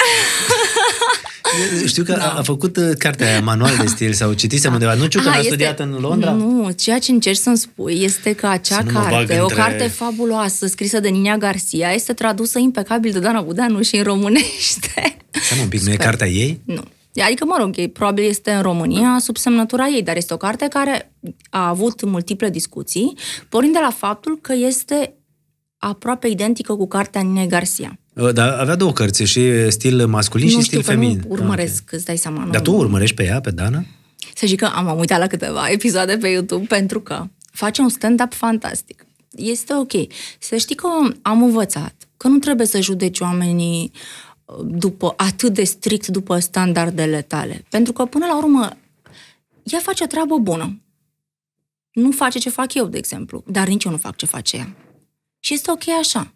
[SPEAKER 1] Știu că da. a făcut uh, cartea aia, manual de stil, sau citisem undeva. Nu știu că
[SPEAKER 2] Aha,
[SPEAKER 1] a
[SPEAKER 2] Ah. este-
[SPEAKER 1] studiat în Londra.
[SPEAKER 2] Nu, ceea ce încerci să-mi spui este că acea
[SPEAKER 1] Să nu mă bag
[SPEAKER 2] carte, o
[SPEAKER 1] între-
[SPEAKER 2] carte fabuloasă scrisă de Nina Garcia, este tradusă impecabil de Dana Budeanu și în românește.
[SPEAKER 1] Seamă un pic, nu e cartea ei?
[SPEAKER 2] Nu. Adică, mă rog, e, probabil este în România sub semnătura ei, dar este o carte care a avut multiple discuții, pornind de la faptul că este aproape identică cu cartea Ninei Garcia.
[SPEAKER 1] Uh, Dar avea două cărți, și stil masculin și
[SPEAKER 2] nu
[SPEAKER 1] stil
[SPEAKER 2] știu, că
[SPEAKER 1] feminin.
[SPEAKER 2] nu urmăresc, îți dai seama. Nu.
[SPEAKER 1] Ah, Dar tu o urmărești pe ea, pe Dana?
[SPEAKER 2] Să zic că am, am uitat la câteva episoade pe YouTube pentru că face un stand-up fantastic. Este ok. Să știi că am învățat că nu trebuie să judeci oamenii uh, după, atât de strict după standardele tale. Pentru că, până la urmă, ea face o treabă bună. Nu face ce fac eu, de exemplu, dar nici eu nu fac ce face ea. Și este ok așa.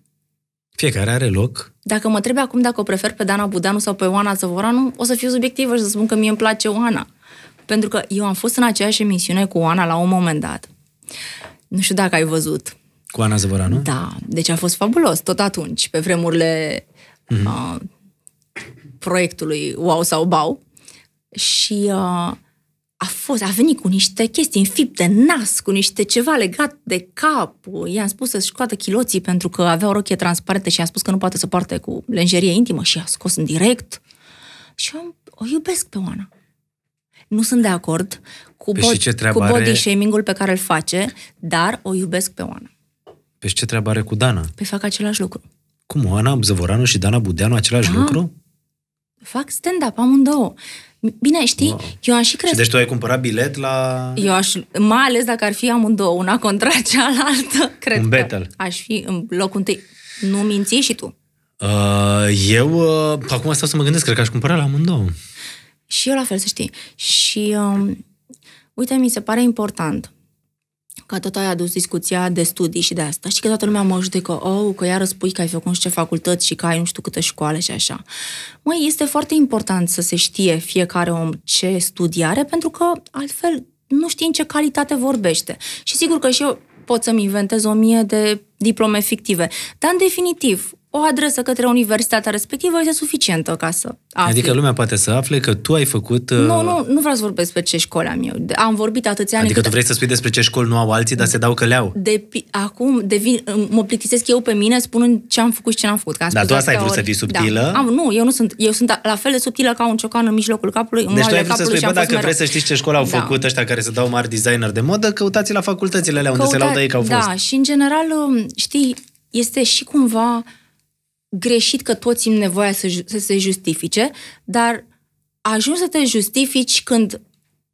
[SPEAKER 1] Fiecare are loc.
[SPEAKER 2] Dacă mă întreb acum dacă o prefer pe Dana Budanu sau pe Oana Zăvoranu, o să fiu subiectivă și să spun că mie îmi place Oana. Pentru că eu am fost în aceeași emisiune cu Oana la un moment dat. Nu știu dacă ai văzut.
[SPEAKER 1] Cu Ana Zăvoranu?
[SPEAKER 2] Da, deci a fost fabulos tot atunci, pe vremurile
[SPEAKER 1] Mhm.
[SPEAKER 2] mm-hmm. uh, proiectului Wow sau Bau. Și uh, a fost, a venit cu niște chestii înfipte, în nas, cu niște ceva legat de cap. I-am spus să-și scoată chiloții pentru că avea o rochie transparentă și i-am spus că nu poate să poarte cu lenjerie intimă și a scos în direct. Și eu o iubesc pe Oana. Nu sunt de acord cu,
[SPEAKER 1] Păi și ce
[SPEAKER 2] bo- cu
[SPEAKER 1] treabă are-
[SPEAKER 2] body shaming-ul pe care îl face, dar o iubesc pe Oana.
[SPEAKER 1] Păi și ce treabă are cu Dana?
[SPEAKER 2] Păi fac același lucru.
[SPEAKER 1] Cum, Ana Zăvoranu și Dana Budeanu același
[SPEAKER 2] Da.
[SPEAKER 1] lucru?
[SPEAKER 2] Fac stand-up amândouă. Bine, știi, wow. eu am și
[SPEAKER 1] Și
[SPEAKER 2] crezut.
[SPEAKER 1] deci tu ai cumpărat bilet la...
[SPEAKER 2] Eu aș, mai ales dacă ar fi amândouă, una contra cealaltă,
[SPEAKER 1] Un
[SPEAKER 2] cred că
[SPEAKER 1] battle.
[SPEAKER 2] aș fi în locul întâi. Nu minți și tu.
[SPEAKER 1] Uh, eu, uh, acum stau să mă gândesc, cred că aș cumpăra la amândouă.
[SPEAKER 2] Și eu la fel, să știi. Și, um, uite, mi se pare important că tot ai adus discuția de studii și de asta. Știi că toată lumea mă judecă, oh, că iară spui că ai făcut nu știu ce facultăți și că ai nu știu câte școală și așa. Măi, este foarte important să se știe fiecare om ce studii are, pentru că altfel nu știi în ce calitate vorbește. Și sigur că și eu pot să-mi inventez o mie de diplome fictive, dar în definitiv, o adresă către universitatea respectivă este suficientă ca să afli.
[SPEAKER 1] Adică lumea poate să afle că tu ai făcut... uh,
[SPEAKER 2] Nu, nu, nu vreau să vorbesc pe ce școală am eu. De- Am vorbit atâția ani
[SPEAKER 1] Adică tu
[SPEAKER 2] încât
[SPEAKER 1] vrei să spui despre ce școli nu au alții, dar se dau că le-au.
[SPEAKER 2] de, pi- acum devin, mă plictisesc eu pe mine spunând ce am făcut și ce n-am făcut. Că am
[SPEAKER 1] Dar
[SPEAKER 2] spus
[SPEAKER 1] tu asta ai
[SPEAKER 2] atâtea
[SPEAKER 1] vrut să
[SPEAKER 2] ori.
[SPEAKER 1] fii subtilă?
[SPEAKER 2] Da. Am, nu, eu nu sunt. Eu sunt la fel de subtilă ca un ciocan în mijlocul capului. în
[SPEAKER 1] Deci tu
[SPEAKER 2] moarele
[SPEAKER 1] ai vrut să
[SPEAKER 2] capului
[SPEAKER 1] spui,
[SPEAKER 2] și
[SPEAKER 1] bă,
[SPEAKER 2] am fost
[SPEAKER 1] dacă
[SPEAKER 2] mereu.
[SPEAKER 1] vreți să știți ce școală au
[SPEAKER 2] Da.
[SPEAKER 1] făcut ăștia care se dau mari designer de modă, căutați la facultățile alea unde se
[SPEAKER 2] Căuta-
[SPEAKER 1] laudă ei că au fost.
[SPEAKER 2] Da, și în general, um, știi, este și cumva greșit că toți simt nevoia să, ju- să se justifice, dar ajungi să te justifici când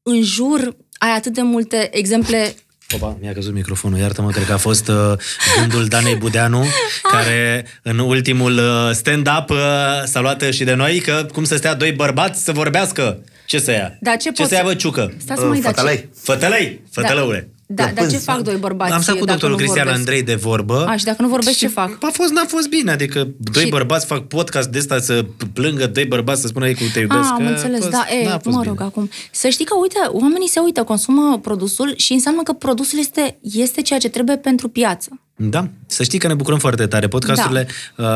[SPEAKER 2] în jur ai atât de multe exemple
[SPEAKER 1] Opa, mi-a căzut microfonul, iartă-mă, cred că a fost uh, gândul Danei Budeanu, care în ultimul uh, stand-up uh, s-a luat uh, și de noi că cum să stea doi bărbați să vorbească. Ce să ia?
[SPEAKER 2] Dar Da, ce
[SPEAKER 1] ce
[SPEAKER 2] pot
[SPEAKER 1] să ia,
[SPEAKER 2] să-
[SPEAKER 1] bă, ciucă?
[SPEAKER 2] Stați mă,
[SPEAKER 3] Uh,
[SPEAKER 2] dar ce-
[SPEAKER 3] fătălăi.
[SPEAKER 1] Fătălăi, fătălăule.
[SPEAKER 2] Da, dar ce
[SPEAKER 3] Plăpânzi.
[SPEAKER 2] fac doi bărbați?
[SPEAKER 1] Am stat cu
[SPEAKER 2] dacă
[SPEAKER 1] doctorul
[SPEAKER 2] nu
[SPEAKER 1] Cristian
[SPEAKER 2] vorbesc?
[SPEAKER 1] Andrei de vorbă.
[SPEAKER 2] A, și dacă nu vorbesc,
[SPEAKER 1] Și
[SPEAKER 2] ce fac?
[SPEAKER 1] A fost, n-a fost bine, adică doi
[SPEAKER 2] Și-
[SPEAKER 1] bărbați fac podcast de ăsta să plângă, doi bărbați să spună ei cum te iubesc.
[SPEAKER 2] A, am
[SPEAKER 1] A
[SPEAKER 2] înțeles,
[SPEAKER 1] fost-
[SPEAKER 2] da, e,
[SPEAKER 1] n-a
[SPEAKER 2] mă
[SPEAKER 1] fost
[SPEAKER 2] rog,
[SPEAKER 1] bine.
[SPEAKER 2] acum. Să știi că, uite, oamenii se uită, consumă produsul și înseamnă că produsul este, este ceea ce trebuie pentru piață.
[SPEAKER 1] Da, să știi că ne bucurăm foarte tare. Podcasturile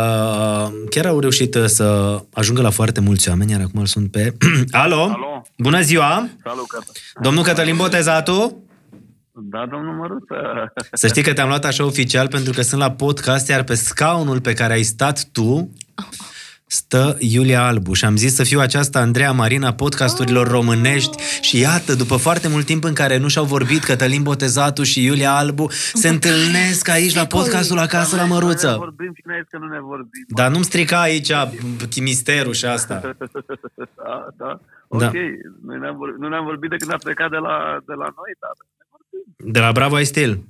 [SPEAKER 1] da. uh, chiar au reușit uh, să ajungă la foarte mulți oameni, iar acum îl sunt pe... Alo?
[SPEAKER 4] Alo.
[SPEAKER 1] Bună ziua!
[SPEAKER 4] Salut, Cata.
[SPEAKER 1] Domnul Cătălin Botezatu?
[SPEAKER 4] Da, domnul Măruță.
[SPEAKER 1] Să știi că te-am luat așa oficial pentru că sunt la podcast, iar pe scaunul pe care ai stat tu, stă Iulia Albu și am zis să fiu aceasta Andreea Marina podcasturilor românești și iată, după foarte mult timp în care nu și-au vorbit Cătălin Botezatu și Iulia Albu se întâlnesc aici la podcastul Acasă la
[SPEAKER 4] Nu ne
[SPEAKER 1] Măruță.
[SPEAKER 4] vorbim și noi că nu ne vorbim.
[SPEAKER 1] Dar nu-mi strica aici b- chimisterul și asta.
[SPEAKER 4] Da, da.
[SPEAKER 1] Da.
[SPEAKER 4] Ok, noi ne-am vorbit, nu ne-am vorbit de când a plecat de la, de la noi, dar ne vorbim.
[SPEAKER 1] De la Bravo ai stil.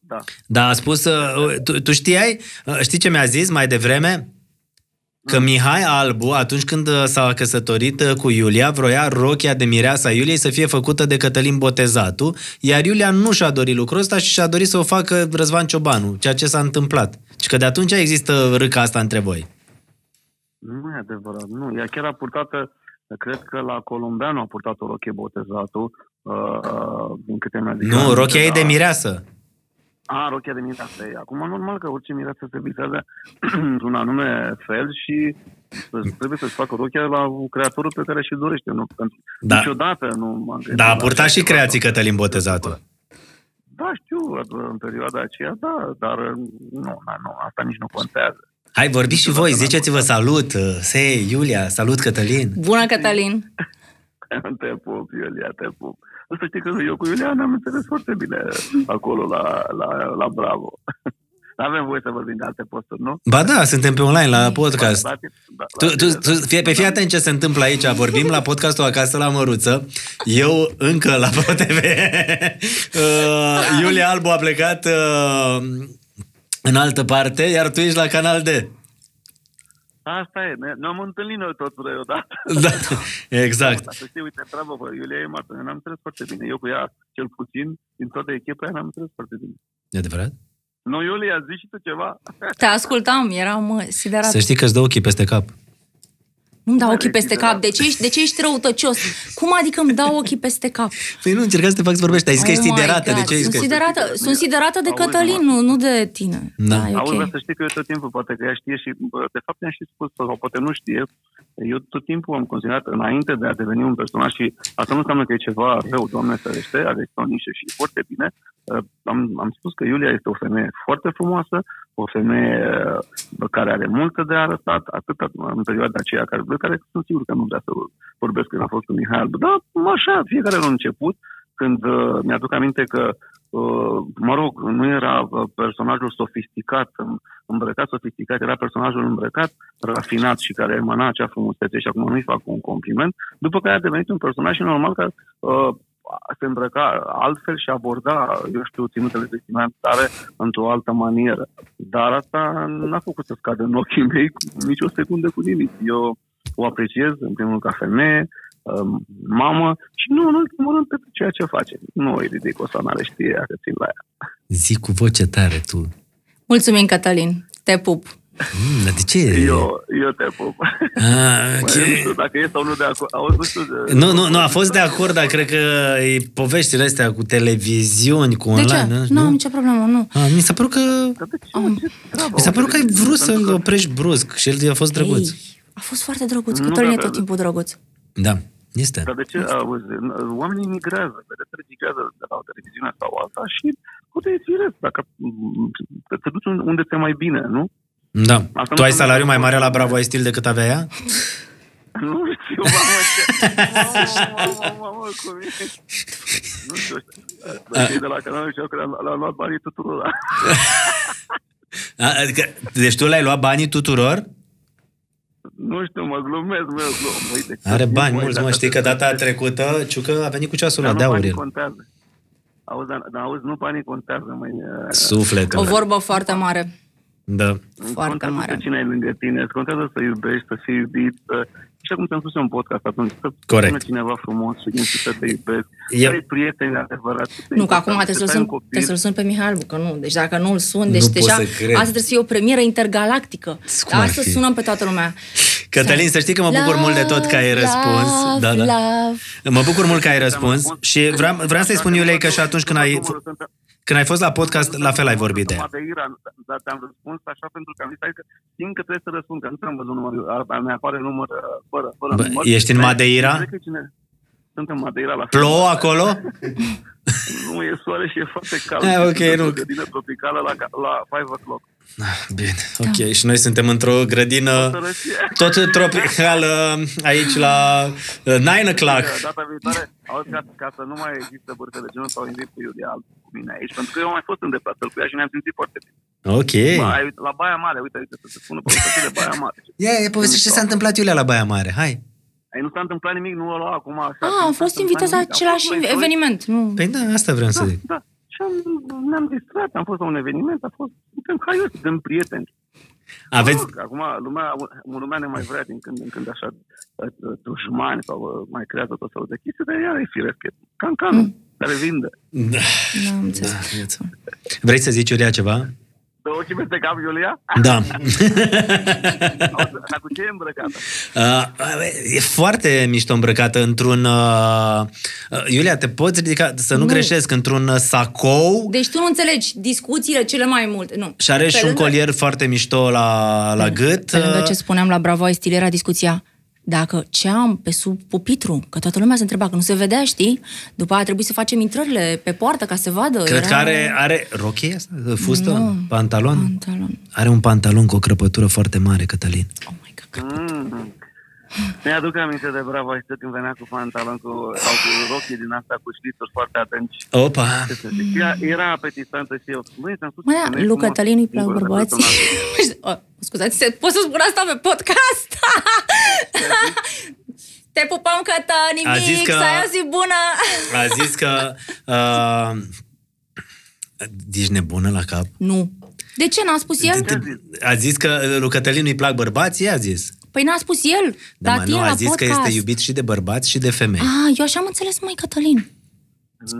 [SPEAKER 4] Da.
[SPEAKER 1] Da, a spus, uh, tu, tu știai, uh, știi ce mi-a zis mai devreme? Că Mihai Albu, atunci când uh, s-a căsătorit uh, cu Iulia, vroia rochia de mireasa Iuliei să fie făcută de Cătălin Botezatu, iar Iulia nu și-a dorit lucrul ăsta și și-a dorit să o facă Răzvan Ciobanu, ceea ce s-a întâmplat. Și că de atunci există râca asta între voi.
[SPEAKER 4] Nu e adevărat, nu. Ea chiar a purtată, cred că la Columbeanu a purtat o roche botezatul, uh, din câte mi-a zis.
[SPEAKER 1] Nu, rochia e de
[SPEAKER 4] Da.
[SPEAKER 1] mireasă.
[SPEAKER 4] A, rochia de mireasă e. Acum, normal că orice mireasă se visează într-un anume fel și să- trebuie să-și facă rochia la creatorul pe care și-l dorește. Nu, pentru,
[SPEAKER 1] Da.
[SPEAKER 4] Niciodată nu m-am gândit
[SPEAKER 1] Da, a
[SPEAKER 4] la așa
[SPEAKER 1] purtat și
[SPEAKER 4] ceva.
[SPEAKER 1] creații Cătălin Botezatu.
[SPEAKER 4] Da, știu, în perioada aceea, da, dar nu, na, nu asta nici nu contează.
[SPEAKER 1] Hai, vorbiți și voi, ziceți-vă salut, uh, se, Iulia, salut Cătălin.
[SPEAKER 2] Bună, Cătălin!
[SPEAKER 4] Te pup, Iulia, te pup. Să știi că eu cu Iulia ne-am înțeles foarte bine acolo la, la, la Bravo. Nu avem voie să vorbim de alte posturi, nu?
[SPEAKER 1] Ba da, suntem pe online la podcast.
[SPEAKER 4] La tine- da, la
[SPEAKER 1] Tu, tu,
[SPEAKER 4] tine,
[SPEAKER 1] tu, fie, pe fii atent ce se întâmplă aici. Vorbim la podcastul Acasă la Măruță. Eu încă la ProTV. Uh, Iulia Albu a plecat uh, în altă parte, iar tu ești la Canal D.
[SPEAKER 4] Asta e, ne, ne-am întâlnit noi toți trei odată.
[SPEAKER 1] Da, exact.
[SPEAKER 4] Să știi, uite, bravo, bă, Iulia e mată, ne-am înțeles foarte bine. Eu cu ea, cel puțin, din toată echipa, ne-am înțeles foarte bine.
[SPEAKER 1] E adevărat?
[SPEAKER 4] Nu, Iulia, zici și tu ceva?
[SPEAKER 2] Te ascultam, eram uh, siderat.
[SPEAKER 1] Să știi că îți dă ochii peste cap.
[SPEAKER 2] Nu-mi dau ochii peste cap. De ce, ești, de ce ești răutăcios? Cum adică îmi dau ochii peste cap?
[SPEAKER 1] Păi nu, încercați să te fac să vorbești. Ai zis că ești
[SPEAKER 2] Oh my
[SPEAKER 1] siderată. De
[SPEAKER 2] God,
[SPEAKER 1] ce ești
[SPEAKER 2] sunt
[SPEAKER 1] că...
[SPEAKER 2] siderată, sunt siderată de
[SPEAKER 4] Auzi, mă.
[SPEAKER 2] Cătălin, nu, nu de tine.
[SPEAKER 1] Da.
[SPEAKER 2] e
[SPEAKER 4] Auzi, dar
[SPEAKER 2] ok.
[SPEAKER 4] să știi că eu tot timpul, poate că ea știe și, bă, de fapt ne-am și spus, sau poate nu știe, eu tot timpul am considerat, înainte de a deveni un personaj și asta nu înseamnă că e ceva rău, Doamne ferește, are o nișă și foarte bine, uh, am, am spus că Iulia este o femeie foarte frumoasă, o femeie uh, care are multe de arătat, atât în perioada aceea care vrea, care sunt sigur că nu vrea să vorbesc când a fost cu Mihai Albu, dar așa, fiecare la început, când uh, mi-aduc aminte că Uh, mă rog, nu era uh, personajul sofisticat, îm- îmbrăcat sofisticat, era personajul îmbrăcat, rafinat și care emana acea frumusețe și acum nu-i fac un compliment, după care a devenit un personaj și normal că uh, se îmbrăca altfel și aborda, eu știu, ținutele vestimentare într-o altă manieră. Dar asta n-a făcut să scadă în ochii mei cu- nici o secundă cu nimic. Eu o apreciez, în primul rând, ca femeie, um, mamă și nu, în ultimul rând, pentru ceea ce face. Nu e ridicol să n-are știe că țin la ea.
[SPEAKER 1] Zic cu voce tare tu.
[SPEAKER 2] Mulțumim, Cătălin. Te pup.
[SPEAKER 1] Mm, dar de ce?
[SPEAKER 4] Eu, eu te pup.
[SPEAKER 1] Ah,
[SPEAKER 4] Mă,
[SPEAKER 1] ok.
[SPEAKER 4] Nu știu dacă e sau nu de acord. Auzi, nu știu. de-
[SPEAKER 1] Nu, nu, nu, a fost de acord, dar cred că e poveștile astea cu televiziuni, cu
[SPEAKER 2] De
[SPEAKER 1] online,
[SPEAKER 2] ce?
[SPEAKER 1] nu?
[SPEAKER 2] Nu am nicio problemă, nu.
[SPEAKER 1] A, mi s-a părut că...
[SPEAKER 4] Dar de ce? Ce treabă?
[SPEAKER 1] Mi s-a părut că ai vrut să
[SPEAKER 4] Pentru
[SPEAKER 1] îl
[SPEAKER 4] că-
[SPEAKER 1] oprești brusc și el a fost drăguț.
[SPEAKER 2] Ei, a fost foarte drăguț.
[SPEAKER 4] Nu,
[SPEAKER 2] Cătălin e
[SPEAKER 4] dar-
[SPEAKER 2] tot timpul drăguț.
[SPEAKER 1] Da, este.
[SPEAKER 4] Dar de ce? Auzi, n- oamenii migrează, vedeți, migrează de la o televiziune sau alta și uite, e firesc, dacă m- te duci un- unde te mai bine, nu?
[SPEAKER 1] Da.
[SPEAKER 4] Asta
[SPEAKER 1] tu
[SPEAKER 4] nu
[SPEAKER 1] ai
[SPEAKER 4] înseamnă
[SPEAKER 1] salariu
[SPEAKER 4] că-
[SPEAKER 1] mai mare la Bravo ai stil decât avea ea?
[SPEAKER 4] Nu știu, mamă, ce... Mamă, mamă, mamă, cum e? Nu știu, dar cei de la canal știau că le-am le-am luat banii tuturor.
[SPEAKER 1] A, adică, deci tu le-ai luat banii tuturor?
[SPEAKER 4] Nu știu, mă glumesc, mă glumesc. Uite,
[SPEAKER 1] Are
[SPEAKER 4] ce-
[SPEAKER 1] bani
[SPEAKER 4] voi,
[SPEAKER 1] mulți, mă,
[SPEAKER 4] dacă
[SPEAKER 1] știi că data trecută Ciucă a venit cu ceasul ăla
[SPEAKER 4] Dar nu
[SPEAKER 1] de aur.
[SPEAKER 4] banii
[SPEAKER 1] el.
[SPEAKER 4] contează. Auzi, dar, dar auzi, nu banii contează, măi.
[SPEAKER 2] O
[SPEAKER 1] Sufletul.
[SPEAKER 2] vorbă foarte mare.
[SPEAKER 1] Da.
[SPEAKER 2] Foarte
[SPEAKER 4] contează
[SPEAKER 2] mare.
[SPEAKER 4] Să cine ai lângă tine, îți contează să iubești, să fii iubit, să... Și acum ți-am spus eu în podcast atunci, să
[SPEAKER 1] Corect.
[SPEAKER 4] spună cineva frumos și din să te iubesc,
[SPEAKER 1] Eu-
[SPEAKER 4] să ai prieteni adevărați.
[SPEAKER 2] Nu, că acum trebuie să-l sun, trebuie să-l
[SPEAKER 4] să
[SPEAKER 2] sun pe Mihai Albu, că nu. Deci dacă nu-l sun, deci
[SPEAKER 1] Nu pot
[SPEAKER 2] deja
[SPEAKER 1] să
[SPEAKER 2] asta
[SPEAKER 1] cred.
[SPEAKER 2] trebuie să fie o premieră intergalactică.
[SPEAKER 1] Cum ar
[SPEAKER 2] Asta
[SPEAKER 1] fi?
[SPEAKER 2] sunăm pe toată lumea.
[SPEAKER 1] Cătălin, să știi că mă bucur mult de tot că ai
[SPEAKER 2] Love,
[SPEAKER 1] răspuns. Da,
[SPEAKER 2] love,
[SPEAKER 1] da.
[SPEAKER 2] love.
[SPEAKER 1] Mă bucur mult că ai răspuns
[SPEAKER 4] răspuns.
[SPEAKER 1] și vreau, vreau să-i spun Iulei că și atunci când ai, când ai fost la podcast, la fel ai vorbit de ea.
[SPEAKER 4] Madeira, dar te-am răspuns așa pentru că am zis hai că simt că trebuie să răspund, că nu ți-am văzut numărul, mi apare număr uh, fără, fără
[SPEAKER 1] Bă,
[SPEAKER 4] număr.
[SPEAKER 1] ești în
[SPEAKER 4] Dar
[SPEAKER 1] Madeira?
[SPEAKER 4] cred că e cine- sunt în Madeira la
[SPEAKER 1] Plouă acolo?
[SPEAKER 4] Nu, e soare și e foarte cald.
[SPEAKER 1] Ah, ok,
[SPEAKER 4] Sunt
[SPEAKER 1] nu.
[SPEAKER 4] într-o grădină tropicală la, la 5 o'clock.
[SPEAKER 1] Ah, Bine, ok. Și noi suntem într-o grădină
[SPEAKER 4] Sărăcie.
[SPEAKER 1] tot tropicală aici la uh, 9 o'clock.
[SPEAKER 4] Data viitoare, auzi, ca, ca să nu mai există burte de genul, s-au invit pe Iulia Alb cu mine aici, pentru că eu am mai fost în deplasări cu ea și ne-am simțit foarte bine.
[SPEAKER 1] Ok.
[SPEAKER 4] Ba, ai- la Baia Mare, uite, uite, să te spună povestea de Baia Mare.
[SPEAKER 1] Ia, ia povestește ce s-a întâmplat Iulia la Baia Mare. Hai.
[SPEAKER 4] Ai, nu s-a întâmplat nimic, nu o lua acum așa.
[SPEAKER 2] Ah, am fost invitați la același eveniment. Nu.
[SPEAKER 1] Păi da, asta vreau să zic.
[SPEAKER 4] Da, și am, ne-am distrat, am fost la un eveniment, a fost, suntem haios, suntem prieteni.
[SPEAKER 1] Aveți...
[SPEAKER 4] Mă rog, Acum lumea, lumea ne mai vrea din când în când așa uh, dușmani sau uh, mai creează tot felul de chestii, dar iar e firesc. e Cancanul mm. care vinde.
[SPEAKER 1] Da.
[SPEAKER 2] Nu am înțeles.
[SPEAKER 1] Vrei să zici, Iulia, ceva?
[SPEAKER 4] Dă ochii peste cap, Iulia?
[SPEAKER 1] Da.
[SPEAKER 4] Auzi, Dar cu ce e îmbrăcată?
[SPEAKER 1] Uh, e foarte mișto îmbrăcată într-un... Uh, uh, Iulia, te poți ridica, să nu,
[SPEAKER 2] Nu.
[SPEAKER 1] greșesc, într-un uh, sacou
[SPEAKER 2] Deci tu nu înțelegi discuțiile cele mai multe. Nu.
[SPEAKER 1] și are
[SPEAKER 2] Pe
[SPEAKER 1] și un
[SPEAKER 2] lângă-
[SPEAKER 1] colier foarte mișto la, la gât.
[SPEAKER 2] Pe lângă ce
[SPEAKER 1] Uh,
[SPEAKER 2] spuneam la Bravo ai stil, era discuția dacă ce am pe sub pupitru, că toată lumea se întreba, că nu se vedea, știi? După aia a trebuit să facem intrările pe poartă ca să vadă.
[SPEAKER 1] Cred
[SPEAKER 2] era...
[SPEAKER 1] că are, are rochie asta? Fustă?
[SPEAKER 2] Nu.
[SPEAKER 1] Pantalon?
[SPEAKER 2] Pantalon.
[SPEAKER 1] Are un pantalon cu o crăpătură foarte mare, Cătălin.
[SPEAKER 2] Oh my God.
[SPEAKER 4] Mm. Mi-aduc aminte de bravo aici când venea cu pantalon cu, sau cu rochii din asta cu șlițuri foarte atenți.
[SPEAKER 1] Opa!
[SPEAKER 4] Ce să zic, Ea era apetitantă și eu. Măi, ți-am spus
[SPEAKER 2] Mă,
[SPEAKER 4] că
[SPEAKER 2] da,
[SPEAKER 4] nu-i
[SPEAKER 2] lui
[SPEAKER 4] frumos.
[SPEAKER 2] Cătălin îi plac
[SPEAKER 4] Singură de
[SPEAKER 2] bărbații.
[SPEAKER 4] personal.
[SPEAKER 2] O, Scuzați, se- pot să spun asta pe podcast? Te pupăm, Cătălin,
[SPEAKER 1] A zis
[SPEAKER 2] nimic,
[SPEAKER 1] că-
[SPEAKER 2] să ai o zi bună!
[SPEAKER 1] A zis că... Uh, ești nebună la cap?
[SPEAKER 2] Nu. De ce n-a spus el?
[SPEAKER 4] Ce a zis?
[SPEAKER 2] da.
[SPEAKER 1] A zis că lui Cătălin îi plac bărbații? A zis.
[SPEAKER 2] Păi n-a spus el.
[SPEAKER 1] Da, mă,
[SPEAKER 2] tine
[SPEAKER 1] nu, a
[SPEAKER 2] la
[SPEAKER 1] zis că
[SPEAKER 2] podcast.
[SPEAKER 1] este iubit și de bărbați și de femei.
[SPEAKER 2] Ah, eu așa am înțeles, mai Cătălin.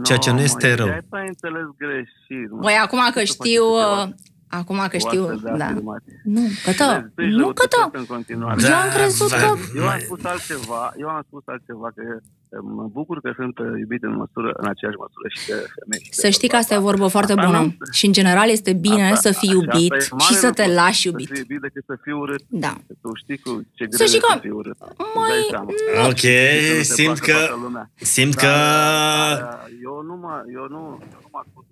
[SPEAKER 1] Ceea ce nu
[SPEAKER 4] No,
[SPEAKER 1] este
[SPEAKER 4] mă,
[SPEAKER 1] rău.
[SPEAKER 4] Iulia, ai înțeles greșit. mă.
[SPEAKER 2] Băi, Păi, acum că
[SPEAKER 4] Să faci
[SPEAKER 2] știu...
[SPEAKER 4] câteva-
[SPEAKER 2] uh, Acum că
[SPEAKER 4] o
[SPEAKER 2] știu...
[SPEAKER 4] astfel de
[SPEAKER 2] Da.
[SPEAKER 4] afirmație.
[SPEAKER 2] Nu, Cătă,
[SPEAKER 4] Vezi,
[SPEAKER 2] nu Cătă.
[SPEAKER 4] răutățesc în continuare.
[SPEAKER 1] Da,
[SPEAKER 2] Eu am crezut
[SPEAKER 1] va-
[SPEAKER 2] că...
[SPEAKER 4] Eu am spus altceva, eu am spus altceva, că eh, mă bucur că sunt eh, iubit în măsură, în aceeași măsură și de femei. și de
[SPEAKER 2] Să știi că asta e o
[SPEAKER 4] bărbați.
[SPEAKER 2] vorbă foarte
[SPEAKER 4] Asta
[SPEAKER 2] bună.
[SPEAKER 4] nu-
[SPEAKER 2] Și în general este bine
[SPEAKER 4] Asta-
[SPEAKER 2] să fii
[SPEAKER 4] și asta
[SPEAKER 2] iubit
[SPEAKER 4] e
[SPEAKER 2] și,
[SPEAKER 4] mare
[SPEAKER 2] să te
[SPEAKER 4] lucru,
[SPEAKER 2] lași
[SPEAKER 4] Să
[SPEAKER 2] iubit.
[SPEAKER 4] fii iubit decât să fii urât.
[SPEAKER 2] Da.
[SPEAKER 4] Că Tu știi cu ce greu
[SPEAKER 2] Să știi
[SPEAKER 4] e
[SPEAKER 2] că
[SPEAKER 4] să fii urât.
[SPEAKER 2] mai-
[SPEAKER 4] Mai...
[SPEAKER 1] Ok, simt că- Simt
[SPEAKER 4] Da,
[SPEAKER 1] că...
[SPEAKER 4] Eu nu mă, eu nu, eu nu mă ascult.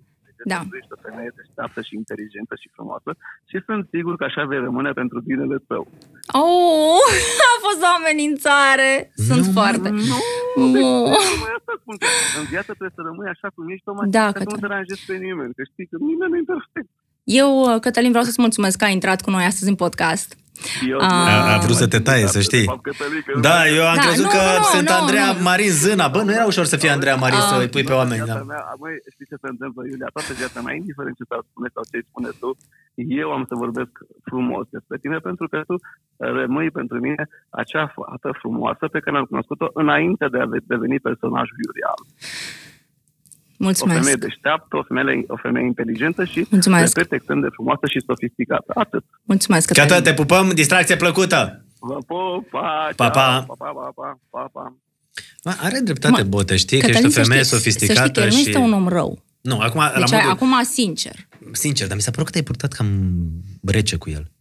[SPEAKER 2] Da.
[SPEAKER 4] Tu ești o femeie deșteaptă și inteligentă și frumoasă și sunt sigur că așa vei rămâne pentru binele tău.
[SPEAKER 2] Oh, a fost o amenințare. Sunt foarte... Oh. Nu.
[SPEAKER 4] Tocmai asta spun că în viață trebuie să rămâi așa cum ești, tocmai
[SPEAKER 2] Da,
[SPEAKER 4] ca să
[SPEAKER 2] Cătălin.
[SPEAKER 4] nu deranjezi pe nimeni, că știi că nimeni nu e perfect.
[SPEAKER 2] Eu, uh, Cătălin, vreau să-ți mulțumesc că ai intrat cu noi astăzi în podcast.
[SPEAKER 4] Eu,
[SPEAKER 2] A-
[SPEAKER 1] A, a vrut să te taie, să știi. Da, eu am
[SPEAKER 2] Da,
[SPEAKER 1] crezut
[SPEAKER 2] nu,
[SPEAKER 1] că
[SPEAKER 2] nu, nu,
[SPEAKER 1] sunt
[SPEAKER 2] nu,
[SPEAKER 1] Andreea
[SPEAKER 2] nu.
[SPEAKER 1] Marin Zâna. Bă, nu era ușor să fie Andreea Marin să
[SPEAKER 2] Ah.
[SPEAKER 1] îi pui pe oameni.
[SPEAKER 4] Toată
[SPEAKER 1] Da.
[SPEAKER 4] viața mea, Măi, știi ce se întâmplă, Iulia? Toată viața mea, indiferent ce s-ar spune sau ce îi spune tu, eu am să vorbesc frumos despre tine pentru că tu rămâi pentru mine acea fată frumoasă pe care am cunoscut-o înainte de a deveni personajul Iulia. O
[SPEAKER 2] Mulțumesc.
[SPEAKER 4] femeie deșteaptă, o femeie, o femeie inteligentă și,
[SPEAKER 2] Mulțumesc.
[SPEAKER 4] repet, extrem de frumoasă și sofisticată. Atât.
[SPEAKER 2] Mulțumesc,
[SPEAKER 1] Gata,
[SPEAKER 2] Cătălin.
[SPEAKER 1] te pupăm, distracție plăcută!
[SPEAKER 4] Vă pup, pa,
[SPEAKER 1] Pa,
[SPEAKER 4] ceau,
[SPEAKER 1] pa.
[SPEAKER 4] pa, pa, pa, pa, pa, pa.
[SPEAKER 1] Mă, Are dreptate,
[SPEAKER 2] Mă,
[SPEAKER 1] Bote, știi? Că ești o
[SPEAKER 2] Cătălin, să
[SPEAKER 1] femeie
[SPEAKER 2] știi- Să știi că
[SPEAKER 1] sofisticată
[SPEAKER 2] el nu
[SPEAKER 1] și...
[SPEAKER 2] este un om rău.
[SPEAKER 1] Nu, acum, la
[SPEAKER 2] Deci,
[SPEAKER 1] modul...
[SPEAKER 2] acum, sincer.
[SPEAKER 1] Sincer, dar mi s-a părut că te-ai purtat cam rece cu el.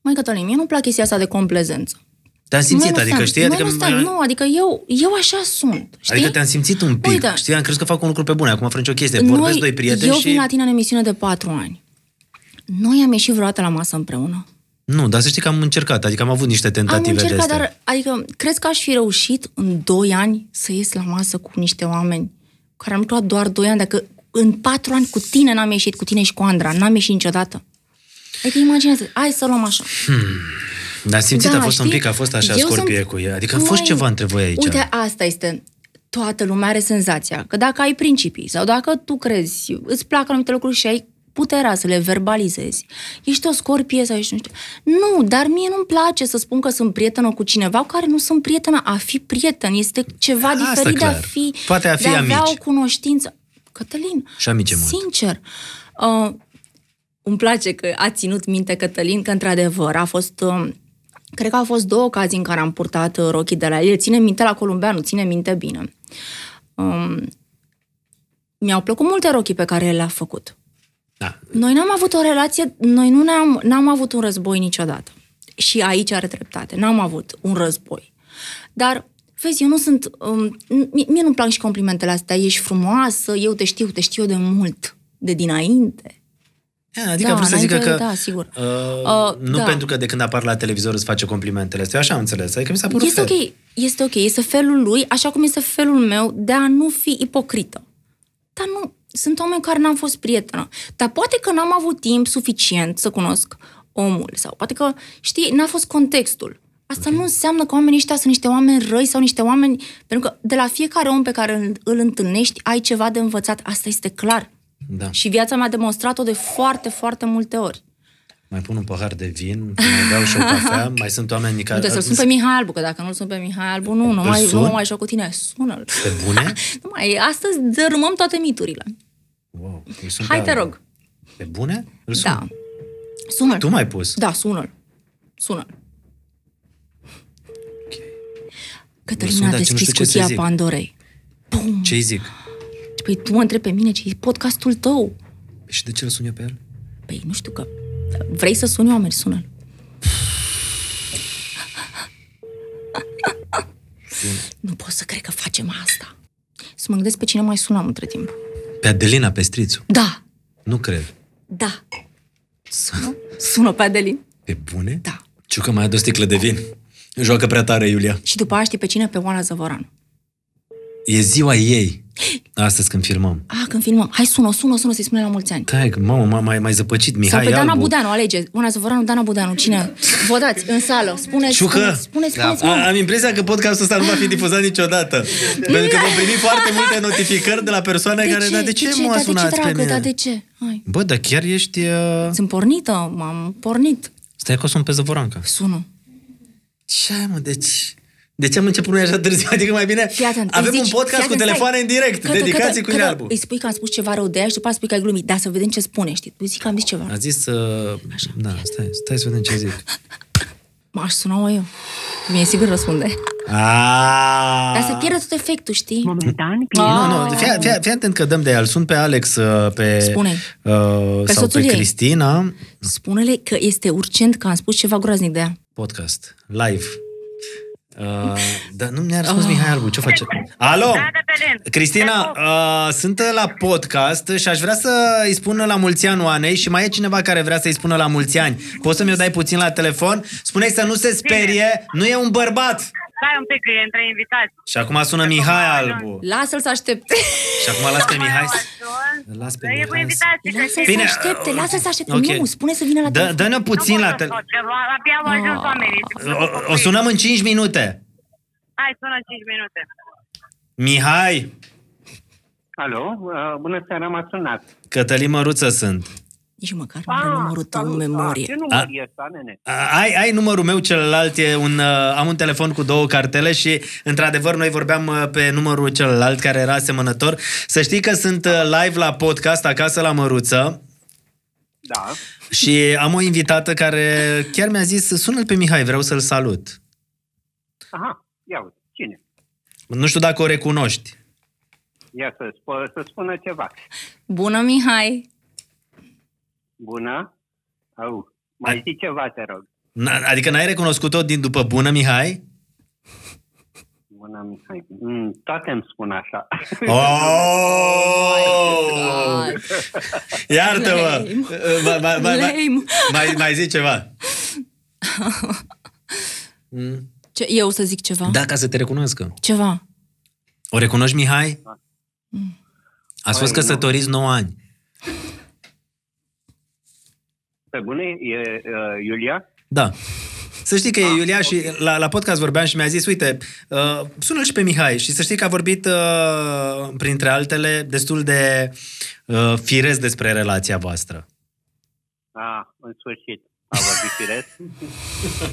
[SPEAKER 2] Mai Cătălin, mie nu-mi plac chestia asta de complezență.
[SPEAKER 1] Te-am simțit,
[SPEAKER 2] Măi, nu
[SPEAKER 1] adică
[SPEAKER 2] stai,
[SPEAKER 1] știi? Adică,
[SPEAKER 2] măi, nu, stai, nu, adică eu, eu așa sunt, știi?
[SPEAKER 1] adică te-am simțit un pic,
[SPEAKER 2] Uite.
[SPEAKER 1] știi? Am crezut că fac un lucru pe bune, acum fac nicio chestie. Vorbesc doi prieteni
[SPEAKER 2] eu
[SPEAKER 1] și...
[SPEAKER 2] vin la tine în emisiune de patru ani. Noi am ieșit vreodată la masă împreună.
[SPEAKER 1] Nu, dar să știi că am încercat, adică am avut niște
[SPEAKER 2] Am
[SPEAKER 1] tentative de
[SPEAKER 2] încercat,
[SPEAKER 1] astea.
[SPEAKER 2] dar adică, crezi că aș fi reușit în doi ani să ies la masă cu niște oameni cu care am lucrat doar doi ani, dacă în patru ani cu tine n-am ieșit, cu tine și cu Andra, n-am ieșit niciodată. Adică imaginează, hai să luăm așa.
[SPEAKER 1] Dar am simțit,
[SPEAKER 2] Da,
[SPEAKER 1] a fost un
[SPEAKER 2] știi?
[SPEAKER 1] pic, a fost așa
[SPEAKER 2] Eu
[SPEAKER 1] scorpie
[SPEAKER 2] sunt-
[SPEAKER 1] cu el. Adică a fost
[SPEAKER 2] Măi,
[SPEAKER 1] ceva între voi aici.
[SPEAKER 2] Uite, asta este. Toată lumea are senzația că dacă ai principii sau dacă tu crezi, îți plac anumite lucruri și ai puterea să le verbalizezi, ești o scorpie sau ești nu știu. Nu, dar mie nu-mi place să spun că sunt prietenă cu cineva cu care nu sunt prietenă. A fi prieten este ceva
[SPEAKER 1] Asta
[SPEAKER 2] diferit de a
[SPEAKER 1] clar.
[SPEAKER 2] fi,
[SPEAKER 1] Poate a fi
[SPEAKER 2] de a avea
[SPEAKER 1] amici.
[SPEAKER 2] o cunoștință. Cătălin,
[SPEAKER 1] Și amice mult.
[SPEAKER 2] sincer, uh, îmi place că a ținut minte Cătălin că, într-adevăr, a fost... uh, Cred că au fost două ocazii în care am purtat uh, rochii de la el. Ține minte la Columbeanu, ține minte bine. Um, mi-au plăcut multe rochii pe care el le-a făcut.
[SPEAKER 1] Da.
[SPEAKER 2] Noi n-am avut o relație, noi nu ne-am, n-am avut un război niciodată. Și aici are dreptate, n-am avut un război. Dar Vezi, eu nu sunt... Um, mie, mie nu-mi plac și complimentele astea. Ești frumoasă, eu te știu, te știu de mult, de dinainte.
[SPEAKER 1] Yeah, adică
[SPEAKER 2] Da,
[SPEAKER 1] vreau să zică
[SPEAKER 2] înainte-
[SPEAKER 1] că
[SPEAKER 2] da, sigur.
[SPEAKER 1] Uh,
[SPEAKER 2] Uh,
[SPEAKER 1] nu
[SPEAKER 2] da.
[SPEAKER 1] pentru că de când apar la televizor îți face complimentele astea, eu așa am înțeles. Adică mi s-a părut
[SPEAKER 2] Este
[SPEAKER 1] fair.
[SPEAKER 2] ok, este ok, este felul lui, așa cum este felul meu de a nu fi ipocrită. Dar nu, sunt oameni care n-am fost prietenă. Dar poate că n-am avut timp suficient să cunosc omul sau poate că, știi, n-a fost contextul. Asta nu înseamnă că oamenii ăștia sunt niște oameni răi sau niște oameni... Pentru că de la fiecare om pe care îl, îl întâlnești ai ceva de învățat. Asta este clar.
[SPEAKER 1] Da.
[SPEAKER 2] Și viața mi-a demonstrat-o de foarte, foarte multe ori.
[SPEAKER 1] Mai pun un pahar de vin, mai beau și o cafea, mai sunt oameni care...
[SPEAKER 2] Uite, să-l sun pe Mihai Albu, că dacă nu-l sun pe Mihai Albu, nu, nu
[SPEAKER 1] Îl
[SPEAKER 2] mai,
[SPEAKER 1] sun?
[SPEAKER 2] nu mai joc cu tine. Sună-l.
[SPEAKER 1] Pe bune?
[SPEAKER 2] Nu mai, astăzi dărâmăm toate miturile.
[SPEAKER 1] Wow, îi sun
[SPEAKER 2] Hai,
[SPEAKER 1] pe
[SPEAKER 2] te
[SPEAKER 1] alb.
[SPEAKER 2] rog.
[SPEAKER 1] Pe bune? Îl sun.
[SPEAKER 2] Da. Sună-l.
[SPEAKER 1] Tu m-ai pus.
[SPEAKER 2] Da, sună-l. Sună-l.
[SPEAKER 1] sun,
[SPEAKER 2] Cătălina a
[SPEAKER 1] dar ce nu știu
[SPEAKER 2] deschis
[SPEAKER 1] ce să
[SPEAKER 2] cutia
[SPEAKER 1] zic.
[SPEAKER 2] Pandorei.
[SPEAKER 1] Ce-i zic?
[SPEAKER 2] Păi tu mă întrebi pe mine ce e podcastul tău.
[SPEAKER 1] Și de ce îl sun eu pe el?
[SPEAKER 2] Păi nu știu că... Vrei să suni oameni? Sună-l. Nu pot să cred că facem asta. Să mă gândesc pe cine mai sunam între timp.
[SPEAKER 1] Pe Adelina Pestrițu.
[SPEAKER 2] Da,
[SPEAKER 1] Nu cred.
[SPEAKER 2] da. Sună, sună pe Adelin.
[SPEAKER 1] Pe bune?
[SPEAKER 2] Da.
[SPEAKER 1] Ciucă mai adă o sticlă de vin. Joacă prea tare, Iulia.
[SPEAKER 2] Și după aia știi pe cine? Pe Oana Zăvoranu.
[SPEAKER 1] E ziua ei. Astăzi când filmăm.
[SPEAKER 2] Ah, când filmăm. Hai, sună, sună, sună să-i spune la mulți ani.
[SPEAKER 1] Stai, că, mamă, m-a mai, mai zăpăcit Mihai
[SPEAKER 2] Sau pe Dana
[SPEAKER 1] Albu.
[SPEAKER 2] Budeanu, alege. Oana Zăvoranu, Dana Budeanu, cine? Votați, în sală. Spuneți,
[SPEAKER 1] Ciucă! Da,
[SPEAKER 2] spuneți, spuneți, spuneți,
[SPEAKER 1] A, am impresia că podcastul ăsta nu va fi difuzat niciodată. pentru că vom primi foarte multe notificări de la persoane care... Dar de ce, mă
[SPEAKER 2] da,
[SPEAKER 1] sunați
[SPEAKER 2] de ce,
[SPEAKER 1] pe mine?
[SPEAKER 2] Da, de ce? Hai.
[SPEAKER 1] Bă, dar chiar ești... Uh...
[SPEAKER 2] Sunt pornită, m-am pornit.
[SPEAKER 1] Stai că o sun pe Zăvoranca.
[SPEAKER 2] Sună.
[SPEAKER 1] Ce ai, mă, deci... De ce am început noi așa târziu? Adică mai bine
[SPEAKER 2] Fii atent, îi
[SPEAKER 1] avem
[SPEAKER 2] zici,
[SPEAKER 1] un podcast
[SPEAKER 2] fii
[SPEAKER 1] cu
[SPEAKER 2] atent, stai.
[SPEAKER 1] telefoane în direct,
[SPEAKER 2] Cătă,
[SPEAKER 1] dedicații
[SPEAKER 2] cătă,
[SPEAKER 1] cu
[SPEAKER 2] cătă,
[SPEAKER 1] Ialbu.
[SPEAKER 2] Îi spui că am spus ceva rău de ea și după aia spui că ai glumit. Da, să vedem ce spune, știi? Tu zici că am zis ceva.
[SPEAKER 1] A zis... Uh... Da, stai, stai să vedem ce zic.
[SPEAKER 2] M-aș suna eu. Mie sigur răspunde.
[SPEAKER 1] Aaaa!
[SPEAKER 2] Dar se pierde tot efectul, știi?
[SPEAKER 5] Momentan,
[SPEAKER 2] Ah.
[SPEAKER 1] Ah. Nu, nu, fii, fii, fii atent că dăm de el. Sunt pe Alex, uh, pe,
[SPEAKER 2] Spune-i.
[SPEAKER 1] uh,
[SPEAKER 2] Pe
[SPEAKER 1] sau pe
[SPEAKER 2] soțul ei.
[SPEAKER 1] Cristina.
[SPEAKER 2] Spune-le că este urgent că am spus ceva groaznic de ea.
[SPEAKER 1] Podcast, live. Uh, dar nu mi-a
[SPEAKER 2] Oh.
[SPEAKER 1] răspuns Mihai Albu, ce face? Alo!
[SPEAKER 5] Cătălin.
[SPEAKER 1] da. Cristina, uh, sunt la podcast și aș vrea să îi spun la mulți ani Oanei și mai e cineva care vrea să-i spună la mulți ani. Poți să mi-o dai puțin la telefon? spune să nu se sperie, nu e un bărbat!
[SPEAKER 5] Stai un pic, că e între invitați.
[SPEAKER 1] Și acum sună Mihai Albu.
[SPEAKER 2] Lasă-l să aștepte.
[SPEAKER 1] Și acum las pe Mihai. să-
[SPEAKER 5] Ajuns.
[SPEAKER 1] Las pe
[SPEAKER 5] Dar E cu
[SPEAKER 1] Mihai să-
[SPEAKER 5] invitații, că
[SPEAKER 2] Lasă-l
[SPEAKER 1] Bine,
[SPEAKER 2] să aștepte,
[SPEAKER 1] uh,
[SPEAKER 2] lasă-l să aștepte.
[SPEAKER 1] ok. Da,
[SPEAKER 2] Nu, spune să vină la
[SPEAKER 1] Dă,
[SPEAKER 2] telefon.
[SPEAKER 1] dă-ne puțin la...
[SPEAKER 5] Că
[SPEAKER 1] Te-
[SPEAKER 5] abia au ajuns oamenii.
[SPEAKER 1] o, o sunăm în 5 minute.
[SPEAKER 5] Hai, sună 5 minute.
[SPEAKER 1] Mihai,
[SPEAKER 4] Alo, uh, bună seara, m-a sunat.
[SPEAKER 1] Cătălin Măruță sunt.
[SPEAKER 2] Nici măcar nu are numărul
[SPEAKER 4] Ah,
[SPEAKER 2] tău în memorie.
[SPEAKER 1] A-
[SPEAKER 4] e ăsta, nene?
[SPEAKER 1] A- Ai, ai numărul meu, celălalt e un, uh, am un telefon cu două cartele și într-adevăr noi vorbeam uh, pe numărul celălalt care era asemănător. Să știi că sunt uh, live la podcast acasă la Măruță
[SPEAKER 4] Da.
[SPEAKER 1] și am o invitată care chiar mi-a zis sună-l pe Mihai, vreau să-l salut.
[SPEAKER 4] Aha, ia uite, cine?
[SPEAKER 1] Nu știu dacă o recunoști.
[SPEAKER 4] Ia să, sp- să spună ceva.
[SPEAKER 2] Bună, Mihai!
[SPEAKER 4] Bună? Au, mai zi ceva, te rog.
[SPEAKER 1] N- Adică n-ai recunoscut-o din după bună, Mihai?
[SPEAKER 4] Bună, Mihai. Mm, toate îmi spun așa.
[SPEAKER 1] Oh!
[SPEAKER 2] Ah,
[SPEAKER 1] Iartă-mă! Mai, mai, mai, mai,
[SPEAKER 2] Lame.
[SPEAKER 1] mai, mai zi ceva.
[SPEAKER 2] Ce, eu să zic ceva?
[SPEAKER 1] Da, ca să te recunoască.
[SPEAKER 2] Ceva.
[SPEAKER 1] O recunoști, Mihai? Ați fost
[SPEAKER 4] Păi, nu.
[SPEAKER 1] căsătoriți 9 ani.
[SPEAKER 4] Pe bune, e uh, Iulia?
[SPEAKER 1] Da. Să știi că e Iulia și la, la podcast vorbeam și mi-a zis, uite, uh, sună-l și pe Mihai și să știi că a vorbit, uh, printre altele, destul de uh, firesc despre relația voastră.
[SPEAKER 4] Ah, în sfârșit. A vorbit firesc.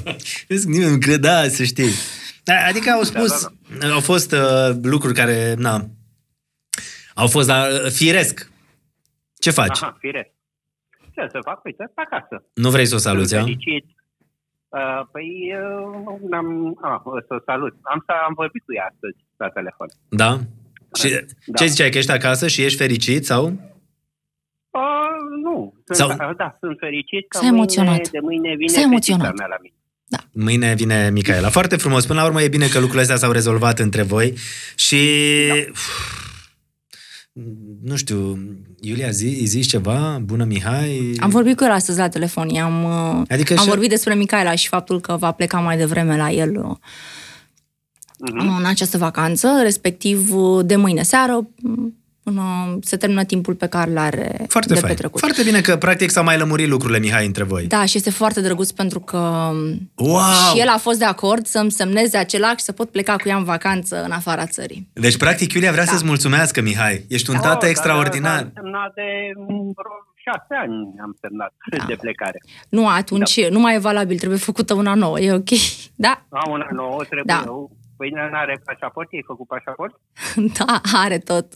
[SPEAKER 2] Deci-
[SPEAKER 1] Eu zic, nimeni nu cred, da, să știi. Da, Adică au spus,
[SPEAKER 4] da,
[SPEAKER 1] au fost uh, lucruri care, na, au fost, dar uh, firesc. Ce faci?
[SPEAKER 4] Aha, firesc. Ce să fac? Uite, pe acasă.
[SPEAKER 1] Nu vrei să o saluți, a?
[SPEAKER 4] Sunt fericit. Uh, păi, uh, am, a, o să o salut. Am, să- am vorbit cu ea astăzi la telefon.
[SPEAKER 1] Da? Și
[SPEAKER 4] Da.
[SPEAKER 1] ce ziceai, că ești acasă și ești fericit sau?
[SPEAKER 4] Uh, nu. Sunt,
[SPEAKER 1] Sau-
[SPEAKER 4] Sau... da, sunt fericit că
[SPEAKER 2] S-a emoționat.
[SPEAKER 4] Mâine, de mâine vine
[SPEAKER 2] S-a emoționat.
[SPEAKER 4] fetița mea la mine.
[SPEAKER 2] Da.
[SPEAKER 1] Mâine vine Micaela. Foarte frumos. Până la urmă e bine că lucrurile astea s-au rezolvat între voi și...
[SPEAKER 4] Da.
[SPEAKER 1] Uf, Nu știu, Iulia, zi, îi zici ceva? Bună, Mihai?
[SPEAKER 2] Am vorbit cu el astăzi la telefon. I-am, uh,
[SPEAKER 1] Adică
[SPEAKER 2] am
[SPEAKER 1] și-
[SPEAKER 2] vorbit despre Micaela și faptul că va pleca mai devreme la el uh, în această vacanță, respectiv uh, de mâine seară, m, până se termină timpul pe care l-are
[SPEAKER 1] Foarte
[SPEAKER 2] de
[SPEAKER 1] fain.
[SPEAKER 2] petrecut.
[SPEAKER 1] Foarte bine că practic s-au mai lămurit lucrurile, Mihai, între voi.
[SPEAKER 2] Da, și este foarte drăguț pentru că mm,
[SPEAKER 1] Wow!
[SPEAKER 2] și el a fost de acord să-mi semneze acel act și să pot pleca cu ea în vacanță în afara țării.
[SPEAKER 1] Deci, practic, Iulia vrea
[SPEAKER 2] Da.
[SPEAKER 1] să-ți mulțumească, Mihai. Ești
[SPEAKER 6] Da,
[SPEAKER 1] un tată extraordinar.
[SPEAKER 6] Am semnat de mm, vreo șase ani am semnat da. de plecare.
[SPEAKER 2] Nu, atunci da. nu mai e valabil, trebuie făcută una nouă, e ok. Da,
[SPEAKER 6] Am un an nouă, trebuie
[SPEAKER 2] Da.
[SPEAKER 6] da. eu. Pâine nu are pașaport, ai făcut pașaport?
[SPEAKER 2] da, are tot.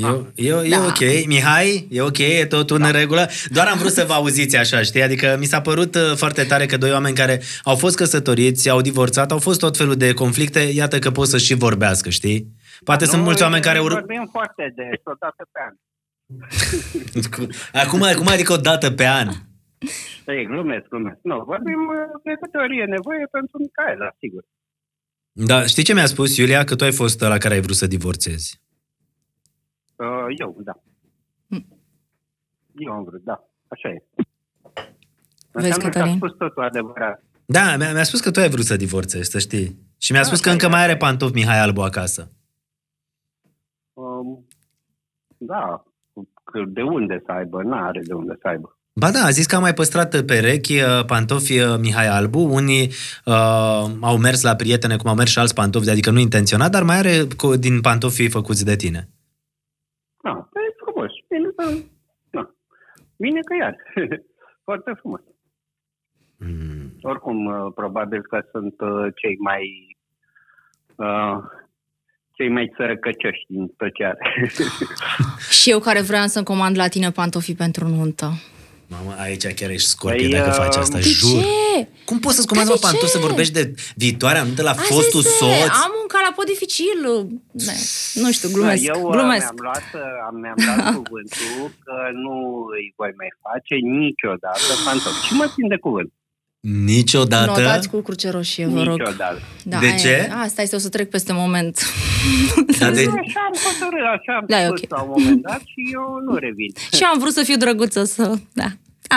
[SPEAKER 1] Eu, eu, e
[SPEAKER 2] Da.
[SPEAKER 1] ok. Mihai, e ok, e tot în regulă. Doar am vrut să vă auziți așa, știi? Adică mi s-a părut uh, foarte tare că doi oameni care au fost căsătoriți, au divorțat, au fost tot felul de conflicte, iată că pot să și vorbească, știi? Poate sunt mulți oameni care... Ur...
[SPEAKER 6] Vorbim foarte des, o dată pe an.
[SPEAKER 1] Acum, acum adică o dată pe an.
[SPEAKER 6] Ei, glumesc, glumesc. Nu, vorbim uh, de câte ori e nevoie pentru Micaela, sigur.
[SPEAKER 1] Da, știi ce mi-a spus Iulia? Că tu ai fost la care ai vrut să divorțezi.
[SPEAKER 6] Uh, Eu, da.
[SPEAKER 1] Hmm.
[SPEAKER 6] Eu am vrut, da. Așa e. Înseamnă că
[SPEAKER 2] Cătălin?
[SPEAKER 6] a spus totul adevărat.
[SPEAKER 1] Da, mi-a, mi-a spus că tu ai vrut să divorțezi, să știi. Și
[SPEAKER 2] Ah,
[SPEAKER 1] mi-a spus că
[SPEAKER 2] da,
[SPEAKER 6] așa
[SPEAKER 1] încă
[SPEAKER 6] e.
[SPEAKER 1] mai are pantofi Mihai Albu acasă.
[SPEAKER 6] Um, Da, că de unde să aibă? N-are de unde să aibă.
[SPEAKER 1] Ba da, a zis că a mai păstrat perechi, uh, pantofi uh, Mihai Albu, unii uh, au mers la prietene cum au mers și alți pantofi, adică nu intenționat, dar mai are cu, din pantofii făcuți de tine.
[SPEAKER 6] Da, păi e frumos. Bine că, da. Bine că iar. Foarte frumos.
[SPEAKER 1] Mm.
[SPEAKER 6] Oricum, uh, probabil că sunt uh, cei mai uh, cei mai țărăcăcioși din tot ce are.
[SPEAKER 2] Și eu care vreau să-mi comand la tine pantofi pentru nuntă.
[SPEAKER 1] Mamă, aici chiar ești scorpie
[SPEAKER 6] Păi,
[SPEAKER 1] dacă
[SPEAKER 6] uh,
[SPEAKER 1] faci asta,
[SPEAKER 6] de
[SPEAKER 1] jur.
[SPEAKER 2] ce?
[SPEAKER 1] Cum poți să-ți comanzi
[SPEAKER 2] Dar
[SPEAKER 1] o
[SPEAKER 2] de
[SPEAKER 1] pantofi
[SPEAKER 2] ce?
[SPEAKER 1] să vorbești de viitoarea anumită la
[SPEAKER 2] Hai
[SPEAKER 1] fostul
[SPEAKER 2] să se-
[SPEAKER 1] soț?
[SPEAKER 2] Am un calapod dificil. Ne, nu știu, glumesc.
[SPEAKER 6] Da, eu uh,
[SPEAKER 2] glumesc.
[SPEAKER 6] mi-am luat, uh, am- mi-am luat cuvântul că nu îi voi mai face niciodată pantofi. Și mă țin de cuvânt.
[SPEAKER 1] Niciodată.
[SPEAKER 2] Notați cu cruce roșie, vă rog.
[SPEAKER 6] Niciodată.
[SPEAKER 2] Da,
[SPEAKER 1] De
[SPEAKER 2] aia e.
[SPEAKER 1] ce?
[SPEAKER 2] A, stai să o să trec peste moment.
[SPEAKER 1] Dar de...
[SPEAKER 6] Așa am hotărât, așa am
[SPEAKER 2] Da, e
[SPEAKER 6] spus
[SPEAKER 2] ok.
[SPEAKER 6] la un moment dat și eu nu revin.
[SPEAKER 2] și am vrut să fiu drăguță, să... Da.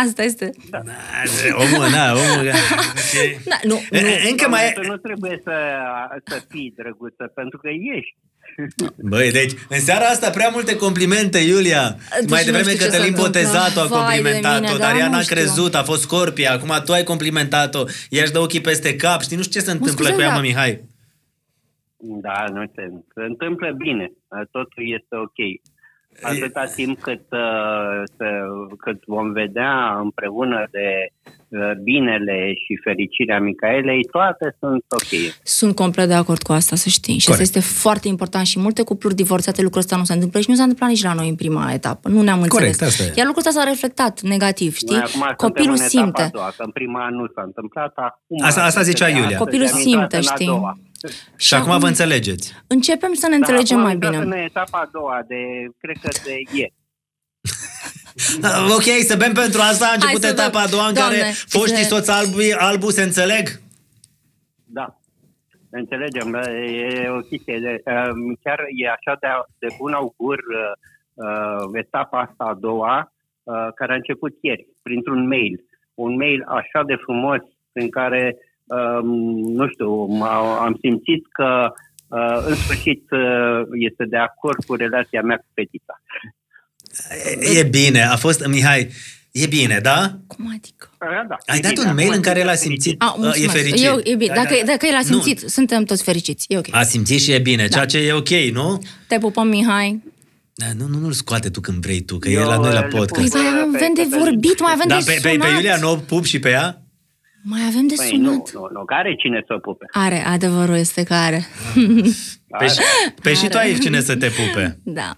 [SPEAKER 2] Asta este.
[SPEAKER 6] Da.
[SPEAKER 1] Omul, da, omul.
[SPEAKER 2] Da, nu,
[SPEAKER 1] E,
[SPEAKER 2] nu.
[SPEAKER 1] e, Încă
[SPEAKER 6] Doamne,
[SPEAKER 1] mai...
[SPEAKER 6] Tu nu trebuie să, să fii drăguță, pentru că ești.
[SPEAKER 1] Băi, deci, în seara asta prea multe complimente, Iulia.
[SPEAKER 2] Deci
[SPEAKER 1] Mai
[SPEAKER 2] nu
[SPEAKER 1] devreme
[SPEAKER 2] știu ce
[SPEAKER 1] Cătălin
[SPEAKER 2] se întâmplă.
[SPEAKER 1] Botezato a
[SPEAKER 2] Vai de
[SPEAKER 1] complimentat-o,
[SPEAKER 2] mine,
[SPEAKER 1] dar
[SPEAKER 2] da,
[SPEAKER 1] ea
[SPEAKER 2] nu
[SPEAKER 1] n-a
[SPEAKER 2] știu.
[SPEAKER 1] crezut, a fost scorpie, acum tu ai complimentat-o, ea își dă ochii peste cap, știi, nu știu ce se întâmplă cu
[SPEAKER 2] scuzați,
[SPEAKER 1] ea,
[SPEAKER 2] da.
[SPEAKER 1] mă, Mihai.
[SPEAKER 6] Da, nu se, se întâmplă bine. Totul este ok. Atâta timp cât, uh, să, cât vom vedea împreună de uh, binele și fericirea Micaelei, toate sunt ok.
[SPEAKER 2] Sunt complet de acord cu asta, să știi. Și asta
[SPEAKER 1] Corect.
[SPEAKER 2] este foarte important și multe cupluri divorțate lucrul ăsta nu se întâmplă și nu s-a întâmplat nici la noi în prima etapă. Nu ne-am înțeles.
[SPEAKER 1] Corect, asta e.
[SPEAKER 2] Iar lucrul ăsta s-a reflectat negativ, știi?
[SPEAKER 6] Noi acum
[SPEAKER 2] Copilul
[SPEAKER 6] suntem în etapa
[SPEAKER 2] simte.
[SPEAKER 6] A doua, că în prima nu s-a întâmplat, acum...
[SPEAKER 1] Asta- asta zicea
[SPEAKER 6] suntem-
[SPEAKER 1] Iulia.
[SPEAKER 2] Copilul
[SPEAKER 6] suntem intrat
[SPEAKER 2] simte,
[SPEAKER 6] în a
[SPEAKER 2] știi?
[SPEAKER 6] doua. Da,
[SPEAKER 1] Și acum vă înțelegeți.
[SPEAKER 2] Începem să ne înțelegem
[SPEAKER 6] acum
[SPEAKER 2] mai
[SPEAKER 6] am intrat
[SPEAKER 2] bine.
[SPEAKER 6] în etapa a doua, de, cred că de ieri.
[SPEAKER 1] Ah, Ok, să bem pentru asta, a început
[SPEAKER 2] să bem.
[SPEAKER 1] etapa a doua în
[SPEAKER 2] Doamne,
[SPEAKER 1] care foștii
[SPEAKER 2] ne-
[SPEAKER 1] soți albi, albu se înțeleg?
[SPEAKER 6] Da. Înțelegem, da, e o chestie de, um, chiar e așa de, de bun augur uh, uh, etapa asta a doua, uh, care a început ieri, printr-un mail. Un mail așa de frumos, prin care, um, nu știu, m-au- am simțit că uh, în sfârșit uh, este de acord cu relația mea cu fetița.
[SPEAKER 1] E, e bine, a fost, Mihai, e bine, da?
[SPEAKER 2] Cum adică?
[SPEAKER 6] Uh, da,
[SPEAKER 1] Ai
[SPEAKER 6] e
[SPEAKER 1] dat
[SPEAKER 6] bine,
[SPEAKER 1] un mail
[SPEAKER 6] acum
[SPEAKER 1] în care
[SPEAKER 6] sunt
[SPEAKER 1] el a
[SPEAKER 6] fericit.
[SPEAKER 1] simțit,
[SPEAKER 2] A,
[SPEAKER 1] uh, e
[SPEAKER 2] mulțumesc.
[SPEAKER 1] fericit. Da,
[SPEAKER 2] Eu, e bine. Dacă, dacă el a simțit, Da.
[SPEAKER 1] Nu,
[SPEAKER 2] suntem toți fericiți. E ok.
[SPEAKER 1] a simțit și e bine, ceea ce e ok, nu?
[SPEAKER 2] Te pupăm, Mihai.
[SPEAKER 1] Da, nu, nu, nu-l scoate tu când vrei tu, că
[SPEAKER 6] Eu,
[SPEAKER 1] e la noi la
[SPEAKER 6] le pup.
[SPEAKER 1] podcast.
[SPEAKER 2] Păi, mai avem de vorbit, mai avem
[SPEAKER 1] Da,
[SPEAKER 2] de
[SPEAKER 1] pe,
[SPEAKER 2] sunat.
[SPEAKER 1] pe, pe Iulia nu o pup și pe ea?
[SPEAKER 2] Mai avem de
[SPEAKER 6] Păi, nu,
[SPEAKER 2] sunat.
[SPEAKER 6] nu, nu, care cine să o pupe?
[SPEAKER 2] Are, adevărul este că are.
[SPEAKER 1] Pe, și- pe și tu
[SPEAKER 2] Are.
[SPEAKER 1] ai cine să te pupe.
[SPEAKER 2] Da.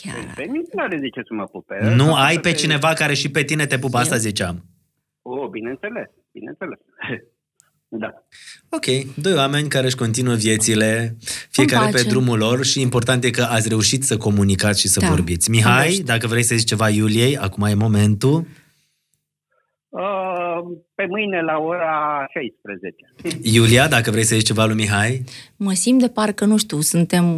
[SPEAKER 2] Chiar.
[SPEAKER 6] Pe mine Păi, nu are de ce să mă pupe. Păi,
[SPEAKER 1] Nu ai pe cineva care și pe tine te pupă, asta ziceam.
[SPEAKER 6] Oh, bineînțeles, bineînțeles. da.
[SPEAKER 1] Ok, doi oameni care își continuă viețile, fiecare
[SPEAKER 2] pace.
[SPEAKER 1] pe drumul lor și important e că ați reușit să comunicați și să
[SPEAKER 2] Da,
[SPEAKER 1] vorbiți. Mihai,
[SPEAKER 2] vorbește.
[SPEAKER 1] dacă vrei să zici ceva Iuliei, acum e momentul.
[SPEAKER 6] uh, pe mâine la ora 16.
[SPEAKER 1] Iulia, dacă vrei să zici ceva lui Mihai,
[SPEAKER 2] Mă simt de parcă, nu știu, suntem...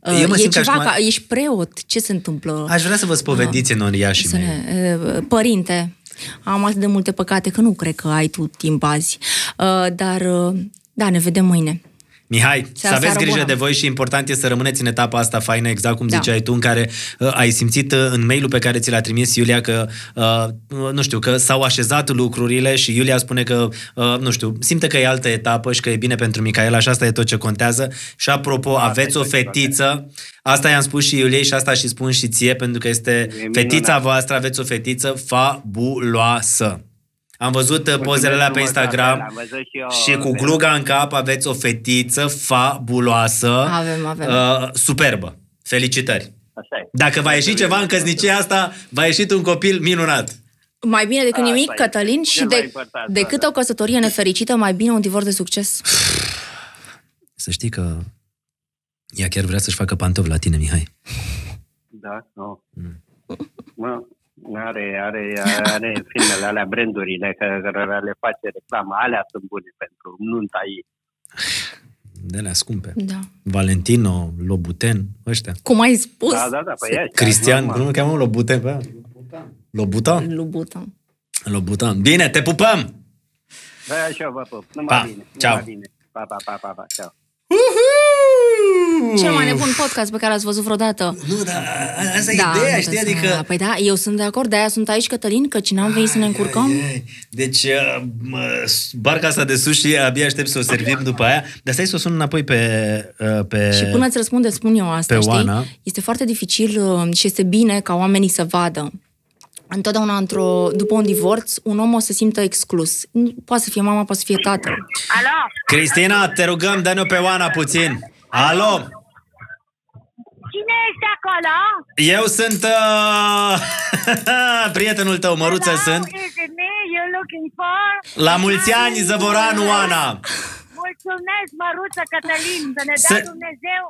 [SPEAKER 2] uh,
[SPEAKER 1] Eu mă
[SPEAKER 2] e
[SPEAKER 1] simt ca
[SPEAKER 2] ceva
[SPEAKER 1] și cum
[SPEAKER 2] ca,
[SPEAKER 1] a-
[SPEAKER 2] ești preot, ce se întâmplă?
[SPEAKER 1] aș vrea să vă spovediți în oriașii
[SPEAKER 2] Să
[SPEAKER 1] mei.
[SPEAKER 2] ne, e, părinte, am atât de multe păcate că nu cred că ai tu timp azi. Uh, Dar, uh, da, ne vedem mâine.
[SPEAKER 1] Mihai, să
[SPEAKER 2] Seara,
[SPEAKER 1] aveți
[SPEAKER 2] seară
[SPEAKER 1] grijă
[SPEAKER 2] bună.
[SPEAKER 1] de voi și important e să rămâneți în etapa asta faină, exact cum
[SPEAKER 2] Da.
[SPEAKER 1] ziceai tu, în care uh, ai simțit uh, în mailul pe care ți l-a trimis Iulia că, uh, nu știu, că s-au așezat lucrurile și Iulia spune că, uh, nu știu, simte că e altă etapă și că e bine pentru Micaela și asta e tot ce contează. Și apropo, aveți o fetiță, asta i-am spus și Iuliei și asta și spun și ție, pentru că este
[SPEAKER 6] E minunat.
[SPEAKER 1] fetița voastră, aveți o fetiță fabuloasă. Am văzut uh, pozele alea pe
[SPEAKER 6] Mulțumesc frumos,
[SPEAKER 1] Instagram.
[SPEAKER 6] Rafael, am văzut și eu.
[SPEAKER 1] Și cu gluga în cap aveți o fetiță fabuloasă.
[SPEAKER 2] Avem, avem.
[SPEAKER 1] Uh, superbă. Felicitări.
[SPEAKER 6] Așa e.
[SPEAKER 1] Dacă va ieși ceva în căsnicia asta, va ieși un copil minunat.
[SPEAKER 2] Mai bine decât
[SPEAKER 6] Asta
[SPEAKER 2] nimic,
[SPEAKER 6] e.
[SPEAKER 2] Cătălin,
[SPEAKER 6] Cel
[SPEAKER 2] și
[SPEAKER 6] mai
[SPEAKER 2] de,
[SPEAKER 6] important,
[SPEAKER 2] decât
[SPEAKER 6] da,
[SPEAKER 2] o căsătorie nefericită, mai bine un divorț de succes.
[SPEAKER 1] Să știi că ea chiar vrea să-și facă pantofi la tine, Mihai.
[SPEAKER 6] Da, nu.
[SPEAKER 1] Mm.
[SPEAKER 6] Mă, are, are, are filmele alea, brandurile care care le face reclamă. Alea sunt bune pentru nunta ei.
[SPEAKER 1] De alea scumpe.
[SPEAKER 2] Da.
[SPEAKER 1] Valentino, Lobuten, ăștia.
[SPEAKER 2] Cum ai spus?
[SPEAKER 6] Da, da, da, păi e așa,
[SPEAKER 1] Cristian,
[SPEAKER 6] normal.
[SPEAKER 1] cum îl cheamă Lobuten pe aia? Lobutan?
[SPEAKER 2] Lubută.
[SPEAKER 1] Lobutan. Bine, te pupăm!
[SPEAKER 6] Da, și eu vă pup.
[SPEAKER 1] Pa.
[SPEAKER 6] Numai bine. numai
[SPEAKER 1] Ceau.
[SPEAKER 6] bine. Pa, pa, pa, pa, pa. Ceau.
[SPEAKER 2] Cel mai nebun podcast pe care l-ați văzut vreodată.
[SPEAKER 1] Nu, dar a- asta e
[SPEAKER 2] da,
[SPEAKER 1] ideea,
[SPEAKER 2] nu
[SPEAKER 1] știi?
[SPEAKER 2] trebuie să-
[SPEAKER 1] Adică
[SPEAKER 2] Păi da, eu sunt de acord, de-aia sunt aici, Cătălin, căci n-am venit să ne încurcăm.
[SPEAKER 1] Ai, ai. Deci, uh, mă, s- barca asta de sushi, abia aștept să o servim după aia. Dar stai să o sun înapoi pe... uh, pe...
[SPEAKER 2] Și până îți răspunde, spun eu asta,
[SPEAKER 1] pe
[SPEAKER 2] știi?
[SPEAKER 1] Oana.
[SPEAKER 2] Este foarte dificil uh, și este bine ca oamenii să vadă. Întotdeauna, într-o, după un divorț, un om o să simtă exclus. Nu- Poate să fie mama, poate să fie tatăl.
[SPEAKER 5] Alo?
[SPEAKER 1] Cristina, te rugăm, dă-ne pe Oana puțin. Alo!
[SPEAKER 5] Cine ești acolo?
[SPEAKER 1] Eu sunt uh, prietenul tău, măruță
[SPEAKER 5] Hello,
[SPEAKER 1] sunt.
[SPEAKER 5] is it me you're looking for?
[SPEAKER 1] La mulți ani, Zăvoranu Oana!
[SPEAKER 5] Mulțumesc, Măruță Cătălin, să ne dea
[SPEAKER 1] Să-
[SPEAKER 5] Dumnezeu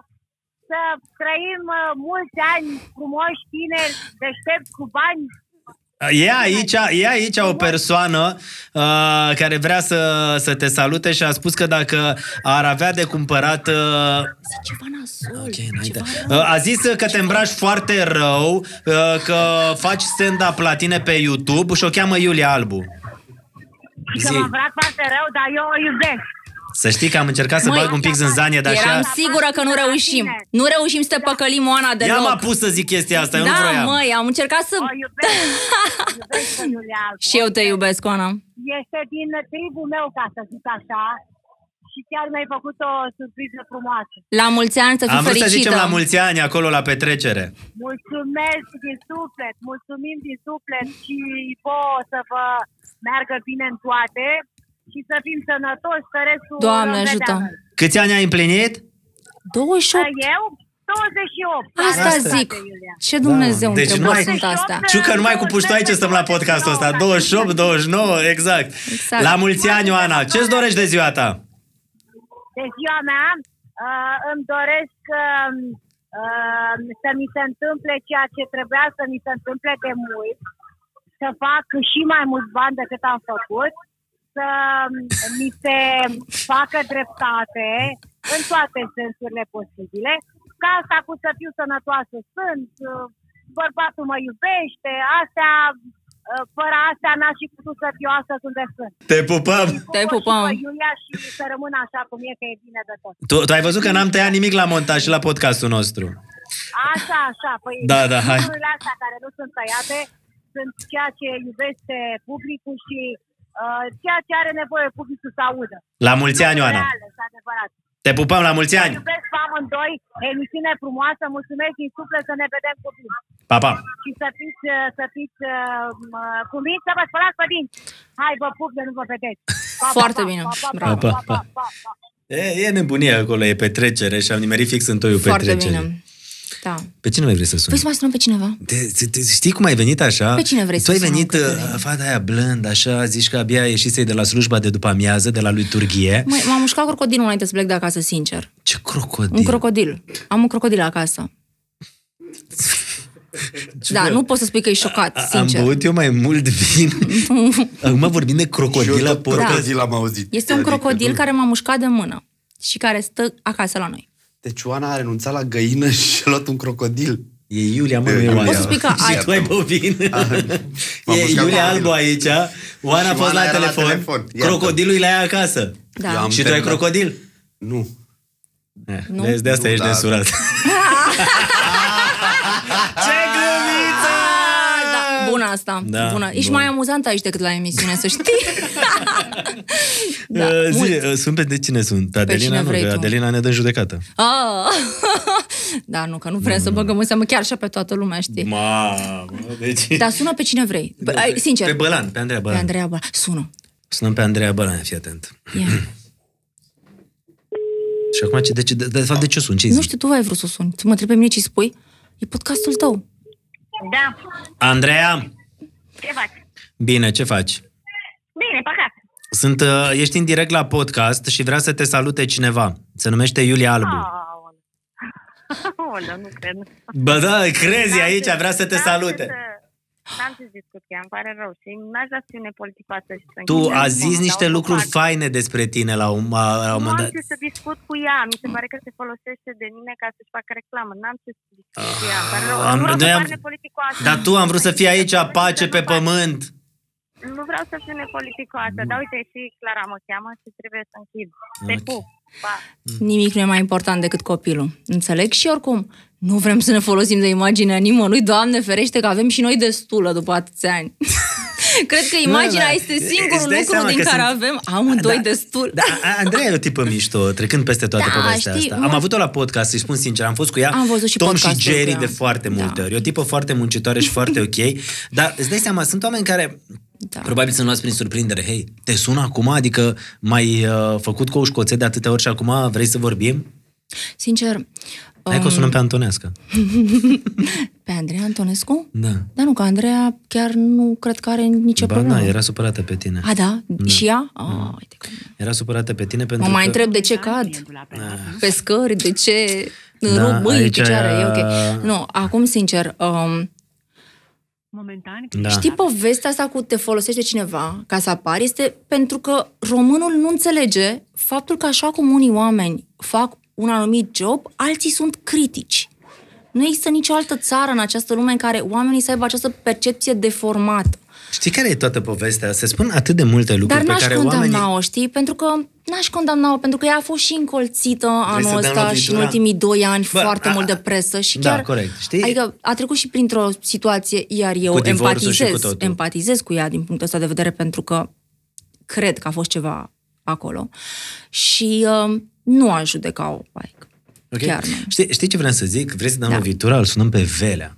[SPEAKER 5] să trăim uh, mulți ani frumoși, tineri, deștepți, cu bani.
[SPEAKER 1] E aici, e aici o persoană uh, care vrea să, să te salute și a spus că dacă ar avea de cumpărat uh,
[SPEAKER 2] Zi ceva nasol,
[SPEAKER 1] Ok, înainte.
[SPEAKER 2] Păi, ceva rău.
[SPEAKER 1] Uh, A zis uh, că te îmbraci foarte rău, uh, că faci stand-up la tine pe YouTube și o cheamă Iulia Albu.
[SPEAKER 5] Și că
[SPEAKER 1] Zi.
[SPEAKER 5] m-am vrat foarte rău, dar eu o iubesc.
[SPEAKER 1] Să știi că am încercat să
[SPEAKER 2] Măi, da,
[SPEAKER 1] bag un pic zânzanie, dar
[SPEAKER 2] Eram
[SPEAKER 1] așa...
[SPEAKER 2] sigură că nu reușim. Nu reușim să te păcălim, Oana,
[SPEAKER 1] Ea m-a
[SPEAKER 2] deloc.
[SPEAKER 1] pus să zic chestia asta, eu nu
[SPEAKER 2] Da,
[SPEAKER 1] vroiam.
[SPEAKER 2] măi, am încercat să...
[SPEAKER 5] O iubesc. iubesc pe Iulia Albu.
[SPEAKER 2] Și eu te iubesc, Oana.
[SPEAKER 5] Este din tribul meu, ca să zic așa. Și chiar mi-ai făcut o surpriză frumoasă.
[SPEAKER 2] La mulți ani să fii
[SPEAKER 1] Am vrut să
[SPEAKER 2] fericită.
[SPEAKER 1] zicem la mulți ani acolo la petrecere.
[SPEAKER 5] Mulțumesc din suflet, mulțumim din suflet și vouă să vă meargă bine în toate și să fim sănătoși, să restul
[SPEAKER 2] Doamne
[SPEAKER 5] îl vedem.
[SPEAKER 2] ajută.
[SPEAKER 1] Câți ani ai împlinit?
[SPEAKER 2] 28.
[SPEAKER 5] Eu? 28.
[SPEAKER 2] Asta
[SPEAKER 5] Are
[SPEAKER 2] zic.
[SPEAKER 5] dreptate, Iulia.
[SPEAKER 2] Ce Dumnezeu
[SPEAKER 1] Deci
[SPEAKER 2] întrebări
[SPEAKER 1] n-ai-
[SPEAKER 2] sunt astea?
[SPEAKER 1] Știu că numai cu puștoai ce stăm la podcastul ăsta. 28, 29, exact.
[SPEAKER 2] Exact.
[SPEAKER 1] La mulți ani, Oana. Ce-ți dorești de ziua ta?
[SPEAKER 5] De ziua mea uh, îmi doresc uh, uh, să mi se întâmple ceea ce trebuia să mi se întâmple de mult, să fac și mai mult bani decât am făcut, să um, mi se facă dreptate în toate sensurile posibile, ca asta cu să fiu sănătoasă sunt, uh, bărbatul mă iubește, astea, uh, fără astea n-aș fi putut să fiu astăzi unde sunt.
[SPEAKER 1] Te pupăm!
[SPEAKER 2] Te
[SPEAKER 5] Pupă și
[SPEAKER 2] pupăm.
[SPEAKER 5] pe Iulia și să rămână așa cum e, că e bine de tot.
[SPEAKER 1] Tu, tu ai văzut că n-am tăiat nimic la montaj și la podcastul nostru.
[SPEAKER 5] Așa, așa, păi
[SPEAKER 1] Da, da, hai.
[SPEAKER 5] lucrurile astea care nu sunt tăiate sunt ceea ce iubește publicul și uh, ceea ce are nevoie publicul să audă.
[SPEAKER 1] La mulți ani, Oana!
[SPEAKER 5] Reale și adevărate.
[SPEAKER 1] Te pupăm la mulți ani!
[SPEAKER 5] Iubesc pe amândoi, emisiune frumoasă, mulțumesc din suflet să ne vedem cu bine.
[SPEAKER 1] Pa, pa!
[SPEAKER 5] Și să fiți, uh, să fiți uh, m- cu mine, să vă spălați pe dinți. Hai, vă pup de nu vă vedeți.
[SPEAKER 2] Foarte bine.
[SPEAKER 1] Bravo. Pa, pa.
[SPEAKER 5] pa.
[SPEAKER 1] E, e nebunie acolo, e petrecere și am nimerit fix în toiul
[SPEAKER 2] Foarte
[SPEAKER 1] petrecerii.
[SPEAKER 2] bine. Da.
[SPEAKER 1] Pe cine mai vrei să suni?
[SPEAKER 2] Vrei Păi să mai sunăm pe cineva?
[SPEAKER 1] Te, te, te, știi cum ai venit așa?
[SPEAKER 2] Pe cine vrei
[SPEAKER 1] tu
[SPEAKER 2] să
[SPEAKER 1] ai
[SPEAKER 2] sunăm?
[SPEAKER 1] venit,
[SPEAKER 2] Că te
[SPEAKER 1] uh,
[SPEAKER 2] vrei.
[SPEAKER 1] fata aia blând, așa, zici că abia ieșisei de la slujba de după amiază, de la lui Turghie.
[SPEAKER 2] Măi, m-am mușcat crocodilul înainte să plec de acasă, sincer.
[SPEAKER 1] Ce crocodil!
[SPEAKER 2] Un crocodil. Am un crocodil acasă. Da, nu pot să spui că e șocat,
[SPEAKER 1] Am
[SPEAKER 2] sincer.
[SPEAKER 1] băut eu mai mult vin. Acum vorbim de
[SPEAKER 7] Și eu
[SPEAKER 2] Da.
[SPEAKER 1] crocodila
[SPEAKER 7] tot
[SPEAKER 1] porcăzii.
[SPEAKER 7] crocodil am auzit.
[SPEAKER 2] Este un
[SPEAKER 3] Deci,
[SPEAKER 7] Adică-
[SPEAKER 2] crocodil care m-a mușcat de mână și care stă acasă la noi.
[SPEAKER 7] Deci Oana a renunțat la găină și a luat un crocodil.
[SPEAKER 1] E Iulia, mă, nu
[SPEAKER 7] Eu
[SPEAKER 1] e
[SPEAKER 7] pot
[SPEAKER 1] Oana.
[SPEAKER 2] să spui că ai-
[SPEAKER 1] Și tu ai băut vin.
[SPEAKER 7] M-am
[SPEAKER 1] E
[SPEAKER 7] mușcat
[SPEAKER 1] Iulia
[SPEAKER 7] crocodilul.
[SPEAKER 1] Albu aici. Oana a
[SPEAKER 7] Și
[SPEAKER 1] fost la
[SPEAKER 7] Oana era la
[SPEAKER 1] telefon.
[SPEAKER 7] telefon. Iată.
[SPEAKER 1] Crocodilul e la ea acasă.
[SPEAKER 2] Da.
[SPEAKER 7] Eu am
[SPEAKER 1] Și tu ai
[SPEAKER 7] terminat.
[SPEAKER 1] crocodil?
[SPEAKER 7] Nu.
[SPEAKER 1] Eh,
[SPEAKER 2] Nu?
[SPEAKER 1] Vezi, de asta
[SPEAKER 7] Nu,
[SPEAKER 1] ești
[SPEAKER 7] da.
[SPEAKER 1] densurat. Ce glumiță!
[SPEAKER 2] Ah, Da, bună asta.
[SPEAKER 1] Da,
[SPEAKER 2] Da, bună. Ești
[SPEAKER 1] bună.
[SPEAKER 2] mai amuzant aici decât la emisiune, să știi. da,
[SPEAKER 1] Eh, zi,
[SPEAKER 2] mult.
[SPEAKER 1] eh, sunt pe de cine sunt?
[SPEAKER 2] cine
[SPEAKER 1] Adelina nu,
[SPEAKER 2] vrei
[SPEAKER 1] că
[SPEAKER 2] tu.
[SPEAKER 1] Adelina ne dă în judecată.
[SPEAKER 2] Ah. da, nu, că nu vrem
[SPEAKER 1] Mm.
[SPEAKER 2] să băgăm în seamă chiar și pe toată lumea, știi.
[SPEAKER 1] Mamă, deci...
[SPEAKER 2] Dar sună pe cine vrei. Da, Bă, ai, sincer.
[SPEAKER 1] Pe Bălan, pe Andreea
[SPEAKER 2] Pe
[SPEAKER 1] Bălan.
[SPEAKER 2] Andreea Bă. Sună.
[SPEAKER 1] Sunăm pe Andreea Bălan, fii atent.
[SPEAKER 2] Ia.
[SPEAKER 1] Și acum, ce, de, ce, de, de fapt, de ce sunt? Ce
[SPEAKER 2] Nu știu, tu ai vrut să suni. Tu mă întrebi pe mine ce spui. E podcastul tău.
[SPEAKER 5] Da,
[SPEAKER 1] Andreea,
[SPEAKER 5] ce faci?
[SPEAKER 1] bine, ce faci?
[SPEAKER 5] Bine, pe acasă.
[SPEAKER 1] Sunt, uh, ești în direct la podcast și vrea să te salute cineva. Se numește Iulia
[SPEAKER 5] Ah.
[SPEAKER 1] Albu.
[SPEAKER 5] Aoleu. Aoleu, nu cred.
[SPEAKER 1] Bă, da, crezi aici, vrea să te
[SPEAKER 5] N-am ce
[SPEAKER 1] salute.
[SPEAKER 5] să- N-am ce discut, chiar îmi pare rău și n-aș da să ne politicoasă și să
[SPEAKER 1] Tu
[SPEAKER 5] închidem
[SPEAKER 1] a zis
[SPEAKER 5] telefonul,
[SPEAKER 1] niște
[SPEAKER 5] dar o să
[SPEAKER 1] lucruri
[SPEAKER 5] fac.
[SPEAKER 1] faine despre tine la un, la un
[SPEAKER 5] Nu
[SPEAKER 1] moment
[SPEAKER 5] am
[SPEAKER 1] dat.
[SPEAKER 5] ce să discut cu ea, mi se pare că se folosește de mine ca să-și facă reclamă, n-am ce să discut cu ea, îmi pare rău.
[SPEAKER 1] Ah, Am-
[SPEAKER 5] Nu vreau
[SPEAKER 1] noi
[SPEAKER 5] să
[SPEAKER 1] am-
[SPEAKER 5] par nepoliticoasă.
[SPEAKER 1] Dar tu am vrut să fii aici
[SPEAKER 5] Dar nu
[SPEAKER 1] pace pe
[SPEAKER 5] fac.
[SPEAKER 1] pământ.
[SPEAKER 5] Nu vreau să fiu nepoliticoasă, dar uite, și Clara mă cheamă și trebuie să închid. Te
[SPEAKER 1] Ok.
[SPEAKER 5] pup! Pa!
[SPEAKER 1] Mm.
[SPEAKER 2] Nimic nu e mai important decât copilul. Înțeleg? Și oricum, nu vrem să ne folosim de imaginea nimănui, Doamne ferește că avem și noi destulă după atâția ani. Cred că imaginea
[SPEAKER 1] da.
[SPEAKER 2] este
[SPEAKER 1] Îți
[SPEAKER 2] singurul
[SPEAKER 1] dai
[SPEAKER 2] lucru
[SPEAKER 1] seama
[SPEAKER 2] din
[SPEAKER 1] că
[SPEAKER 2] care
[SPEAKER 1] sunt-
[SPEAKER 2] avem amândoi
[SPEAKER 1] Da,
[SPEAKER 2] destul.
[SPEAKER 1] Da, a- Andreea e o tipă mișto, trecând peste toate
[SPEAKER 2] Da,
[SPEAKER 1] povestea
[SPEAKER 2] știi,
[SPEAKER 1] asta. Am
[SPEAKER 2] mult-
[SPEAKER 1] avut-o la podcast, să-i spun sincer, am fost cu ea
[SPEAKER 2] Am văzut și
[SPEAKER 1] Tom și
[SPEAKER 2] podcastul cu
[SPEAKER 1] Jerry
[SPEAKER 2] ea.
[SPEAKER 1] de foarte multe
[SPEAKER 2] Da.
[SPEAKER 1] ori. E o tipă foarte muncitoare și foarte ok. Dar îți dai seama, sunt oameni care
[SPEAKER 2] Da.
[SPEAKER 1] probabil sunt luați prin surprindere. Hei, te sună acum? Adică mai uh, făcut cu o școțe de atâtea ori și acum vrei să vorbim?
[SPEAKER 2] Sincer,
[SPEAKER 1] Hai
[SPEAKER 2] Um,
[SPEAKER 1] că o sunăm pe Antonească.
[SPEAKER 2] pe Andreea Antonescu?
[SPEAKER 1] Da.
[SPEAKER 2] Dar nu, că Andreea chiar nu cred că are nicio
[SPEAKER 1] ba,
[SPEAKER 2] problemă.
[SPEAKER 1] na, era supărată pe tine.
[SPEAKER 2] A, da? Și ea? Oh, uite cum...
[SPEAKER 1] Era supărată pe tine pentru
[SPEAKER 2] Mă mai
[SPEAKER 1] că...
[SPEAKER 2] întreb de
[SPEAKER 5] Da?
[SPEAKER 2] ce
[SPEAKER 5] Exact,
[SPEAKER 2] cad
[SPEAKER 1] Ah.
[SPEAKER 2] pe scări, de ce în
[SPEAKER 1] Da,
[SPEAKER 2] da, rug mâini,
[SPEAKER 1] aici
[SPEAKER 2] pe ceară,
[SPEAKER 1] e-
[SPEAKER 2] e ok. Nu, acum, sincer, um,
[SPEAKER 8] Momentan,
[SPEAKER 1] Da.
[SPEAKER 2] știi povestea asta cu te folosește cineva ca să apari? Este pentru că românul nu înțelege faptul că așa cum unii oameni fac un anumit job, alții sunt critici. Nu există nicio altă țară în această lume în care oamenii să aibă această percepție deformată.
[SPEAKER 1] Știi care e toată povestea? Se spun atât de multe
[SPEAKER 2] Dar
[SPEAKER 1] lucruri pe
[SPEAKER 2] n-aș
[SPEAKER 1] care
[SPEAKER 2] condamna-o,
[SPEAKER 1] oamenii...
[SPEAKER 2] știi? Pentru că n-aș condamna-o, pentru că ea a fost și încolțită
[SPEAKER 1] să
[SPEAKER 2] anul
[SPEAKER 1] dăm
[SPEAKER 2] ăsta și în
[SPEAKER 1] lovitura.
[SPEAKER 2] ultimii doi ani
[SPEAKER 1] Bă,
[SPEAKER 2] foarte
[SPEAKER 1] a-
[SPEAKER 2] mult de presă și
[SPEAKER 1] da,
[SPEAKER 2] chiar...
[SPEAKER 1] corect, știi?
[SPEAKER 2] Adică a trecut și printr-o situație, iar eu
[SPEAKER 1] Cu divorțul și cu
[SPEAKER 2] empatizez,
[SPEAKER 1] totul.
[SPEAKER 2] empatizez cu ea din punctul ăsta de vedere pentru că cred că a fost ceva acolo și uh, nu aș judeca-o, like,
[SPEAKER 1] Ok?
[SPEAKER 2] chiar nu.
[SPEAKER 1] Știi, știi ce vreau să zic? Vrei să dăm da.
[SPEAKER 2] Da.
[SPEAKER 1] lovitura? Îl sunăm pe Velea.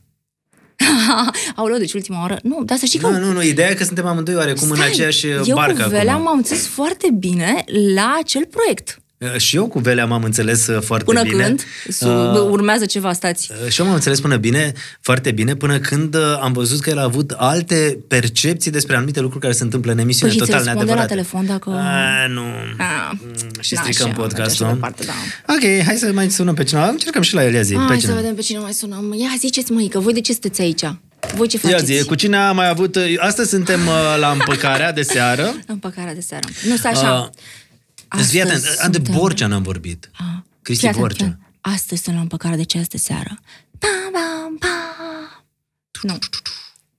[SPEAKER 2] Aoleu, deci ultima oară? Nu, dar să știi că
[SPEAKER 1] Nu, nu, nu. Ideea e că suntem amândoi oarecum în
[SPEAKER 2] Stai,
[SPEAKER 1] aceeași
[SPEAKER 2] eu
[SPEAKER 1] barcă
[SPEAKER 2] cu Velea
[SPEAKER 1] acum.
[SPEAKER 2] m-am înțeles foarte bine la acel proiect.
[SPEAKER 1] Uh, Și eu cu Velea m-am înțeles uh, foarte
[SPEAKER 2] Până
[SPEAKER 1] bine.
[SPEAKER 2] când? Su-
[SPEAKER 1] Uh,
[SPEAKER 2] Urmează ceva, stați.
[SPEAKER 1] Și eu m-am înțeles până bine, foarte bine, până când uh, am văzut că el a avut alte percepții despre anumite lucruri care se întâmplă în emisiune,
[SPEAKER 2] Păi și ți
[SPEAKER 1] total
[SPEAKER 2] răspunde la
[SPEAKER 1] neadevărate.
[SPEAKER 2] telefon dacă-
[SPEAKER 1] A, nu.
[SPEAKER 2] A,
[SPEAKER 1] Mm, și
[SPEAKER 2] da,
[SPEAKER 1] stricăm
[SPEAKER 2] așa, merge
[SPEAKER 1] podcastul.
[SPEAKER 2] așa departe, da.
[SPEAKER 1] Ok, hai să mai sunăm pe cineva. Încercăm și la el, ia zi. pe
[SPEAKER 2] Hai să
[SPEAKER 1] cineva.
[SPEAKER 2] vedem pe cine mai sunăm. Ia ziceți, măică, voi de ce sunteți aici? Voi ce
[SPEAKER 1] Ia
[SPEAKER 2] faceți?
[SPEAKER 1] zi, cu cine a mai avut... Astăzi suntem uh, la împăcarea de seară.
[SPEAKER 2] În păcarea de seară. Nu, stai așa.
[SPEAKER 1] Uh, Astăzi Fii atent,
[SPEAKER 2] Astăzi
[SPEAKER 1] a, de
[SPEAKER 2] suntem-
[SPEAKER 1] Borcea n-am vorbit.
[SPEAKER 2] Ah,
[SPEAKER 1] Cristi
[SPEAKER 2] fii atent,
[SPEAKER 1] Borcea.
[SPEAKER 2] fii atent. Astăzi sunt la împăcarea de ce astă seară. Pam, pam, pam. Nu.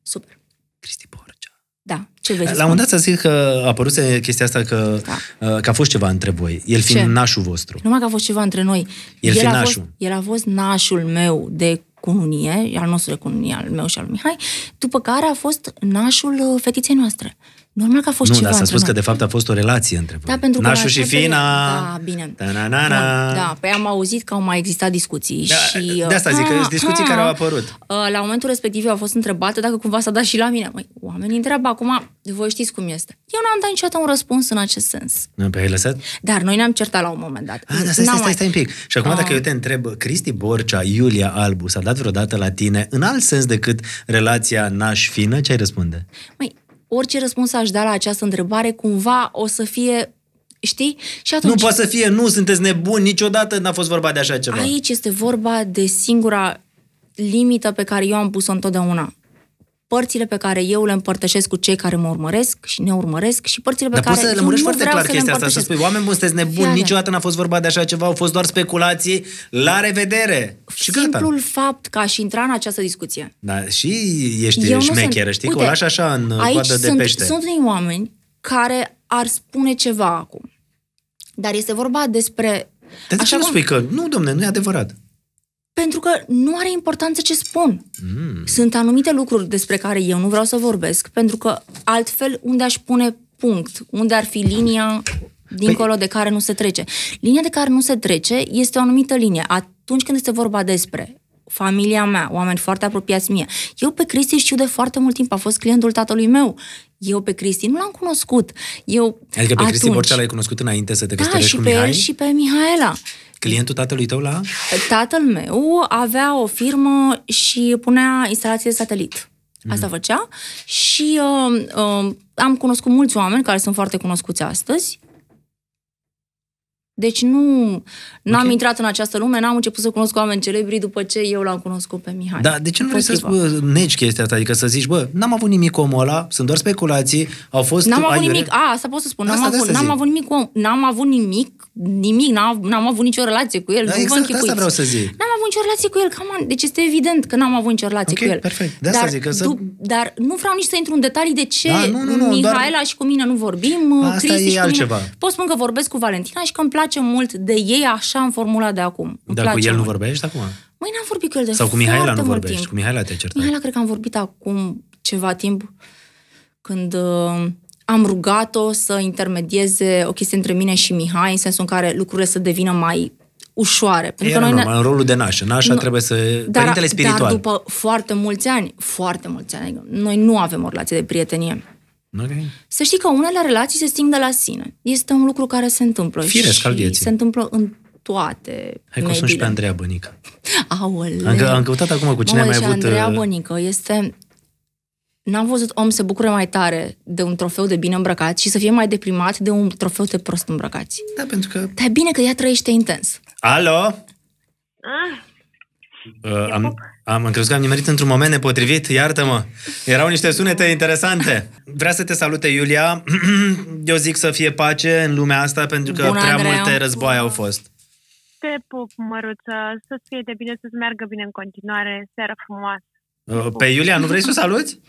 [SPEAKER 2] Super.
[SPEAKER 1] Cristi Borcea.
[SPEAKER 2] Da, ce vezi?
[SPEAKER 1] La un moment dat s-a zis că a apărut chestia asta că,
[SPEAKER 2] Da.
[SPEAKER 1] uh, că a fost ceva între voi, el fiind
[SPEAKER 2] Ce?
[SPEAKER 1] nașul vostru.
[SPEAKER 2] Numai că a fost ceva între noi.
[SPEAKER 1] El fi
[SPEAKER 2] a
[SPEAKER 1] nașul.
[SPEAKER 2] Fost, el a fost nașul meu de cununie, al nostru de cununie, al meu și al lui Mihai, după care a fost nașul uh, fetiței noastre. Normal că a fost
[SPEAKER 1] nu,
[SPEAKER 2] ceva
[SPEAKER 1] dar s-a
[SPEAKER 2] între
[SPEAKER 1] spus
[SPEAKER 2] noi.
[SPEAKER 1] că de fapt a fost o relație între voi.
[SPEAKER 2] Da, pentru că
[SPEAKER 1] nașul
[SPEAKER 2] la
[SPEAKER 1] și
[SPEAKER 2] șapte-
[SPEAKER 1] Fina.
[SPEAKER 2] Da, bine.
[SPEAKER 1] Ta-na-na-na.
[SPEAKER 2] Bun, Da, păi am auzit că au mai existat discuții
[SPEAKER 1] Da,
[SPEAKER 2] și...
[SPEAKER 1] de asta zic că
[SPEAKER 2] ah,
[SPEAKER 1] sunt discuții
[SPEAKER 2] ah.
[SPEAKER 1] care au apărut.
[SPEAKER 2] Ah, La momentul respectiv eu am fost întrebată dacă cumva s-a dat și la mine. Măi, oamenii întreabă acum, voi știți cum este. Eu n-am dat niciodată un răspuns în acest sens.
[SPEAKER 1] Nu, Pe ai lăsat?
[SPEAKER 2] Dar noi ne-am certat la un moment dat.
[SPEAKER 1] Ah, dar stai, stai,
[SPEAKER 2] N-am
[SPEAKER 1] stai,
[SPEAKER 2] mai-
[SPEAKER 1] stai un pic. Și acum
[SPEAKER 2] Ah.
[SPEAKER 1] dacă eu te întreb, Cristi Borcea, Iulia Albu, s-a dat vreodată la tine în alt sens decât relația naș-fină? Ce ai răspunde?
[SPEAKER 2] Măi, orice răspuns aș da la această întrebare, cumva o să fie, știi? Și
[SPEAKER 1] Nu
[SPEAKER 2] atunci,
[SPEAKER 1] poate să fie, nu, sunteți nebuni, niciodată n-a fost vorba de așa ceva.
[SPEAKER 2] aici este vorba de singura limită pe care eu am pus-o întotdeauna. Părțile pe care eu le împărtășesc cu cei care mă urmăresc și ne urmăresc și părțile pe
[SPEAKER 1] Dar
[SPEAKER 2] care
[SPEAKER 1] poți să
[SPEAKER 2] eu nu
[SPEAKER 1] lămurești foarte
[SPEAKER 2] vreau
[SPEAKER 1] clar
[SPEAKER 2] să
[SPEAKER 1] chestia
[SPEAKER 2] le
[SPEAKER 1] asta, să
[SPEAKER 2] împărtășesc. da.
[SPEAKER 1] spui, oameni buni, sunteți nebuni,
[SPEAKER 2] Fii atent.
[SPEAKER 1] niciodată n-a fost vorba de așa ceva, au fost doar speculații, la revedere! Și gata.
[SPEAKER 2] Simplul fapt că aș intra în această discuție.
[SPEAKER 1] Da, și ești
[SPEAKER 2] Eu nu
[SPEAKER 1] șmecheră,
[SPEAKER 2] sunt-
[SPEAKER 1] știi, că
[SPEAKER 2] Uite,
[SPEAKER 1] o lași așa în uh,
[SPEAKER 2] aici
[SPEAKER 1] coadă de
[SPEAKER 2] sunt,
[SPEAKER 1] pește.
[SPEAKER 2] sunt unii oameni care ar spune ceva acum. Dar este vorba despre...
[SPEAKER 1] Dar de
[SPEAKER 2] Așa
[SPEAKER 1] ce nu
[SPEAKER 2] cum-
[SPEAKER 1] spui că, nu, domne, nu e adevărat.
[SPEAKER 2] Pentru că nu are importanță ce spun. Mm. Sunt anumite lucruri despre care eu nu vreau să vorbesc, pentru că altfel unde aș pune punct, unde ar fi linia dincolo
[SPEAKER 1] Păi-
[SPEAKER 2] de care nu se trece. Linia de care nu se trece este o anumită linie. Atunci când este vorba despre familia mea, oameni foarte apropiați mie. Eu pe Cristi știu de foarte mult timp, a fost clientul tatălui meu. Eu pe Cristi nu l-am cunoscut. Eu
[SPEAKER 1] Adică pe Cristi
[SPEAKER 2] atunci-
[SPEAKER 1] Borcea l-ai cunoscut înainte să te
[SPEAKER 2] Da,
[SPEAKER 1] căsătorești
[SPEAKER 2] și
[SPEAKER 1] cu
[SPEAKER 2] pe
[SPEAKER 1] Mihai?
[SPEAKER 2] el și pe Mihaela.
[SPEAKER 1] Clientul tatălui tău la...
[SPEAKER 2] Tatăl meu avea o firmă și punea instalații de satelit. Asta
[SPEAKER 1] Mhm.
[SPEAKER 2] făcea și uh, uh, am cunoscut mulți oameni care sunt foarte cunoscuți astăzi. Deci nu n-am
[SPEAKER 1] Ok.
[SPEAKER 2] intrat în această lume, n-am început să cunosc oameni celebri după ce eu l-am cunoscut pe Mihai.
[SPEAKER 1] Da, de ce nu vrei să
[SPEAKER 2] Potrivă.
[SPEAKER 1] spui- negi chestia asta? Adică să zici, bă, n-am avut nimic cu omul ăla, sunt doar speculații, au fost...
[SPEAKER 2] N-am avut
[SPEAKER 1] aiure.
[SPEAKER 2] nimic, a, asta pot să spun, n-am
[SPEAKER 1] Asta, de
[SPEAKER 2] avut,
[SPEAKER 1] asta
[SPEAKER 2] n-am
[SPEAKER 1] zic.
[SPEAKER 2] avut nimic cu om, n-am avut nimic, nimic, n-am, n-am avut nicio relație cu el,
[SPEAKER 1] Da,
[SPEAKER 2] nu vă
[SPEAKER 1] exact, asta
[SPEAKER 2] închipuiți.
[SPEAKER 1] vreau să zic.
[SPEAKER 2] N-am avut nicio relație cu el, come on. Deci este evident că n-am avut nicio relație
[SPEAKER 1] Ok,
[SPEAKER 2] cu el.
[SPEAKER 1] perfect. De asta
[SPEAKER 2] dar,
[SPEAKER 1] zic că să-
[SPEAKER 2] dar nu vreau nici să intru în detalii de ce
[SPEAKER 1] Da,
[SPEAKER 2] da,
[SPEAKER 1] nu, nu, nu,
[SPEAKER 2] Mihaela
[SPEAKER 1] doar-
[SPEAKER 2] și cu mine nu vorbim,
[SPEAKER 1] Asta
[SPEAKER 2] Cristi
[SPEAKER 1] e
[SPEAKER 2] și cu
[SPEAKER 1] altceva.
[SPEAKER 2] mine. Pot spun că vorbesc cu Valentina și că îmi place mult de ei așa în formula de acum. Îmi
[SPEAKER 1] Dar
[SPEAKER 2] place
[SPEAKER 1] Da, cu el nu
[SPEAKER 2] mult. Adică
[SPEAKER 1] vorbești acum?
[SPEAKER 2] Măi, n-am vorbit cu el de
[SPEAKER 1] Sau cu Mihaela
[SPEAKER 2] foarte
[SPEAKER 1] nu
[SPEAKER 2] mult
[SPEAKER 1] vorbești?
[SPEAKER 2] timp.
[SPEAKER 1] Cu Mihaela te-ai certat.
[SPEAKER 2] Mihaela, cred că am vorbit acum ceva timp când uh, am rugat-o să intermedieze o chestie între mine și Mihai, în sensul în care lucrurile să devină mai ușoare. Pentru
[SPEAKER 1] Era
[SPEAKER 2] că noi ne-
[SPEAKER 1] normal, în rolul de nașă. Nașa
[SPEAKER 2] Nu.
[SPEAKER 1] trebuie să...
[SPEAKER 2] dar,
[SPEAKER 1] Părintele spiritual.
[SPEAKER 2] Dar după foarte mulți ani, foarte mulți ani, adică noi nu avem o relație de prietenie.
[SPEAKER 1] Ok.
[SPEAKER 2] Să știi că unele relații se sting de la sine. Este un lucru care se întâmplă.
[SPEAKER 1] Firesc
[SPEAKER 2] și
[SPEAKER 1] al vieții.
[SPEAKER 2] Se întâmplă în toate
[SPEAKER 1] Hai că o sun și pe
[SPEAKER 2] mediile.
[SPEAKER 1] Andreea Bănică.
[SPEAKER 2] Aoleu.
[SPEAKER 1] Am, că- am căutat acum cu cine
[SPEAKER 2] Mamă,
[SPEAKER 1] ai
[SPEAKER 2] și
[SPEAKER 1] mai avut...
[SPEAKER 2] Andreea
[SPEAKER 1] uh,
[SPEAKER 2] Bănică este... N-am văzut om se bucure mai tare de un trofeu de bine îmbrăcat și să fie mai deprimat de un trofeu de prost îmbrăcați.
[SPEAKER 1] Da, pentru că...
[SPEAKER 2] Dar e bine că ea trăiește intens.
[SPEAKER 1] Alo? Uh, am, am, am crezut că am nimerit într-un moment nepotrivit, iartă-mă. Erau niște sunete interesante. Vrea să te salute, Iulia. Eu zic să fie pace în lumea asta, pentru că
[SPEAKER 2] Bună,
[SPEAKER 1] prea
[SPEAKER 2] Andreea.
[SPEAKER 1] multe războaie au fost.
[SPEAKER 8] Te pup, măruță, să-ți fie de bine, să-ți meargă bine în continuare, seară frumoasă.
[SPEAKER 1] Uh, pe Iulia, nu vrei să o saluți?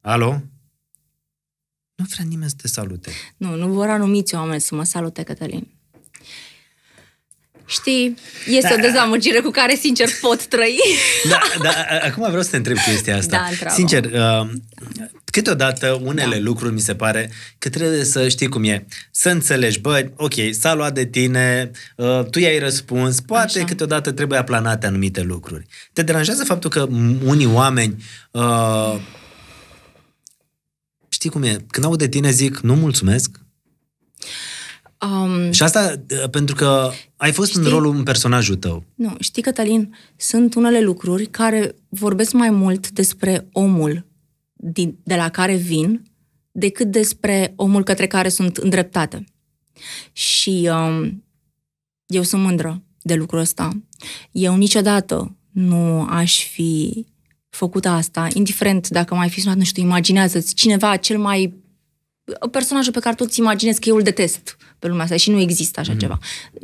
[SPEAKER 1] Alo? Nu vrea nimeni să te salute.
[SPEAKER 2] Nu, nu vor anumiți oameni să mă salute, Cătălin. Știi, este o dezamăgire cu care, sincer, pot trăi.
[SPEAKER 1] Da, da, a- acum vreau să te întreb chestia asta.
[SPEAKER 2] Da, întreabă.
[SPEAKER 1] Sincer, uh, câteodată unele da. lucruri mi se pare că trebuie să știi cum e. Să înțelegi, bă, ok, s-a luat de tine, uh, tu i-ai răspuns, poate Așa.
[SPEAKER 2] Așa.
[SPEAKER 1] câteodată trebuie aplanate anumite lucruri. Te deranjează faptul că m- unii oameni... Uh, știi cum e? Când aud de tine zic, nu mulțumesc.
[SPEAKER 2] Um,
[SPEAKER 1] Și asta uh, pentru că ai fost știi? în
[SPEAKER 2] Știi?
[SPEAKER 1] rolul un personajul tău.
[SPEAKER 2] nu, știi, Cătălin, sunt unele lucruri care vorbesc mai mult despre omul din, de la care vin decât despre omul către care sunt îndreptate. Și um, eu sunt mândră de lucrul ăsta. Eu niciodată nu aș fi făcut asta, indiferent dacă mai fi sunat, nu știu, imaginează-ți cineva cel mai personajul pe care tu ți imaginezi că eu îl detest pe lumea asta și nu
[SPEAKER 1] Mhm.
[SPEAKER 2] există așa mm. ceva.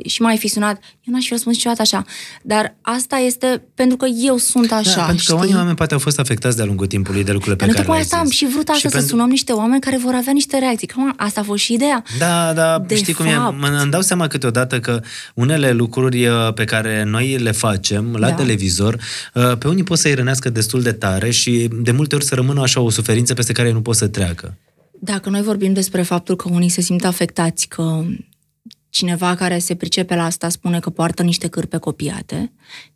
[SPEAKER 2] Și mai fi sunat, eu n-aș fi răspuns niciodată așa. Dar asta este pentru că eu sunt așa,
[SPEAKER 1] da, pentru că
[SPEAKER 2] știi?
[SPEAKER 1] unii oameni poate au fost afectați de-a lungul timpului de lucrurile pe
[SPEAKER 2] Dar nu
[SPEAKER 1] care
[SPEAKER 2] după
[SPEAKER 1] le-ai
[SPEAKER 2] asta am
[SPEAKER 1] zis.
[SPEAKER 2] și vrut asta să
[SPEAKER 1] pentru-
[SPEAKER 2] sunăm niște oameni care vor avea niște reacții. Cam asta a fost și ideea.
[SPEAKER 1] Da, da, de
[SPEAKER 2] De
[SPEAKER 1] știi cum
[SPEAKER 2] fapt.
[SPEAKER 1] e, mă, îmi dau seama câteodată că unele lucruri uh, pe care noi le facem la da.
[SPEAKER 2] Da.
[SPEAKER 1] televizor, uh, pe unii pot să-i rănească destul de tare și de multe ori să rămână așa o suferință peste care nu pot să treacă.
[SPEAKER 2] Dacă noi vorbim despre faptul că unii se simt afectați, că cineva care se pricepe la asta spune că poartă niște cârpe copiate,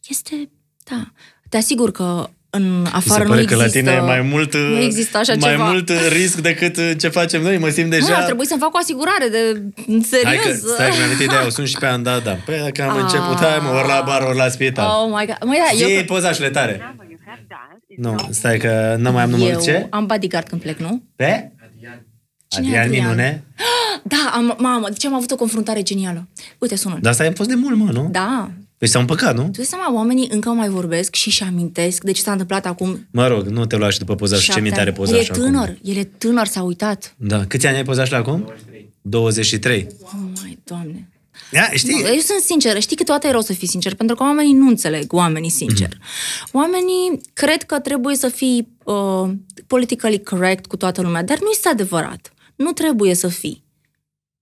[SPEAKER 2] este, da, te asigur că în afară nu există...
[SPEAKER 1] mult, uh,
[SPEAKER 2] nu există așa mai ceva. mult
[SPEAKER 1] risc decât uh, ce facem noi, mă simt
[SPEAKER 2] Mă, ar trebui Ah, să-mi fac o asigurare de... Serios?
[SPEAKER 1] Hai că, stai, mi-am venit ideea, o sun și pe Anda, da. Păi dacă am început, hai mă, ori la bar, ori la spital.
[SPEAKER 2] Oh my God. Măi, da,
[SPEAKER 1] Zi
[SPEAKER 2] Ah. eu,
[SPEAKER 1] poza și tare. Nu, stai că nu mai am numărul
[SPEAKER 2] eu
[SPEAKER 1] ce?
[SPEAKER 2] am bodyguard când plec, nu?
[SPEAKER 1] Pe?
[SPEAKER 2] Cine e
[SPEAKER 1] Adrian
[SPEAKER 2] Adrian?
[SPEAKER 1] Minune?
[SPEAKER 2] Da, am, mamă, deci am avut o confruntare genială. Uite, sună
[SPEAKER 1] Dar asta a fost de mult, mă, nu?
[SPEAKER 2] Da,
[SPEAKER 1] Păi s-a împăcat, nu?
[SPEAKER 2] Tu dai seama, oamenii încă mai vorbesc și își amintesc de ce s-a întâmplat acum
[SPEAKER 1] Mă rog, nu te lua și după poza și ce
[SPEAKER 2] șapte
[SPEAKER 1] minte
[SPEAKER 2] ani.
[SPEAKER 1] are poza
[SPEAKER 2] El e
[SPEAKER 1] și acum.
[SPEAKER 2] tânăr, el e tânăr, s-a uitat.
[SPEAKER 1] Da. Câți ani ai poza și acum? 23. 23.
[SPEAKER 2] Oh, mai, doamne.
[SPEAKER 1] Da, știi?
[SPEAKER 2] Nu, eu sunt sinceră. Știi câteodată e rău să fii sincer, pentru că oamenii nu înțeleg oamenii sincer. Oamenii cred că trebuie să fii uh, politically correct cu toată lumea, dar nu este adevărat. Nu trebuie să fii.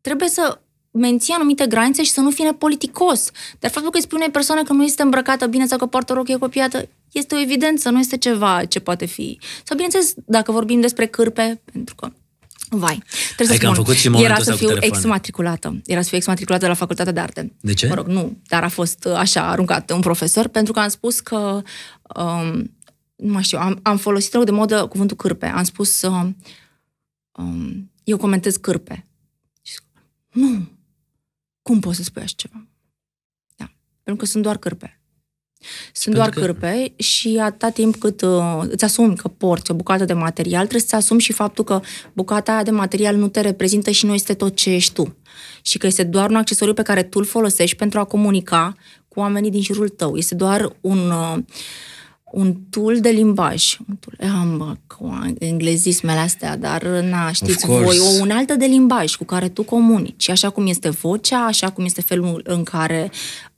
[SPEAKER 2] Trebuie să menții anumite granițe și să nu fii politicos. Dar faptul că îi spui unei persoane că nu este îmbrăcată bine sau că poartă o rochie copiată, este o evidență, nu este ceva ce poate fi. Sau bineînțeles, dacă vorbim despre cârpe, pentru că Vai, trebuie să
[SPEAKER 1] Hai că am
[SPEAKER 2] spun,
[SPEAKER 1] făcut și
[SPEAKER 2] era
[SPEAKER 1] momentul ăsta
[SPEAKER 2] să
[SPEAKER 1] cu
[SPEAKER 2] fiu
[SPEAKER 1] telefoane.
[SPEAKER 2] exma- exmatriculată. Era să fiu exmatriculată la Facultatea de Arte.
[SPEAKER 1] De ce?
[SPEAKER 2] Mă rog, nu, dar a fost uh, așa aruncat un profesor, pentru că am spus că, um, nu mai știu, am, am folosit în loc de modă cuvântul cârpe. Am spus, um, um, eu comentez cârpe. Și zic, nu, cum poți să spui așa ceva? Da, pentru că sunt doar cârpe. Sunt doar
[SPEAKER 1] pentru
[SPEAKER 2] că...
[SPEAKER 1] că-
[SPEAKER 2] cârpe și atâta timp cât uh, îți asumi că porți o bucată de material, trebuie să-ți asumi și faptul că bucata aia de material nu te reprezintă și nu este tot ce ești tu. Și că este doar un accesoriu pe care tu îl folosești pentru a comunica cu oamenii din jurul tău. Este doar un, uh, un tool de limbaj. Un tool, eh, am bă, cu englezismele astea, dar na, știți
[SPEAKER 7] course.
[SPEAKER 2] voi, o unealtă de limbaj cu care tu comunici, așa cum este vocea, așa cum este felul în care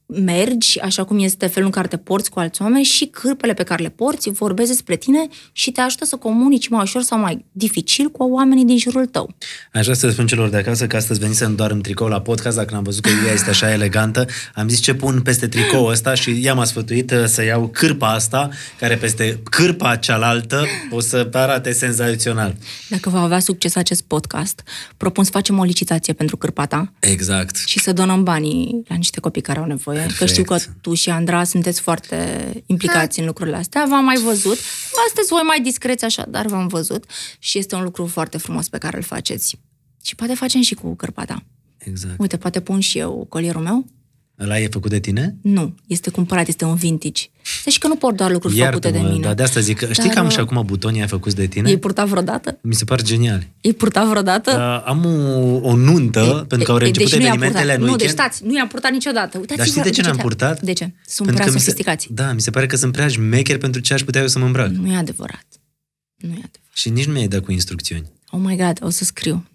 [SPEAKER 2] mergi, așa cum este felul în care te porți cu alți oameni și cârpele pe care le porți vorbesc despre tine și te ajută să comunici mai ușor sau mai dificil cu oamenii din jurul tău.
[SPEAKER 1] Aș vrea să spun celor de acasă că astăzi venisem doar în tricou la podcast, dacă n-am văzut că Iulia este așa elegantă, am zis ce pun peste tricou ăsta și ea m-a sfătuit uh, să iau cârpa asta, care peste cârpa cealaltă o să arate senzațional.
[SPEAKER 2] Dacă va avea succes acest podcast, propun să facem o licitație pentru cârpa ta
[SPEAKER 1] Exact.
[SPEAKER 2] și să donăm banii la niște copii care au nevoie. Perfect. Că știu că tu și Andra sunteți foarte implicați în lucrurile astea. V-am mai văzut. Astăzi voi mai discreți așa, dar v-am văzut. Și este un lucru foarte frumos pe care îl faceți. Și poate facem și cu cârpa ta.
[SPEAKER 1] Exact.
[SPEAKER 2] Uite, poate pun și eu colierul meu?
[SPEAKER 1] Ăla e făcut de tine?
[SPEAKER 2] Nu, este cumpărat, este un vintage. Să știi că nu port doar lucruri făcute de
[SPEAKER 1] Iartă-mă,
[SPEAKER 2] mine.
[SPEAKER 1] dar de asta zic, că știi
[SPEAKER 2] Dar,
[SPEAKER 1] că am
[SPEAKER 2] uh,
[SPEAKER 1] și acum butonii ai făcut de tine?
[SPEAKER 2] Ei purta vreodată?
[SPEAKER 1] Mi se par geniali.
[SPEAKER 2] Ei purta vreodată?
[SPEAKER 1] Uh, am o, o nuntă,
[SPEAKER 2] Da. E-
[SPEAKER 1] pentru că au
[SPEAKER 2] e- deci
[SPEAKER 1] reînceput
[SPEAKER 2] nu i-am
[SPEAKER 1] evenimentele
[SPEAKER 2] purtat.
[SPEAKER 1] în
[SPEAKER 2] Nu,
[SPEAKER 1] weekend.
[SPEAKER 2] deci stați, nu i-am purtat niciodată. Uitați-vă,
[SPEAKER 1] Dar știi de ce
[SPEAKER 2] ziceți-
[SPEAKER 1] n-am purtat?
[SPEAKER 2] De ce? Sunt
[SPEAKER 1] Pentru
[SPEAKER 2] prea
[SPEAKER 1] că mi se-
[SPEAKER 2] sofisticați. Mm.
[SPEAKER 1] Da, mi se pare că sunt prea șmecheri pentru ce aș putea eu să mă îmbrac.
[SPEAKER 2] Nu e adevărat. Nu e adevărat.
[SPEAKER 1] Și nici nu mi-ai dat cu instrucțiuni.
[SPEAKER 2] Oh my god, o să scriu.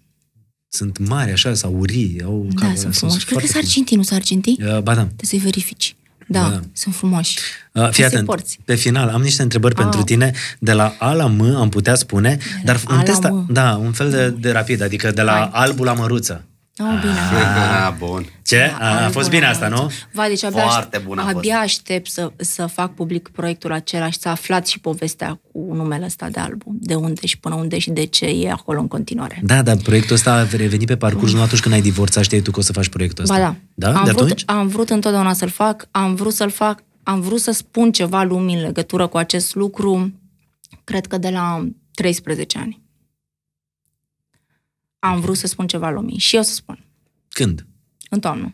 [SPEAKER 1] Sunt mari așa, sau urii, au
[SPEAKER 2] Da,
[SPEAKER 1] capul,
[SPEAKER 2] sunt frumoși. Cred că
[SPEAKER 1] foarte
[SPEAKER 2] sunt argintii, nu sunt argintii?
[SPEAKER 1] frumoși. Uh, Ba da.
[SPEAKER 2] Trebuie să-i verifici. Da,
[SPEAKER 1] Da.
[SPEAKER 2] sunt frumoși.
[SPEAKER 1] Uh,
[SPEAKER 2] Să-i
[SPEAKER 1] Fii atent,
[SPEAKER 2] porți.
[SPEAKER 1] pe final am niște întrebări
[SPEAKER 2] Ah.
[SPEAKER 1] pentru tine de la A la M, am putea spune, dar
[SPEAKER 2] A
[SPEAKER 1] un
[SPEAKER 2] la
[SPEAKER 1] test,
[SPEAKER 2] M.
[SPEAKER 1] da, un fel de, de rapid, adică de la
[SPEAKER 2] Hai.
[SPEAKER 1] albul la măruță.
[SPEAKER 2] Oh, bine.
[SPEAKER 7] Ah, bun.
[SPEAKER 1] Ce? A, a
[SPEAKER 2] Da, Albul
[SPEAKER 1] fost bine
[SPEAKER 2] la
[SPEAKER 1] asta, nu?
[SPEAKER 2] măruță. Vai, deci abia,
[SPEAKER 7] Foarte
[SPEAKER 2] aș-
[SPEAKER 7] bună a fost.
[SPEAKER 2] abia aștept să, să fac public proiectul acela și să aflați și povestea cu numele ăsta de album. De unde și până unde și de ce e acolo în continuare.
[SPEAKER 1] Da, dar proiectul ăsta a revenit pe parcursul atunci când ai divorțat, știai tu că o să faci proiectul ăsta.
[SPEAKER 2] Ba da.
[SPEAKER 1] Da?
[SPEAKER 2] Am
[SPEAKER 1] de
[SPEAKER 2] vrut,
[SPEAKER 1] atunci?
[SPEAKER 2] am vrut întotdeauna să-l fac, am vrut să-l fac, am vrut să spun ceva lumii în legătură cu acest lucru, cred că de la 13 ani. Am vrut să spun ceva lumii și eu să spun,
[SPEAKER 1] Când?
[SPEAKER 2] în toamnă.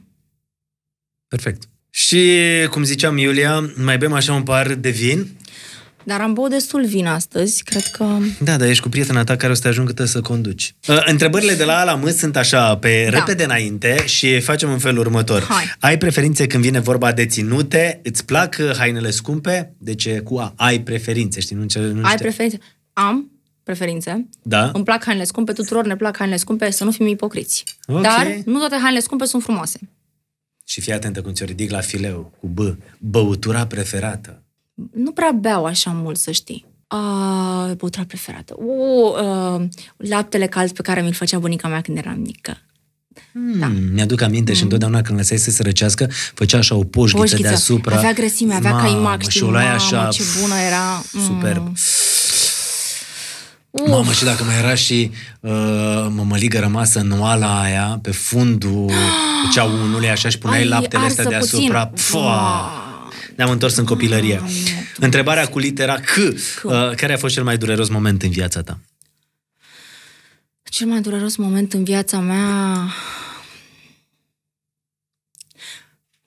[SPEAKER 1] Perfect. Și, cum ziceam, Iulia, mai bem așa un par de vin?
[SPEAKER 2] Dar am băut destul vin astăzi, cred că...
[SPEAKER 1] Da, dar ești cu prietena ta care o să te ajungă să conduci. Uh, întrebările de la A la M sunt așa, pe
[SPEAKER 2] Da.
[SPEAKER 1] repede înainte și facem în felul următor.
[SPEAKER 2] Hai.
[SPEAKER 1] Ai preferințe când vine vorba de ținute? Îți plac uh, hainele scumpe? Deci e cu A, ai preferințe, știi? Nu, ce, nu
[SPEAKER 2] Ai
[SPEAKER 1] știu.
[SPEAKER 2] preferințe? Am preferințe.
[SPEAKER 1] Da?
[SPEAKER 2] Îmi plac hainele scumpe, tuturor ne plac hainele scumpe, să nu fim ipocriți.
[SPEAKER 1] Ok.
[SPEAKER 2] Dar nu toate hainele scumpe sunt frumoase.
[SPEAKER 1] Și fii atentă cum ți-o ridic la fileu, cu B. Băutura preferată.
[SPEAKER 2] nu prea beau așa mult, să știi. A, băutura preferată. U, a, laptele cald pe care mi-l făcea bunica mea când eram mică.
[SPEAKER 1] Da. Mi-aduc aminte mm. și întotdeauna când lăsai să se răcească, făcea așa o poșghiță,
[SPEAKER 2] Hmm. Poșghiță.
[SPEAKER 1] deasupra.
[SPEAKER 2] Avea grăsime, avea
[SPEAKER 1] Mamă,
[SPEAKER 2] caimac, știi?
[SPEAKER 1] Și o luai
[SPEAKER 2] Mamă,
[SPEAKER 1] așa...
[SPEAKER 2] ce bună era. Mm.
[SPEAKER 1] Superb.
[SPEAKER 2] Uf,
[SPEAKER 1] Mamă, și dacă mai era și uh, mămăligă rămasă în oala aia, pe fundul ceaunului, așa, și puneai
[SPEAKER 2] Ai,
[SPEAKER 1] laptele astea
[SPEAKER 2] arsă puțin.
[SPEAKER 1] deasupra. Pfa! Ne-am întors în copilărie. Întrebarea cu litera C. Uh, care a fost cel mai dureros moment în viața ta?
[SPEAKER 2] Cel mai dureros moment în viața mea...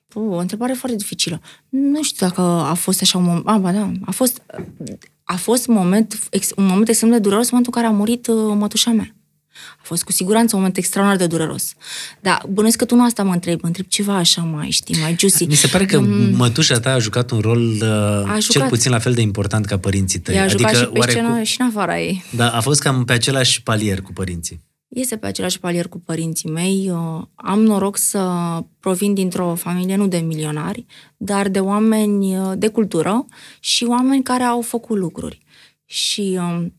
[SPEAKER 2] Puh, o întrebare foarte dificilă. Nu știu dacă a fost așa un moment... A, ba da, a fost... A fost moment, ex- un moment extrem de dureros momentul în care a murit uh, mătușa mea. A fost cu siguranță un moment extraordinar de dureros. Dar bănuiesc că tu nu asta mă întrebi, mă întreb ceva așa mai, știi, mai juicy.
[SPEAKER 1] Mi se pare că mm. mătușa ta a jucat un rol uh,
[SPEAKER 2] jucat.
[SPEAKER 1] cel puțin la fel de important ca părinții tăi.
[SPEAKER 2] Ea a jucat
[SPEAKER 1] adică,
[SPEAKER 2] și pe
[SPEAKER 1] oare
[SPEAKER 2] scenă
[SPEAKER 1] cu...
[SPEAKER 2] și în afara ei.
[SPEAKER 1] Da, a fost cam pe același palier cu părinții.
[SPEAKER 2] Este pe același palier cu părinții mei. Uh, Am noroc să provin dintr-o familie nu de milionari, dar de oameni uh, de cultură și oameni care au făcut lucruri. Și um,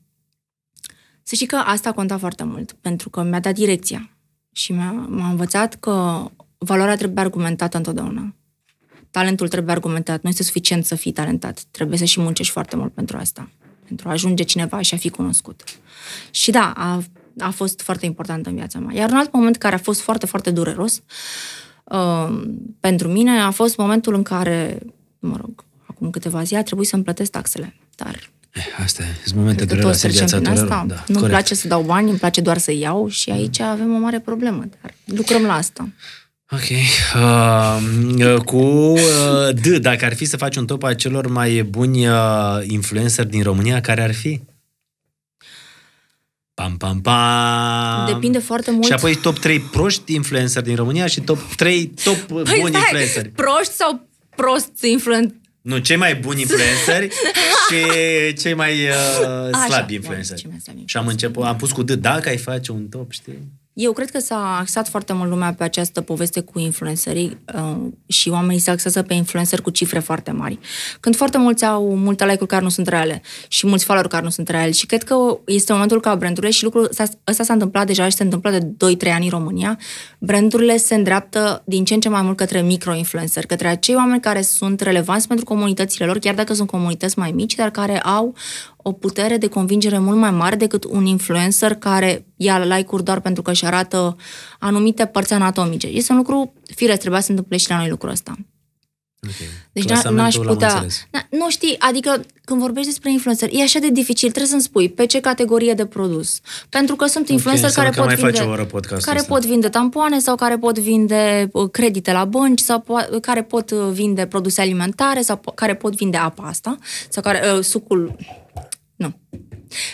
[SPEAKER 2] să știi că asta a contat foarte mult, pentru că mi-a dat direcția și mi-a, m-a învățat că valoarea trebuie argumentată întotdeauna. Talentul trebuie argumentat. Nu este suficient să fii talentat. Trebuie să și muncești foarte mult pentru asta. Pentru a ajunge cineva și a fi cunoscut. Și da, a, a fost foarte important în viața mea. Iar un alt moment care a fost foarte, foarte dureros uh, pentru mine a fost momentul în care, mă rog, acum câteva zile a trebuit să-mi plătesc taxele. Dar
[SPEAKER 1] Eh, Asta e, sunt momente
[SPEAKER 2] cred că toți
[SPEAKER 1] dureroase în
[SPEAKER 2] trecem
[SPEAKER 1] viața
[SPEAKER 2] prin
[SPEAKER 1] tuturor.
[SPEAKER 2] asta.
[SPEAKER 1] Da,
[SPEAKER 2] Nu-mi
[SPEAKER 1] corect. Mm.
[SPEAKER 2] place să dau bani, îmi place doar să iau și aici avem o mare problemă. Dar lucrăm la asta.
[SPEAKER 1] Ok. Uh, cu uh, D, dacă ar fi să faci un top a celor mai buni uh, influencer din România, care ar fi? Pam, pam, pam.
[SPEAKER 2] Depinde foarte mult.
[SPEAKER 1] Și apoi top 3 proști influencer din România și top 3 top
[SPEAKER 2] Păi
[SPEAKER 1] buni
[SPEAKER 2] stai,
[SPEAKER 1] influenceri.
[SPEAKER 2] proști sau prost influen...
[SPEAKER 1] Nu, cei mai buni influenceri și cei mai uh,
[SPEAKER 2] Așa,
[SPEAKER 1] slabi
[SPEAKER 2] bun,
[SPEAKER 1] influenceri.
[SPEAKER 2] cei mai slabi
[SPEAKER 1] Și am început, am pus cu D, dacă ai face un top, știi?
[SPEAKER 2] Eu cred că s-a axat foarte mult lumea pe această poveste cu influencerii uh, și oamenii se axează pe influencer cu cifre foarte mari. Când foarte mulți au multe like-uri care nu sunt reale și mulți follower care nu sunt reale și cred că este momentul ca brandurile și lucrul ăsta, ăsta s-a întâmplat deja și se întâmplă de 2-3 ani în România, brandurile se îndreaptă din ce în ce mai mult către micro-influencer, către acei oameni care sunt relevanți pentru comunitățile lor, chiar dacă sunt comunități mai mici, dar care au o putere de convingere mult mai mare decât un influencer care ia like-uri doar pentru că își arată anumite părți anatomice. Este un lucru firesc, trebuia să se întâmple și la noi lucrul ăsta.
[SPEAKER 1] Okay.
[SPEAKER 2] Deci n- n-aș putea... Na, nu știi, adică când vorbești despre influencer, e așa de dificil, trebuie să-mi spui pe ce categorie de produs. Pentru că sunt influencer
[SPEAKER 1] înseamnă
[SPEAKER 2] care
[SPEAKER 1] că
[SPEAKER 2] pot
[SPEAKER 1] mai
[SPEAKER 2] vinde,
[SPEAKER 1] face o oră podcastul
[SPEAKER 2] care
[SPEAKER 1] ăsta.
[SPEAKER 2] pot vinde tampoane sau care pot vinde uh, credite la bănci sau po- care pot uh, vinde produse alimentare sau po- care pot vinde apa asta sau care uh, sucul nu.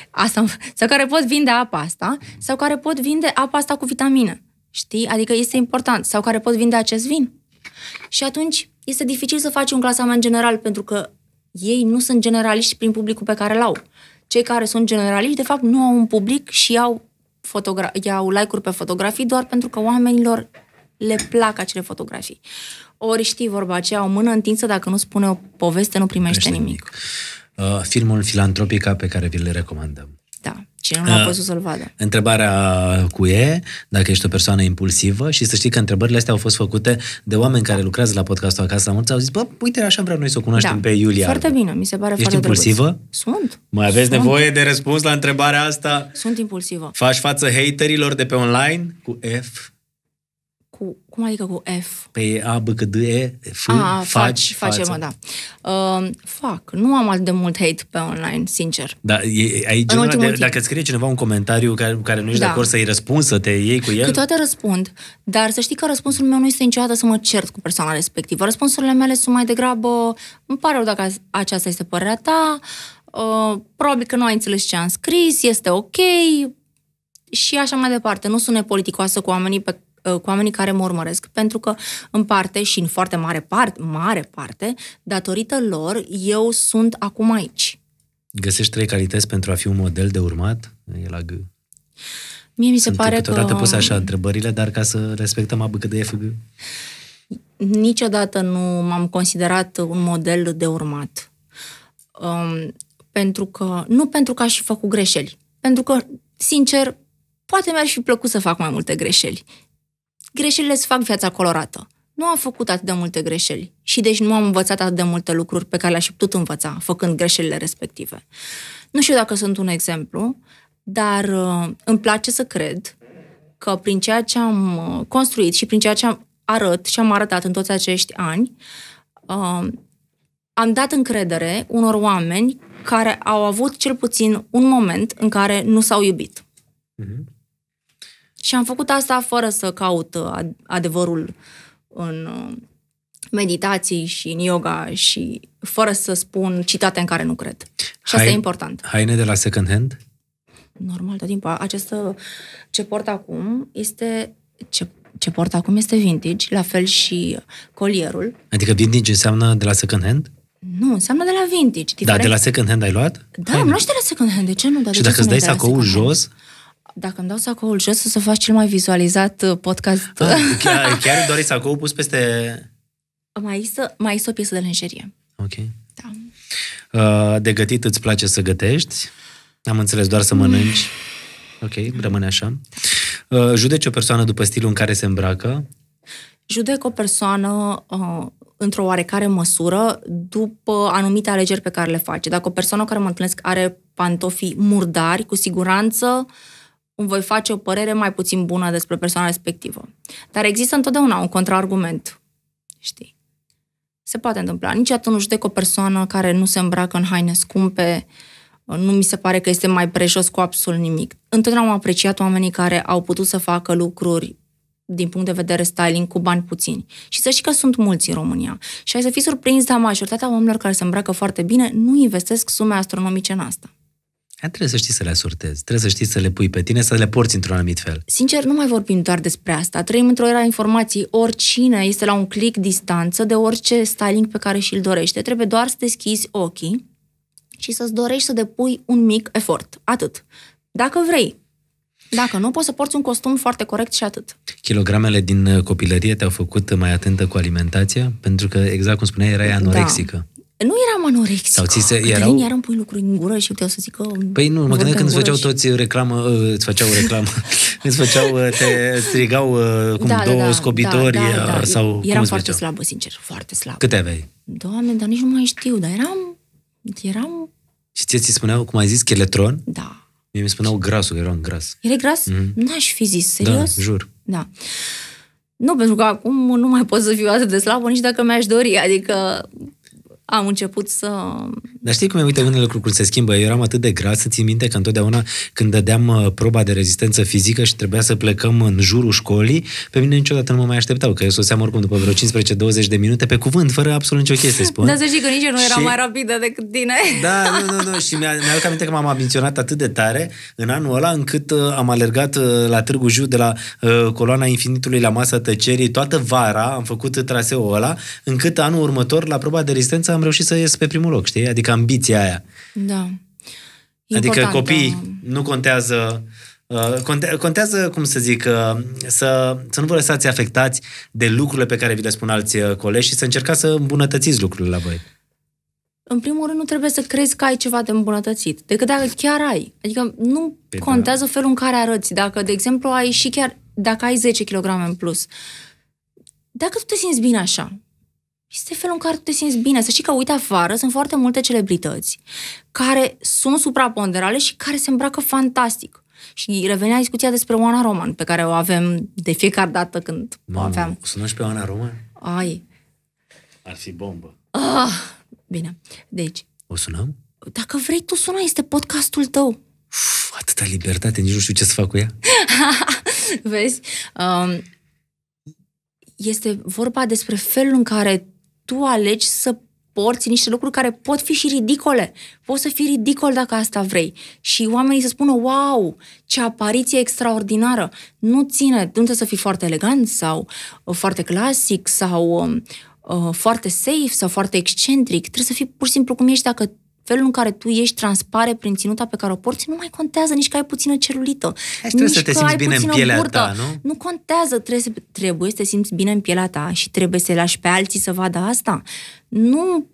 [SPEAKER 2] Asta, sau care pot vinde apa asta, sau care pot vinde apa asta cu vitamine. Știi? Adică este important. Sau care pot vinde acest vin. Și atunci este dificil să faci un clasament general, pentru că ei nu sunt generaliști prin publicul pe care l-au. Cei care sunt generaliști, de fapt, nu au un public și iau, fotogra- iau like-uri pe fotografii doar pentru că oamenilor le plac acele fotografii. Ori știi vorba aceea, o mână întinsă, dacă nu spune o poveste, nu primește
[SPEAKER 1] Primește
[SPEAKER 2] nimic.
[SPEAKER 1] nimic. Uh, filmul Filantropica pe care vi le recomandăm.
[SPEAKER 2] Da, cine nu l-a
[SPEAKER 1] Ah.
[SPEAKER 2] putut să-l vadă.
[SPEAKER 1] Întrebarea cu E, dacă ești o persoană impulsivă și să știi că întrebările astea au fost făcute de oameni care lucrează la podcastul Acasă la Mulți, au zis, bă, uite, așa vrem noi să o cunoaștem
[SPEAKER 2] da.
[SPEAKER 1] pe Iulia.
[SPEAKER 2] Foarte
[SPEAKER 1] Albu."
[SPEAKER 2] bine, mi se pare
[SPEAKER 1] Ești
[SPEAKER 2] foarte drăguț.
[SPEAKER 1] impulsivă?
[SPEAKER 2] Sunt.
[SPEAKER 1] Mai aveți
[SPEAKER 2] Sunt.
[SPEAKER 1] nevoie de răspuns la întrebarea asta?
[SPEAKER 2] Sunt impulsivă.
[SPEAKER 1] Faci față haterilor de pe online cu F,
[SPEAKER 2] Cu, cum adică cu F?
[SPEAKER 1] pe A, B, C, D, E, F,
[SPEAKER 2] Ah,
[SPEAKER 1] faci,
[SPEAKER 2] face,
[SPEAKER 1] față.
[SPEAKER 2] mă, da. Uh, fac. Nu am atât de mult hate pe online, sincer.
[SPEAKER 1] Da, e, aici, genul ăla
[SPEAKER 2] ultimul
[SPEAKER 1] de,
[SPEAKER 2] timp.
[SPEAKER 1] dacă îți scrie cineva un comentariu care, cu care nu ești
[SPEAKER 2] Da.
[SPEAKER 1] de acord să-i răspunzi, să te iei cu el,
[SPEAKER 2] Câteodată răspund, dar să știi că răspunsul meu nu este niciodată să mă cert cu persoana respectivă. Răspunsurile mele sunt mai degrabă, îmi pare rău dacă aceasta este părerea ta, uh, probabil că nu ai înțeles ce am scris, este ok, și așa mai departe. Nu sunt nepoliticoasă cu oamenii pe uh, cu oamenii care mă urmăresc, pentru că în parte și în foarte mare parte, mare parte, datorită lor, eu sunt acum aici.
[SPEAKER 1] găsești trei calități pentru a fi un model de urmat, e la G.
[SPEAKER 2] Mie mi se
[SPEAKER 1] Sunt
[SPEAKER 2] pare că...
[SPEAKER 1] câteodată puse așa întrebările, dar ca să respectăm ABG de FG.
[SPEAKER 2] niciodată nu m-am considerat un model de urmat. Um, pentru că, nu pentru că aș fi făcut greșeli, pentru că, sincer, poate mi-ar fi plăcut să fac mai multe greșeli. Greșelile îți fac viața colorată. Nu am făcut atât de multe greșeli și deci nu am învățat atât de multe lucruri pe care le-aș fi putut învăța făcând greșelile respective. Nu știu dacă sunt un exemplu, dar uh, îmi place să cred că prin ceea ce am uh, construit și prin ceea ce am arăt și am arătat în toți acești ani, uh, am dat încredere unor oameni care au avut cel puțin un moment în care nu s-au iubit. Și am făcut asta fără să caut uh, ad- adevărul în uh, meditații și în yoga și fără să spun citate în care nu cred. Și asta
[SPEAKER 1] Hai-
[SPEAKER 2] e important.
[SPEAKER 1] Haine de la second hand?
[SPEAKER 2] normal, tot timpul. Această, ce port acum este, ce, ce port acum este vintage, la fel și colierul.
[SPEAKER 1] Adică vintage înseamnă de la second hand?
[SPEAKER 2] Nu, înseamnă de la vintage.
[SPEAKER 1] Da,
[SPEAKER 2] Diferent.
[SPEAKER 1] de la second hand ai luat?
[SPEAKER 2] Da, am luat și de la second hand, de ce nu? Dar
[SPEAKER 1] Și
[SPEAKER 2] de ce
[SPEAKER 1] dacă
[SPEAKER 2] să
[SPEAKER 1] îți
[SPEAKER 2] nu
[SPEAKER 1] dai
[SPEAKER 2] de la
[SPEAKER 1] sacoul
[SPEAKER 2] second hand?
[SPEAKER 1] jos,
[SPEAKER 2] Dacă îmi dau sacoul jos, o să faci cel mai vizualizat uh, podcast.
[SPEAKER 1] ah, chiar, chiar îmi dorești sacoul pus peste...
[SPEAKER 2] uh, mai, este, mai este o piesă de lingerie.
[SPEAKER 1] Ok.
[SPEAKER 2] Da.
[SPEAKER 1] Uh, De gătit îți place să gătești? Am înțeles doar să mănânci. Ok, rămâne așa. Uh, Judeci o persoană după stilul în care se îmbracă.
[SPEAKER 2] Judec o persoană uh, într-o oarecare măsură după anumite alegeri pe care le face. Dacă o persoană care mă întâlnesc are pantofii murdari, cu siguranță îmi voi face o părere mai puțin bună despre persoana respectivă. Dar există întotdeauna un contraargument, știi? Se poate întâmpla. Niciodată nu judec o persoană care nu se îmbracă în haine scumpe, uh, nu mi se pare că este mai prejos cu absolut nimic. Întotdeauna am apreciat oamenii care au putut să facă lucruri din punct de vedere styling cu bani puțini. Și să știi că sunt mulți în România. Și ai să fii surprins, dar majoritatea oamenilor care se îmbracă foarte bine nu investesc sume astronomice în asta.
[SPEAKER 1] Hai, trebuie să știi să le asortezi, trebuie să știi să le pui pe tine, să le porți într-un anumit fel.
[SPEAKER 2] Sincer, nu mai vorbim doar despre asta. Trăim într-o era a informației. Oricine este la un click distanță de orice styling pe care și-l dorește. Trebuie doar să deschizi ochii și să-ți dorești să depui un mic efort. Atât. Dacă vrei. Dacă nu, poți să porți un costum foarte corect și atât.
[SPEAKER 1] Kilogramele din uh, copilărie te-au făcut uh, mai atentă cu alimentația? Pentru că, exact cum spuneai, erai anorexică.
[SPEAKER 2] Nu eram anorexică.
[SPEAKER 1] Sau ți se-
[SPEAKER 2] Cătălin,
[SPEAKER 1] erau-
[SPEAKER 2] iar îmi pui lucruri în gură și puteau să zic că...
[SPEAKER 1] Păi nu, mă
[SPEAKER 2] vorbă
[SPEAKER 1] gândeam
[SPEAKER 2] în
[SPEAKER 1] când îți
[SPEAKER 2] gură
[SPEAKER 1] făceau
[SPEAKER 2] și-
[SPEAKER 1] toți reclamă, uh, îți făceau reclamă, îți făceau, uh, te strigau uh,
[SPEAKER 2] Da,
[SPEAKER 1] cum două scobitori uh, sau
[SPEAKER 2] Eram
[SPEAKER 1] cum îți
[SPEAKER 2] da, foarte
[SPEAKER 1] făceau?
[SPEAKER 2] slabă, sincer, foarte slabă.
[SPEAKER 1] Câte aveai?
[SPEAKER 2] Doamne, dar nici nu mai știu, dar eram... Eram...
[SPEAKER 1] Și ție ți spuneau, cum ai zis, cheletron?
[SPEAKER 2] Da.
[SPEAKER 1] Mie mi spuneau grasul, eram gras.
[SPEAKER 2] Erai gras?
[SPEAKER 1] Mhm.
[SPEAKER 2] N-aș fi zis, serios?
[SPEAKER 1] Da, jur.
[SPEAKER 2] Da. Nu, pentru că acum nu mai pot să fiu atât de slabă nici dacă mi-aș dori, adică am început să...
[SPEAKER 1] Dar știi cum e, uite, unele lucruri se schimbă. Eu eram atât de gras, țin minte că întotdeauna când dădeam uh, proba de rezistență fizică și trebuia să plecăm în jurul școlii, pe mine niciodată nu mă mai așteptau, că eu soseam oricum după vreo 15-20 de minute, pe cuvânt, fără absolut nicio chestie, spun.
[SPEAKER 2] Dar să știi că nici eu nu eram
[SPEAKER 1] Și-
[SPEAKER 2] mai rapidă decât tine.
[SPEAKER 1] Da, nu, nu, nu. Și mi-a- mi-aduc aminte că m-am ambiționat atât de tare în anul ăla încât uh, am alergat uh, la Târgu Jiu de la uh, coloana Infinitului la Masa Tăcerii toată vara, am făcut traseul ăla, încât anul următor, la proba de rezistență, am reușit să ies pe primul loc, știi? Adică ambiția aia.
[SPEAKER 2] Da.
[SPEAKER 1] Adică
[SPEAKER 2] Importantă.
[SPEAKER 1] copiii nu contează uh, conte- Contează, cum să zic, uh, să, să nu vă lăsați afectați de lucrurile pe care vi le spun alți uh, colegi și să încercați să îmbunătățiți lucrurile la voi.
[SPEAKER 2] În primul rând, nu trebuie să crezi că ai ceva de îmbunătățit, decât dacă chiar ai. Adică nu
[SPEAKER 1] Păi da.
[SPEAKER 2] contează felul în care arăți. Dacă, de exemplu, ai și chiar dacă ai 10 kg în plus, dacă tu te simți bine așa, este felul în care tu te simți bine. Să știi că, uite, afară sunt foarte multe celebrități care sunt supraponderale și care se îmbracă fantastic. Și revenea discuția despre Oana Roman, pe care o avem de fiecare dată când o
[SPEAKER 1] Mamă,
[SPEAKER 2] aveam.
[SPEAKER 1] o sunăm și pe Ana Roman?
[SPEAKER 2] Ai, Ah,
[SPEAKER 1] Ar fi bombă.
[SPEAKER 2] bine. Deci,
[SPEAKER 1] O sunăm?
[SPEAKER 2] dacă vrei, tu sună, este podcastul tău.
[SPEAKER 1] Uf, atâta libertate, nici nu știu ce să fac cu ea.
[SPEAKER 2] Vezi? Um, este vorba despre felul în care tu alegi să porți niște lucruri care pot fi și ridicole. Poți să fii ridicol dacă asta vrei. Și oamenii să spună, wow, ce apariție extraordinară. Nu ține, nu trebuie să fii foarte elegant sau uh, foarte clasic sau um, uh, foarte safe sau foarte excentric. Trebuie să fii pur și simplu cum ești dacă felul în care tu ești transpare prin ținuta pe care o porți, nu mai contează nici că ai puțină celulită.
[SPEAKER 1] trebuie
[SPEAKER 2] nici
[SPEAKER 1] să te
[SPEAKER 2] că
[SPEAKER 1] simți
[SPEAKER 2] ai
[SPEAKER 1] bine în
[SPEAKER 2] puțină
[SPEAKER 1] pielea
[SPEAKER 2] burtă.
[SPEAKER 1] ta, nu?
[SPEAKER 2] Nu contează, trebuie să, trebuie să te simți bine în pielea ta și trebuie să-i lași pe alții să vadă asta. Nu,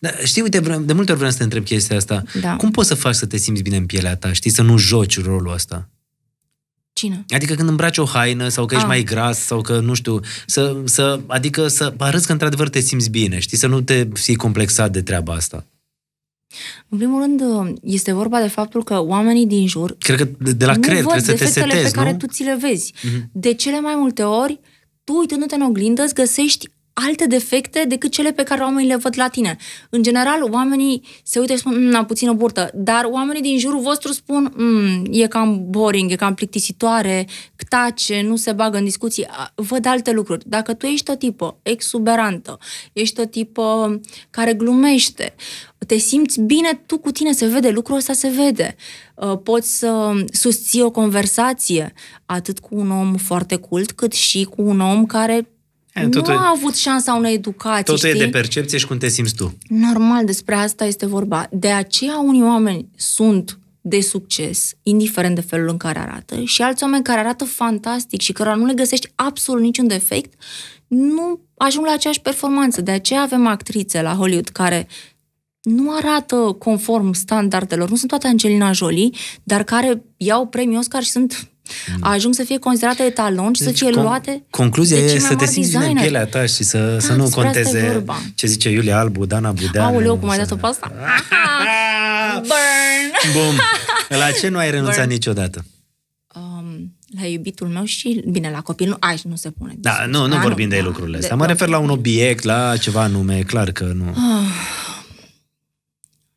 [SPEAKER 1] Dar Da, știi, uite, vreau- de multe ori vreau să te întreb chestia asta.
[SPEAKER 2] Da.
[SPEAKER 1] Cum poți să faci să te simți bine în pielea ta, știi, să nu joci rolul ăsta?
[SPEAKER 2] cine?
[SPEAKER 1] Adică când îmbraci o haină sau că ești
[SPEAKER 2] Ah.
[SPEAKER 1] mai gras sau că, nu știu, să, să, adică să arăți că într-adevăr te simți bine, știi, să nu te fii complexat de treaba asta.
[SPEAKER 2] În primul rând, este vorba de faptul că oamenii din jur
[SPEAKER 1] Cred că de, de la
[SPEAKER 2] nu
[SPEAKER 1] creier
[SPEAKER 2] văd
[SPEAKER 1] trebuie să te
[SPEAKER 2] defectele
[SPEAKER 1] setezi,
[SPEAKER 2] pe care
[SPEAKER 1] nu? Mhm.
[SPEAKER 2] tu ți le vezi. De cele mai multe ori, tu uitându-te în oglindă, îți găsești alte defecte decât cele pe care oamenii le văd la tine. În general, oamenii se uită și spun, "Mm, am puțină burtă, dar oamenii din jurul vostru spun, "Mm, e cam boring, e cam plictisitoare, tace, nu se bagă în discuții, a- văd alte lucruri. Dacă tu ești o tipă exuberantă, ești o tipă care glumește, te simți bine tu cu tine, se vede, lucrul ăsta se vede. Uh, Poți să susții o conversație atât cu un om foarte cult, cât și cu un om care
[SPEAKER 1] E,
[SPEAKER 2] nu
[SPEAKER 1] totul e-
[SPEAKER 2] a avut șansa unei educații.
[SPEAKER 1] Totul
[SPEAKER 2] știi?
[SPEAKER 1] e de percepție și cum te simți tu.
[SPEAKER 2] Normal, despre asta este vorba. De aceea unii oameni sunt de succes, indiferent de felul în care arată, și alți oameni care arată fantastic și cărora nu le găsești absolut niciun defect, nu ajung la aceeași performanță. De aceea avem actrițe la Hollywood care nu arată conform standardelor, nu sunt toate Angelina Jolie, dar care iau premiul Oscar și sunt
[SPEAKER 1] Mm.
[SPEAKER 2] ajung să fie considerate etalon și să fie
[SPEAKER 1] Deci, con-
[SPEAKER 2] luate
[SPEAKER 1] Concluzia
[SPEAKER 2] de cei
[SPEAKER 1] e
[SPEAKER 2] mai
[SPEAKER 1] să te
[SPEAKER 2] mari
[SPEAKER 1] simți bine în
[SPEAKER 2] designeri.
[SPEAKER 1] pielea ta și să, să
[SPEAKER 2] Ah,
[SPEAKER 1] nu
[SPEAKER 2] despre asta e
[SPEAKER 1] conteze
[SPEAKER 2] vorba.
[SPEAKER 1] ce zice Iulia Albu, Dana Budeanu.
[SPEAKER 2] Aoleu, cum ai
[SPEAKER 1] să-
[SPEAKER 2] dat-o pe asta?
[SPEAKER 1] Da.
[SPEAKER 2] Ah. Burn!
[SPEAKER 1] Bum! La ce nu ai renunțat niciodată?
[SPEAKER 2] um, la iubitul meu și, bine, la copil, nu, aici nu se pune.
[SPEAKER 1] Da, nu, nu
[SPEAKER 2] Da,
[SPEAKER 1] vorbim de
[SPEAKER 2] da,
[SPEAKER 1] lucrurile
[SPEAKER 2] de-
[SPEAKER 1] astea. Mă
[SPEAKER 2] de-
[SPEAKER 1] refer la un obiect, la ceva anume, clar că nu.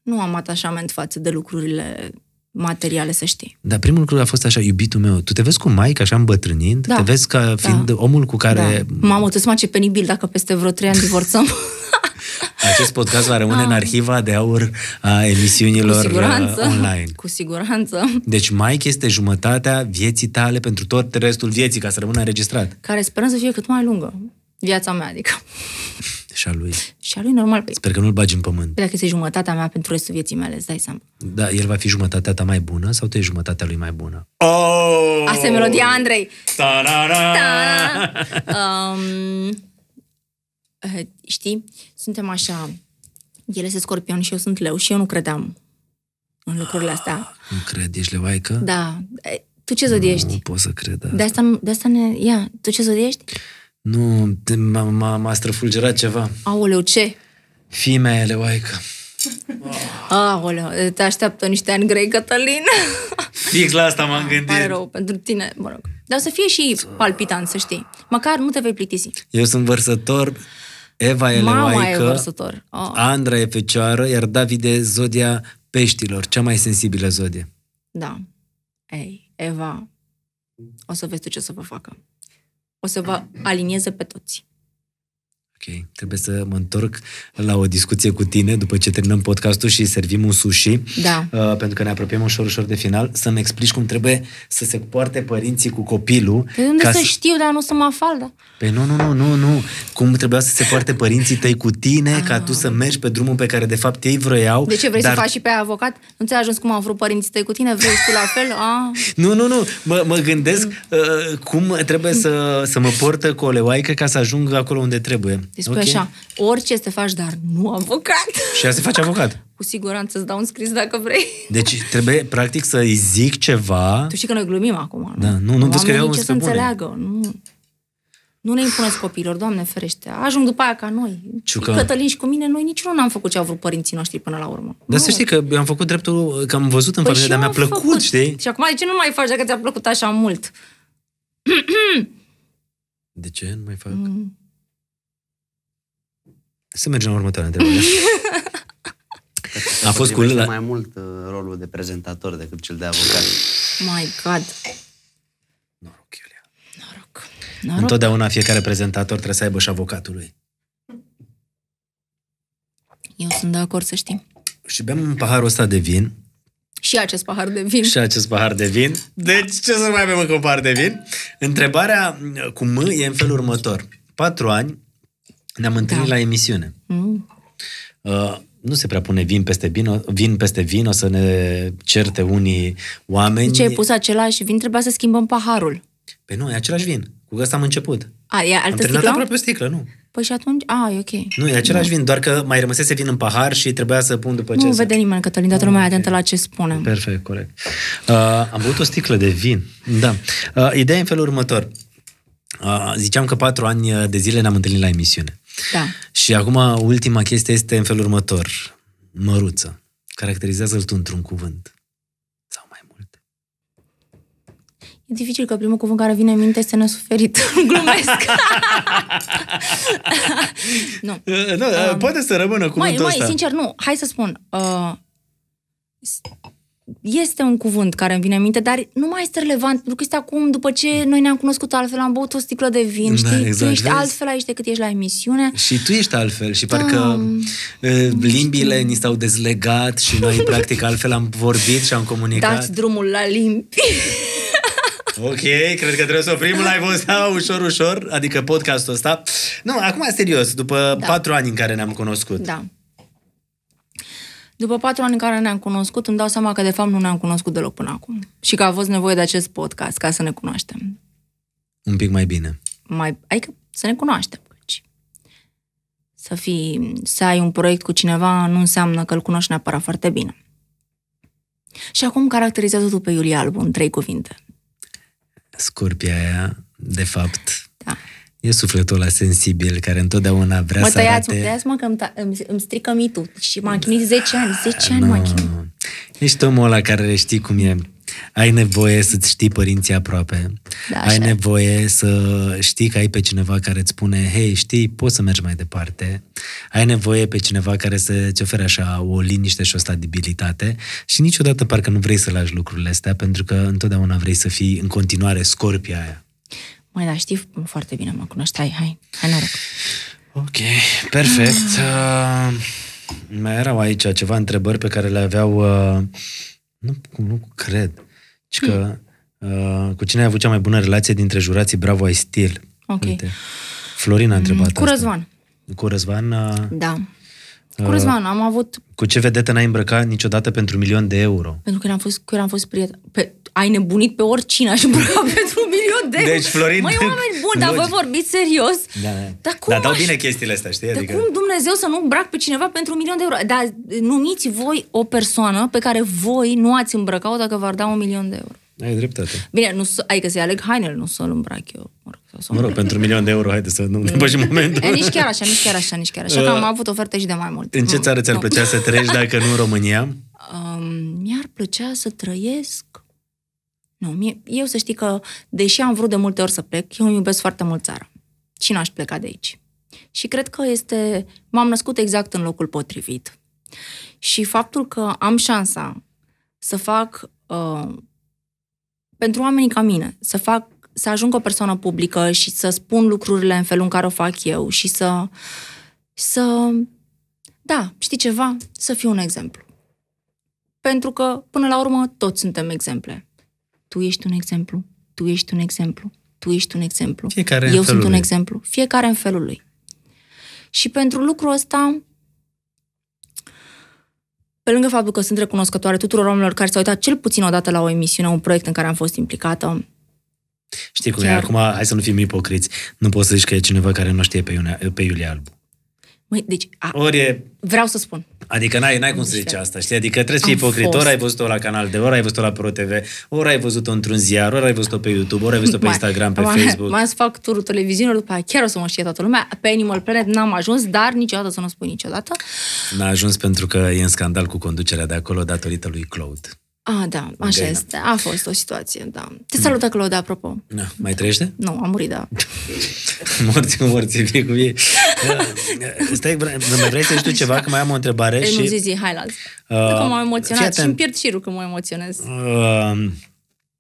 [SPEAKER 2] Nu am atașament față de lucrurile materiale, să știi.
[SPEAKER 1] Dar primul lucru a fost așa, iubitul meu, tu te vezi cu Mike așa îmbătrânind?
[SPEAKER 2] Da.
[SPEAKER 1] Te vezi ca fiind omul cu care
[SPEAKER 2] Da. Mamă, tu mă ce penibil dacă peste vreo trei ani divorțăm. Da.
[SPEAKER 1] acest podcast va rămâne în arhiva de aur a emisiunilor
[SPEAKER 2] cu siguranță.
[SPEAKER 1] uh, online.
[SPEAKER 2] Cu siguranță.
[SPEAKER 1] Deci Mike este jumătatea vieții tale pentru tot restul vieții, ca să rămână înregistrat.
[SPEAKER 2] Care sperăm să fie cât mai lungă. Viața mea, adică.
[SPEAKER 1] Și Deci a lui.
[SPEAKER 2] Și a lui normal, pe
[SPEAKER 1] Sper că nu-l bagi în pământ.
[SPEAKER 2] dacă este jumătatea mea pentru restul vieții mele, îți dai seama.
[SPEAKER 1] Da, el va fi jumătatea ta mai bună sau tu ești jumătatea lui mai bună? Oh!
[SPEAKER 2] Asta e melodia Andrei.
[SPEAKER 1] Ta-ra-ra!
[SPEAKER 2] Da. Um, eh, știi, suntem așa, el este scorpion și eu sunt leu și eu nu credeam în lucrurile astea.
[SPEAKER 1] Nu cred, ești leoaică?
[SPEAKER 2] Da. Eh, Tu ce zodie
[SPEAKER 1] Nu
[SPEAKER 2] ești?
[SPEAKER 1] pot să cred.
[SPEAKER 2] De
[SPEAKER 1] Da.
[SPEAKER 2] asta, nu- de asta ne... Ia, tu ce zodie ești?
[SPEAKER 1] Nu, te- m-a, m-a, m-a străfulgerat ceva.
[SPEAKER 2] Aoleu, ce?
[SPEAKER 1] Fii mea e leoaică.
[SPEAKER 2] Aoleu, eh, te așteaptă niște ani grei, Cătălin.
[SPEAKER 1] Fix la asta m-am
[SPEAKER 2] Ah, Pare
[SPEAKER 1] gândit.
[SPEAKER 2] rău pentru tine, mă rog. Dar o să fie și palpitant, să știi. Măcar nu te vei plictisi.
[SPEAKER 1] Eu sunt vărsător, Eva e
[SPEAKER 2] Mama e
[SPEAKER 1] leoaică,
[SPEAKER 2] vărsător. Oh.
[SPEAKER 1] Andra e fecioară, iar David e zodia peștilor, cea mai sensibilă zodie.
[SPEAKER 2] Da. Ei, Eva, o să vezi tu ce o să vă facă. O să vă alinieze pe toți.
[SPEAKER 1] Ok, trebuie să mă întorc la o discuție cu tine după ce terminăm podcastul și servim un sushi.
[SPEAKER 2] Da.
[SPEAKER 1] Uh, pentru că ne apropiem ușor, ușor de final, să-mi explici cum trebuie să se poarte părinții cu copilul.
[SPEAKER 2] Pe Păi unde
[SPEAKER 1] ca
[SPEAKER 2] să știu, dar nu o să mă afal, da?
[SPEAKER 1] Păi nu, nu, nu, nu, nu. Cum trebuia să se poarte părinții tăi cu tine ah. ca tu să mergi pe drumul pe care de fapt ei vroiau.
[SPEAKER 2] De ce vrei
[SPEAKER 1] dar...
[SPEAKER 2] să faci și pe aia avocat? Nu ți-a ajuns cum au vrut părinții tăi cu tine? Vrei și tu la fel? A,
[SPEAKER 1] Nu, nu, nu. Mă, mă gândesc
[SPEAKER 2] Mm.
[SPEAKER 1] uh, cum trebuie să, să mă portă cu o leoaică ca să ajung acolo unde trebuie.
[SPEAKER 2] deci okay. așa, orice să faci, dar nu avocat.
[SPEAKER 1] Și ea se face avocat.
[SPEAKER 2] Cu siguranță îți dau un scris dacă vrei.
[SPEAKER 1] Deci trebuie practic să îi zic ceva.
[SPEAKER 2] Tu știi că noi glumim acum, nu?
[SPEAKER 1] Da, nu, nu
[SPEAKER 2] Oamenii
[SPEAKER 1] vezi că erau
[SPEAKER 2] ce să
[SPEAKER 1] înspre bune.
[SPEAKER 2] înțeleagă, nu. Nu ne impuneți copiilor, Doamne ferește. Ajung după aia ca noi.
[SPEAKER 1] Ciucă.
[SPEAKER 2] Cătălin și cu mine, noi niciunul n-am făcut ce au vrut părinții noștri până la urmă.
[SPEAKER 1] Dar
[SPEAKER 2] Nu.
[SPEAKER 1] să știi că eu am făcut dreptul, că am văzut în familie,
[SPEAKER 2] Păi și
[SPEAKER 1] dar
[SPEAKER 2] eu
[SPEAKER 1] mi-a
[SPEAKER 2] am
[SPEAKER 1] plăcut,
[SPEAKER 2] făcut.
[SPEAKER 1] știi?
[SPEAKER 2] Și acum de ce nu mai faci dacă ți-a plăcut așa mult?
[SPEAKER 1] De ce nu mai fac? Mm. Să mergem la următoarea întrebare. A fost cu
[SPEAKER 3] Potrivește
[SPEAKER 1] Lila.
[SPEAKER 3] mai mult uh, rolul de prezentator decât cel de avocat.
[SPEAKER 2] My God.
[SPEAKER 1] Noroc, Iulia.
[SPEAKER 2] Noroc. Noroc.
[SPEAKER 1] Întotdeauna fiecare prezentator trebuie să aibă și avocatul lui.
[SPEAKER 2] Eu sunt de acord să știi.
[SPEAKER 1] Și bem un paharul ăsta de vin
[SPEAKER 2] Și acest pahar de vin.
[SPEAKER 1] și acest pahar de vin. Deci ce să mai bem încă un pahar de vin? Întrebarea m, cu M e în felul următor. Patru ani ne-am întâlnit
[SPEAKER 2] Da.
[SPEAKER 1] la emisiune.
[SPEAKER 2] Mm.
[SPEAKER 1] Uh, nu se prea pune vin peste vin, o- vin peste vin, o să ne certe unii oameni.
[SPEAKER 2] De ce ai pus același vin? Trebuia să schimbăm paharul.
[SPEAKER 1] Pe nu, e același vin. Cu ăsta am început.
[SPEAKER 2] A, e
[SPEAKER 1] am
[SPEAKER 2] altă
[SPEAKER 1] terminat
[SPEAKER 2] sticlă?
[SPEAKER 1] aproape o sticlă, nu.
[SPEAKER 2] Păi și atunci... A, e ok.
[SPEAKER 1] Nu, e același vin, doar că mai rămăsese vin în pahar și trebuia să pun după ce...
[SPEAKER 2] Nu
[SPEAKER 1] să-
[SPEAKER 2] vede nimeni, Cătălin, toată lumea e atentă la ce spunem.
[SPEAKER 1] Perfect, corect. Uh, am băut o sticlă de vin. Da. Uh, ideea e în felul următor. Uh, ziceam că patru ani uh, de zile ne-am întâlnit la emisiune.
[SPEAKER 2] Da.
[SPEAKER 1] Și acum ultima chestie este în felul următor. Măruță. Caracterizează-l tu într-un cuvânt. Sau mai mult.
[SPEAKER 2] E dificil că primul cuvânt care vine în minte este nesuferit. Glumesc. nu.
[SPEAKER 1] Uh, nu, uh, poate să rămână
[SPEAKER 2] Mai,
[SPEAKER 1] cuvântul
[SPEAKER 2] mai,
[SPEAKER 1] ăsta.
[SPEAKER 2] sincer, nu. Hai să spun. Uh, s- este un cuvânt care îmi vine în minte, dar nu mai este relevant, pentru că este acum, după ce noi ne-am cunoscut altfel, am băut o sticlă de vin,
[SPEAKER 1] Da,
[SPEAKER 2] da, știi? Exact, tu
[SPEAKER 1] exact,
[SPEAKER 2] ești
[SPEAKER 1] vezi?
[SPEAKER 2] altfel aici decât ești la emisiune.
[SPEAKER 1] Și tu ești altfel și
[SPEAKER 2] Da.
[SPEAKER 1] parcă e, limbile ni s-au dezlegat și noi practic altfel am vorbit și am comunicat.
[SPEAKER 2] Dați drumul la limbi.
[SPEAKER 1] Ok, cred că trebuie să oprim live-ul ăsta ușor, ușor, adică podcastul ăsta. Nu, acum serios, după
[SPEAKER 2] Da.
[SPEAKER 1] patru ani în care ne-am cunoscut.
[SPEAKER 2] Da. După patru ani în care ne-am cunoscut, îmi dau seama că de fapt nu ne-am cunoscut deloc până acum. Și că a fost nevoie de acest podcast ca să ne cunoaștem.
[SPEAKER 1] Un pic mai bine.
[SPEAKER 2] Mai, adică să ne cunoaștem. căci Să, fii, să ai un proiect cu cineva nu înseamnă că îl cunoști neapărat foarte bine. Și acum caracterizează tu pe Iulia Albu în trei cuvinte.
[SPEAKER 1] Scorpia aia, de fapt,
[SPEAKER 2] Da.
[SPEAKER 1] e sufletul ăla sensibil care întotdeauna vrea
[SPEAKER 2] Mă
[SPEAKER 1] să
[SPEAKER 2] tăiați, mă
[SPEAKER 1] arate...
[SPEAKER 2] tăiați, mă, că îmi, ta- îmi, îmi strică mitul. Și m-am chinuit 10 ani, 10 ani
[SPEAKER 1] Nu,
[SPEAKER 2] m-am chinuit.
[SPEAKER 1] Ești omul ăla care știi cum e. Ai nevoie să-ți știi părinții aproape.
[SPEAKER 2] Da,
[SPEAKER 1] ai
[SPEAKER 2] așa e.
[SPEAKER 1] nevoie să știi că ai pe cineva care îți spune, hei, știi, poți să mergi mai departe. Ai nevoie pe cineva care să-ți ofere așa o liniște și o stabilitate și niciodată parcă nu vrei să lași lucrurile astea pentru că întotdeauna vrei să fii în continuare scorpia aia.
[SPEAKER 2] Mai da, știi foarte bine, mă cunoști. Hai, hai, hai, noroc.
[SPEAKER 1] Ok, perfect.
[SPEAKER 2] Ah.
[SPEAKER 1] Uh, mai erau aici ceva întrebări pe care le aveau... Uh, nu, nu cred. Ci că,
[SPEAKER 2] Hmm.
[SPEAKER 1] uh, cu cine ai avut cea mai bună relație dintre jurații Bravo ai Stil?
[SPEAKER 2] Ok. Hmm,
[SPEAKER 1] Florina a întrebat
[SPEAKER 2] Cu Răzvan.
[SPEAKER 1] Asta. Cu Răzvan. Uh,
[SPEAKER 2] Da. Cu Răzvan am avut,
[SPEAKER 1] cu ce vedetă n-ai îmbrăcat niciodată pentru un milion de euro?
[SPEAKER 2] pentru că el am fost, cu el am fost prieten. Pe, ai nebunit pe oricine aș îmbrăca pentru un milion de euro.
[SPEAKER 1] Deci, Florin,
[SPEAKER 2] Măi, oameni buni, dar voi
[SPEAKER 1] logic.
[SPEAKER 2] vorbiți serios? Dar cum
[SPEAKER 1] da dau
[SPEAKER 2] aș-
[SPEAKER 1] bine chestiile astea, știi?
[SPEAKER 2] Adică... Dar cum Dumnezeu să nu îmbrac pe cineva pentru un milion de euro? Dar numiți voi o persoană pe care voi nu ați îmbrăcat-o dacă v-ar da un milion de euro.
[SPEAKER 1] Ai dreptate.
[SPEAKER 2] Bine, nu, s- adică să-i aleg hainele, nu să-l îmbrac eu. Mă rog, sau să o
[SPEAKER 1] Mă rog,
[SPEAKER 2] îmbrac.
[SPEAKER 1] pentru un milion de euro, haide să nu
[SPEAKER 2] Hmm.
[SPEAKER 1] depășim momentul.
[SPEAKER 2] E, nici chiar așa, nici chiar așa, nici chiar așa. Că am avut oferte și de mai mult.
[SPEAKER 1] Uh, În ce
[SPEAKER 2] Nu,
[SPEAKER 1] țară ți-ar
[SPEAKER 2] nu.
[SPEAKER 1] plăcea să trăiești dacă nu în România?
[SPEAKER 2] Um, mi-ar plăcea să trăiesc... Nu, mie, eu să știi că, deși am vrut de multe ori să plec, eu îmi iubesc foarte mult țara. Și n-aș pleca de aici. Și cred că este... M-am născut exact în locul potrivit. Și faptul că am șansa să fac... Uh, pentru oamenii ca mine, să fac să ajung o persoană publică și să spun lucrurile în felul în care o fac eu și să... să da, știi ceva? Să fiu un exemplu pentru că, până la urmă, toți suntem exemple. Tu ești un exemplu, tu ești un exemplu, tu ești un exemplu.
[SPEAKER 1] Fiecare în
[SPEAKER 2] Eu
[SPEAKER 1] felul
[SPEAKER 2] sunt un
[SPEAKER 1] lui.
[SPEAKER 2] exemplu, fiecare în felul lui. Și pentru lucrul ăsta, pe lângă faptul că sunt recunoscătoare tuturor oamenilor care s-au uitat cel puțin odată la o emisiune, un proiect în care am fost implicată,
[SPEAKER 1] Știi cum e,
[SPEAKER 2] Chiar.
[SPEAKER 1] acum hai să nu fim ipocriți. Nu poți să zici că e cineva care nu știe pe, Iunea, pe Iulia Albu.
[SPEAKER 2] măi, deci, a,
[SPEAKER 1] Ori e,
[SPEAKER 2] vreau să spun,
[SPEAKER 1] adică n-ai, n-ai cum
[SPEAKER 2] Nu
[SPEAKER 1] să
[SPEAKER 2] știu.
[SPEAKER 1] zici asta, știi? Adică trebuie să fii
[SPEAKER 2] Am
[SPEAKER 1] ipocrit.
[SPEAKER 2] fost.
[SPEAKER 1] Ori ai văzut-o la Canal de, ori ai văzut-o la ProTV, ori ai văzut-o într-un ziar, ori ai văzut-o pe YouTube, ori ai văzut-o pe
[SPEAKER 2] Mai-
[SPEAKER 1] Instagram, pe
[SPEAKER 2] mai,
[SPEAKER 1] Facebook.
[SPEAKER 2] Mai să fac turul televiziunilor, după aia chiar o să mă știe toată lumea. Pe Animal Planet n-am ajuns, dar niciodată să nu spun niciodată.
[SPEAKER 1] N-a ajuns pentru că e în scandal cu conducerea de acolo datorită lui Claude.
[SPEAKER 2] A, da, așa
[SPEAKER 1] Gaina.
[SPEAKER 2] este. A fost o situație, da. Te
[SPEAKER 1] Mm.
[SPEAKER 2] salută, Claude, apropo.
[SPEAKER 1] Na, mai trăiește?
[SPEAKER 2] Nu, am murit, da.
[SPEAKER 1] morți cu morții, fie cu ei. Stai, vre- mai vrei să știi tu ceva? Că mai am o întrebare
[SPEAKER 2] Ei,
[SPEAKER 1] Da, și...
[SPEAKER 2] Păi nu zi, zi, hai, las. Uh, că m-am
[SPEAKER 1] fii
[SPEAKER 2] emoționat
[SPEAKER 1] atent.
[SPEAKER 2] și îmi pierd șirul că mă emoționez.
[SPEAKER 1] Uh,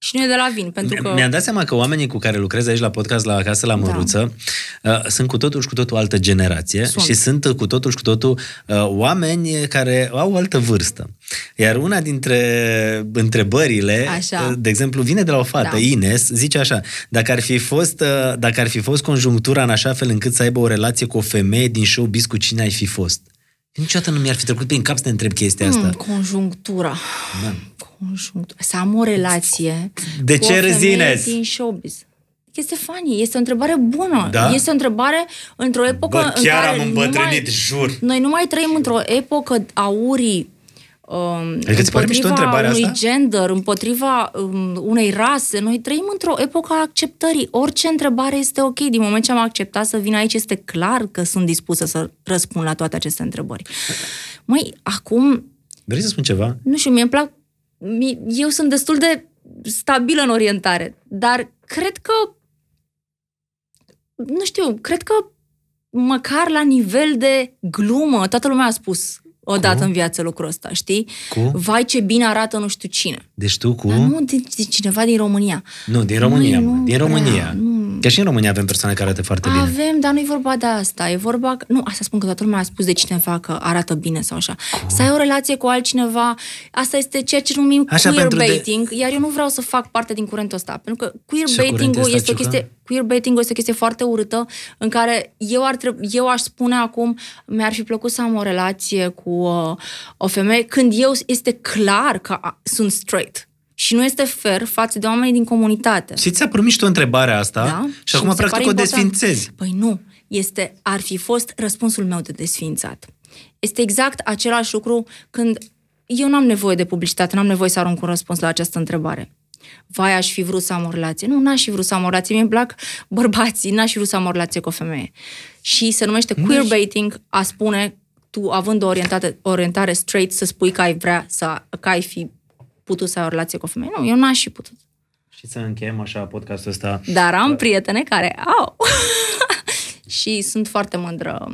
[SPEAKER 2] Și nu e de la vin, pentru că...
[SPEAKER 1] Mi-am dat seama că oamenii cu care lucrez aici la podcast, la acasă, la Măruță, da. sunt cu totul și cu totul altă generație
[SPEAKER 2] Sunt.
[SPEAKER 1] și sunt cu totul și cu totul uh, oameni care au o altă vârstă. Iar una dintre întrebările,
[SPEAKER 2] Așa.
[SPEAKER 1] uh, de exemplu, vine de la o fată,
[SPEAKER 2] Da.
[SPEAKER 1] Ines, zice așa, dacă ar, fi fost, uh, dacă ar fi fost conjunctura în așa fel încât să aibă o relație cu o femeie din showbiz, cu cine ai fi fost? Niciodată nu mi-ar fi trecut prin cap să te întreb chestia asta.
[SPEAKER 2] Mm, conjunctura.
[SPEAKER 1] Da.
[SPEAKER 2] Conjunctura. Să am o relație
[SPEAKER 1] De
[SPEAKER 2] cu
[SPEAKER 1] ce
[SPEAKER 2] o femeie
[SPEAKER 1] râzinezi?
[SPEAKER 2] din showbiz. Este funny, este o întrebare bună.
[SPEAKER 1] Da?
[SPEAKER 2] Este o întrebare într-o epocă
[SPEAKER 1] Bă,
[SPEAKER 2] în
[SPEAKER 1] chiar
[SPEAKER 2] care
[SPEAKER 1] am
[SPEAKER 2] nu
[SPEAKER 1] îmbătrânit,
[SPEAKER 2] mai-
[SPEAKER 1] jur.
[SPEAKER 2] Noi nu mai trăim într-o epocă a urii Um,
[SPEAKER 1] pare mișto întrebarea
[SPEAKER 2] unui
[SPEAKER 1] asta?
[SPEAKER 2] gender, împotriva um, unei rase, noi trăim într-o epocă a acceptării. Orice întrebare este ok. Din moment ce am acceptat să vin aici, este clar că sunt dispusă să răspund la toate aceste întrebări. Măi, acum,
[SPEAKER 1] Vrei să spun ceva?
[SPEAKER 2] nu știu, mie îmi plac... mi- Eu sunt destul de stabilă în orientare, dar cred că... Nu știu, cred că măcar la nivel de glumă, toată lumea a spus o dată în viață lucrul ăsta, știi?
[SPEAKER 1] Cu?
[SPEAKER 2] Vai ce bine arată nu știu cine.
[SPEAKER 1] Deci tu cu...
[SPEAKER 2] Dar nu de, de cineva din România.
[SPEAKER 1] Nu, din România.
[SPEAKER 2] Măi,
[SPEAKER 1] mă,
[SPEAKER 2] nu
[SPEAKER 1] din
[SPEAKER 2] prea,
[SPEAKER 1] România.
[SPEAKER 2] nu.
[SPEAKER 1] Că și în România avem persoane care arată foarte bine.
[SPEAKER 2] Avem, dar nu-i vorba de asta. E vorba... că- Nu, asta spun că toată lumea a spus de cineva că arată bine sau așa.
[SPEAKER 1] Ah.
[SPEAKER 2] Să ai o relație cu altcineva, asta este ceea ce numim
[SPEAKER 1] Așa, pentru de-
[SPEAKER 2] queerbaiting, de... iar eu nu vreau să fac parte din curentul ăsta. Pentru că
[SPEAKER 1] curentul
[SPEAKER 2] queerbaiting-ul
[SPEAKER 1] ăsta,
[SPEAKER 2] este o
[SPEAKER 1] Ciucă?
[SPEAKER 2] chestie... Queerbaiting-ul este o chestie foarte urâtă în care eu, ar treb- eu aș spune acum mi-ar fi plăcut să am o relație cu uh, o femeie când eu este clar că a, sunt straight. Și nu este fair față de oamenii din comunitate.
[SPEAKER 1] Și ți-a promis tu întrebarea asta
[SPEAKER 2] Da?
[SPEAKER 1] și acum
[SPEAKER 2] mi se
[SPEAKER 1] practic
[SPEAKER 2] pare
[SPEAKER 1] o
[SPEAKER 2] important.
[SPEAKER 1] desfințezi.
[SPEAKER 2] Păi nu, este, ar fi fost răspunsul meu de desfințat. Este exact același lucru când eu n-am nevoie de publicitate, n-am nevoie să arunc un răspuns la această întrebare. Vai, aș fi vrut să am o relație. Nu, n-aș fi vrut să am o relație. Mie îmi plac bărbații, n-aș fi vrut să am o relație cu o femeie. Și se numește queerbaiting a spune tu, având o orientare, orientare straight, să spui că ai vrea să, că ai fi putut să ai o relație cu o femeie. Nu, eu n-aș fi putut.
[SPEAKER 1] Și să încheiem așa podcastul ăsta.
[SPEAKER 2] Dar am prietene care au. și sunt foarte mândră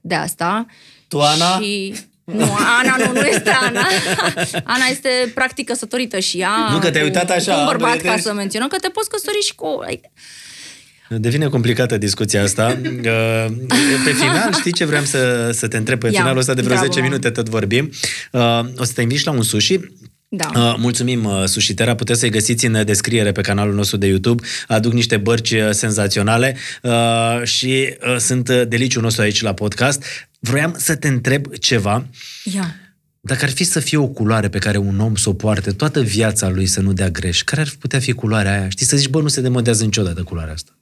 [SPEAKER 2] de asta.
[SPEAKER 1] Tu, Ana?
[SPEAKER 2] Și... Nu, Ana nu, nu este Ana. Ana este practic căsătorită și ea.
[SPEAKER 1] Nu, că te-ai uitat așa,
[SPEAKER 2] Cu un bărbat,
[SPEAKER 1] prieteni.
[SPEAKER 2] ca să menționăm, că te poți căsători și cu...
[SPEAKER 1] Devine complicată discuția asta. Uh, Pe final, știi ce vreau să, să te întreb? Pe
[SPEAKER 2] Ia,
[SPEAKER 1] finalul ăsta de vreo
[SPEAKER 2] bravo,
[SPEAKER 1] 10 minute tot vorbim. Uh, O să te invit și la un sushi.
[SPEAKER 2] Da.
[SPEAKER 1] Uh, Mulțumim, uh, Sushitera. Puteți să-i găsiți în uh, descriere pe canalul nostru de YouTube. Aduc niște bărci uh, senzaționale uh, și uh, sunt uh, deliciul nostru aici la podcast. Vroiam să te întreb ceva.
[SPEAKER 2] Ia.
[SPEAKER 1] Dacă ar fi să fie o culoare pe care un om să o poarte toată viața lui să nu dea greș, care ar putea fi culoarea aia? Știi, să zici, bă, nu se demodează niciodată culoarea asta.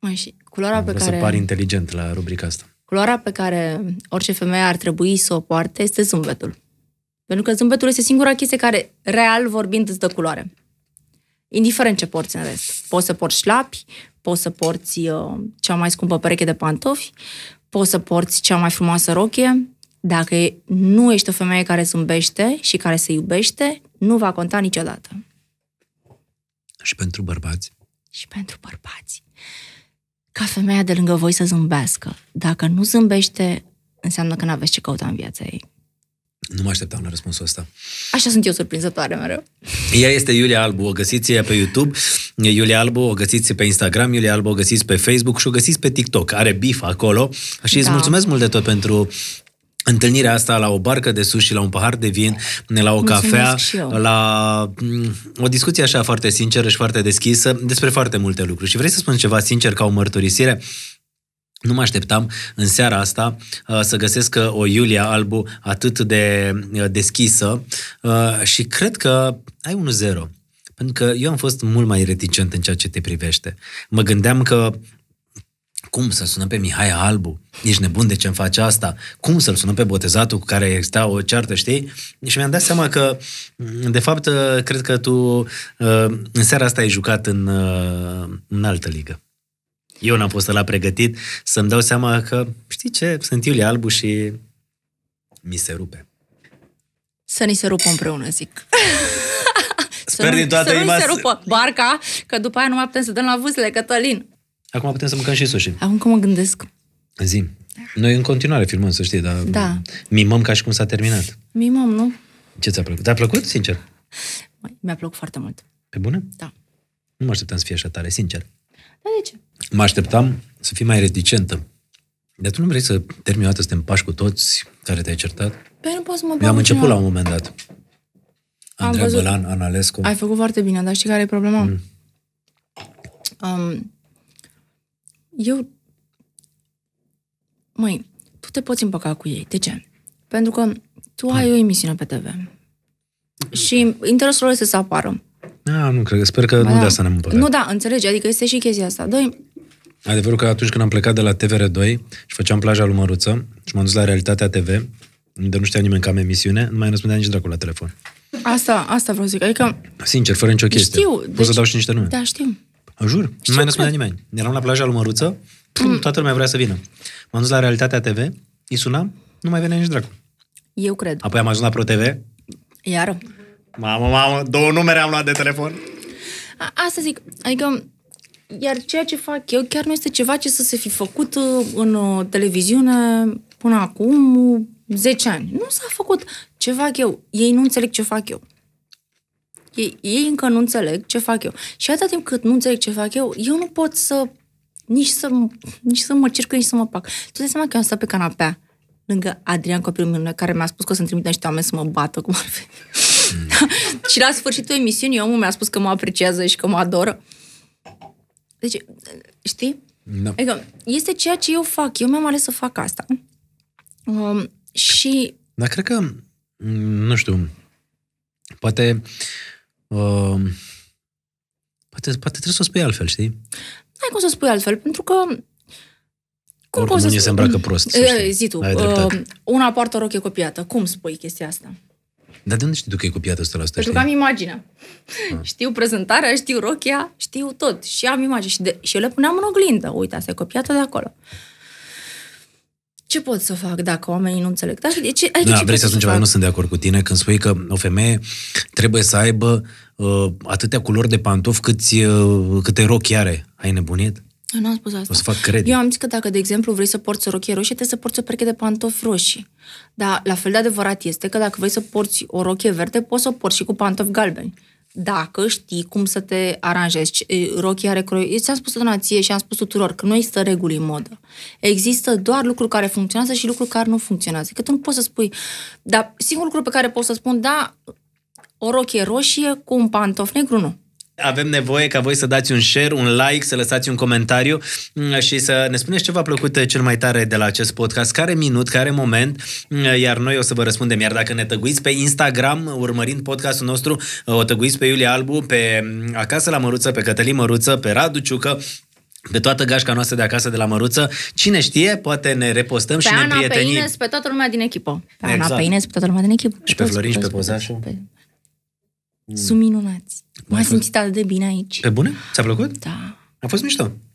[SPEAKER 2] Mai și culoarea pe
[SPEAKER 1] Vreau să pari
[SPEAKER 2] care,
[SPEAKER 1] inteligent la rubrica asta.
[SPEAKER 2] culoarea pe care orice femeie ar trebui să o poarte este zâmbetul. Pentru că zâmbetul este singura chestie care, real vorbind, îți dă culoare. Indiferent ce porți în rest. Poți să porți șlapi, poți să porți uh, cea mai scumpă pereche de pantofi, poți să porți cea mai frumoasă rochie. Dacă e- nu ești o femeie care zâmbește și care se iubește, nu va conta niciodată.
[SPEAKER 1] Și pentru bărbați.
[SPEAKER 2] Și pentru bărbați. Ca femeia de lângă voi să zâmbească. Dacă nu zâmbește, înseamnă că n-aveți ce căuta în viața ei.
[SPEAKER 1] Nu mă așteptam la răspunsul ăsta.
[SPEAKER 2] Așa sunt eu surprinzătoare mereu.
[SPEAKER 1] Ea este Iulia Albu, o găsiți pe YouTube, Iulia Albu o găsiți pe Instagram, Iulia Albu o găsiți pe Facebook și o găsiți pe TikTok. Are bif acolo și îți
[SPEAKER 2] Da.
[SPEAKER 1] mulțumesc mult de tot pentru întâlnirea asta la o barcă de sushi, la un pahar de vin, la o
[SPEAKER 2] Mulțumesc
[SPEAKER 1] cafea,
[SPEAKER 2] și eu.
[SPEAKER 1] la mm, o discuție așa foarte sinceră și foarte deschisă despre foarte multe lucruri. Și vrei să spun ceva sincer ca o mărturisire? Nu mă așteptam în seara asta uh, să găsesc uh, o Iulia Albu atât de uh, deschisă uh, și cred că ai un zero. Pentru că eu am fost mult mai reticent în ceea ce te privește. Mă gândeam că cum să-l sunăm pe Mihai Albu? Ești nebun de ce-mi faci asta? Cum să-l sunăm pe botezatul cu care exista o ceartă, știi? Și mi-am dat seama că, m, de fapt, uh, cred că tu uh, în seara asta ai jucat în, uh, în altă ligă. Eu n-am fost la pregătit să-mi dau seama că, știi ce, sunt Iulia Albu și mi se rupe.
[SPEAKER 2] Să ni se rupă împreună, zic.
[SPEAKER 1] Sper
[SPEAKER 2] să nu,
[SPEAKER 1] din toată
[SPEAKER 2] să nu
[SPEAKER 1] inima
[SPEAKER 2] se
[SPEAKER 1] să-
[SPEAKER 2] rupă barca, că după aia nu mai putem să dăm la vâzle, Cătălin.
[SPEAKER 1] Acum putem să mâncăm și sushi.
[SPEAKER 2] Acum că mă gândesc,
[SPEAKER 1] Zi. Noi în continuare filmăm, să știi, dar
[SPEAKER 2] Da.
[SPEAKER 1] mimăm ca și cum s-a terminat.
[SPEAKER 2] mimăm, nu?
[SPEAKER 1] Ce ți-a plăcut? Ți-a plăcut, sincer?
[SPEAKER 2] Mai, mi-a plăcut foarte mult.
[SPEAKER 1] Pe bune?
[SPEAKER 2] Da.
[SPEAKER 1] Nu mă așteptam să fie așa tare, sincer.
[SPEAKER 2] Dar de ce?
[SPEAKER 1] Mă așteptam să fii mai reticentă. Dar tu nu vrei să termini o dată să te împași cu toți care te-ai certat?
[SPEAKER 2] Păi nu pot să mă
[SPEAKER 1] Eu
[SPEAKER 2] bag
[SPEAKER 1] am
[SPEAKER 2] cu
[SPEAKER 1] început la
[SPEAKER 2] cineva.
[SPEAKER 1] un moment dat.
[SPEAKER 2] Am
[SPEAKER 1] Andrei
[SPEAKER 2] văzut.
[SPEAKER 1] Bălan, Analescu.
[SPEAKER 2] Ai făcut foarte bine, dar știi care e problema? Mm. Um, eu... Măi, tu te poți împăca cu ei. De ce? Pentru că tu
[SPEAKER 1] Mm.
[SPEAKER 2] ai o emisiune pe TV. Și interesul lor este să apară.
[SPEAKER 1] A, nu cred, sper că
[SPEAKER 2] Ba
[SPEAKER 1] nu
[SPEAKER 2] da.
[SPEAKER 1] de asta ne-am împăcat.
[SPEAKER 2] Nu, da, înțelegi, adică este și chestia asta. Doi,
[SPEAKER 1] Adevărul că atunci când am plecat de la TVR2 și făceam plaja lui Măruță și m-am dus la Realitatea TV, unde nu știa nimeni că am emisiune, nu mai răspundea nici dracu la telefon.
[SPEAKER 2] asta, asta vreau să zic. Adică,
[SPEAKER 1] Sincer, fără nicio chestie.
[SPEAKER 2] știu.
[SPEAKER 1] Pot să dau și niște nume.
[SPEAKER 2] Da, știu.
[SPEAKER 1] În jur, nu mai răspundea nimeni. Eram la plaja lui Măruță, mm. toată lumea vrea să vină. M-am dus la Realitatea TV, îi sunam, nu mai venea nici dracu.
[SPEAKER 2] Eu cred.
[SPEAKER 1] Apoi am ajuns la ProTV,
[SPEAKER 2] Iar,
[SPEAKER 1] mamă, mamă, două numere am luat de telefon.
[SPEAKER 2] a, asta zic, adică, iar ceea ce fac eu chiar nu este ceva ce să se fi făcut uh, în uh, televiziune până acum, 10 ani. Nu s-a făcut ce fac eu. Ei nu înțeleg ce fac eu. Ei, ei încă nu înțeleg ce fac eu. Și atâta timp cât nu înțeleg ce fac eu, eu nu pot să nici să, nici să mă circ, nici să mă pac. Tu dai seama că eu am stat pe canapea lângă Adrian, copilul meu, care mi-a spus că o să-mi trimite niște oameni să mă bată cum ar fi. și la sfârșitul emisiunii omul mi-a spus că mă apreciază și că mă adoră. Deci, știi?
[SPEAKER 1] Da.
[SPEAKER 2] Adică, este ceea ce eu fac. Eu mi-am ales să fac asta. Um, și
[SPEAKER 1] Dar cred că, m, nu știu, poate, uh, poate, poate trebuie să o spui altfel, știi?
[SPEAKER 2] n-ai cum să spui altfel, pentru că...
[SPEAKER 1] Oricum unii se îmbracă prost, să știi.
[SPEAKER 2] E, Eh, Mm, zi tu,
[SPEAKER 1] Ai dreptate.
[SPEAKER 2] uh, una poartă o roche copiată. Cum spui chestia asta?
[SPEAKER 1] Dar de unde știi tu că e copiată 100%?
[SPEAKER 2] Pentru
[SPEAKER 1] știi? Hmm.
[SPEAKER 2] că am imaginea. Știu prezentarea, știu rochia, știu tot. Și am imagine. Și, de, și eu le puneam în oglindă. Uite, asta e copiată de acolo. Ce pot să fac dacă oamenii nu înțeleg? Dar, de ce, adică
[SPEAKER 1] Da, vrei
[SPEAKER 2] ce pot
[SPEAKER 1] să spun ceva,
[SPEAKER 2] fac?
[SPEAKER 1] eu nu sunt de acord cu tine când spui că o femeie trebuie să aibă uh, atâtea culori de pantofi câți, uh, câte rochi are. Ai nebunit?
[SPEAKER 2] Eu Ah, n-am spus asta.
[SPEAKER 1] O să fac credit.
[SPEAKER 2] Eu am zis că dacă, de exemplu, vrei să porți o rochie roșie, trebuie să porți o pereche de pantofi roșii. Dar la fel de adevărat este că dacă vrei să porți o rochie verde, poți să o porți și cu pantofi galbeni. Dacă știi cum să te aranjezi, Ce- e, rochia are croi... Eu ți-am spus o donație și am spus tuturor că nu există reguli în modă. Există doar lucruri care funcționează și lucruri care nu funcționează. Că tu nu poți să spui... Dar singurul lucru pe care pot să spun, da, o rochie roșie cu un pantof negru, nu.
[SPEAKER 1] Avem nevoie ca voi să dați un share, un like, să lăsați un comentariu m, și să ne spuneți ce v-a plăcut eh, cel mai tare de la acest podcast, care minut, care moment, m, iar noi o să vă răspundem. Iar dacă ne tăguiți pe Instagram, urmărind podcastul nostru, eh, o tăguiți pe Iulia Albu, pe m, Acasă la Măruță, pe Cătălin Măruță, pe Radu Ciucă, pe toată gașca noastră de acasă de la Măruță. Cine știe, poate ne repostăm
[SPEAKER 2] Pe
[SPEAKER 1] și ne
[SPEAKER 2] Ana, pe
[SPEAKER 1] prietenim.
[SPEAKER 2] Ines, pe toată lumea din echipă. Pe Ana,
[SPEAKER 1] Exact.
[SPEAKER 2] pe Ines, pe toată lumea din echipă.
[SPEAKER 1] Și pe
[SPEAKER 2] Toți,
[SPEAKER 1] Florin și
[SPEAKER 2] toți,
[SPEAKER 1] pe
[SPEAKER 2] toți,
[SPEAKER 1] Pozașu.
[SPEAKER 2] pe- Sunt minunați. M-am
[SPEAKER 1] fost-
[SPEAKER 2] simțit atât de bine aici.
[SPEAKER 1] Pe bune? Ți-a plăcut?
[SPEAKER 2] Da.
[SPEAKER 1] A fost mișto.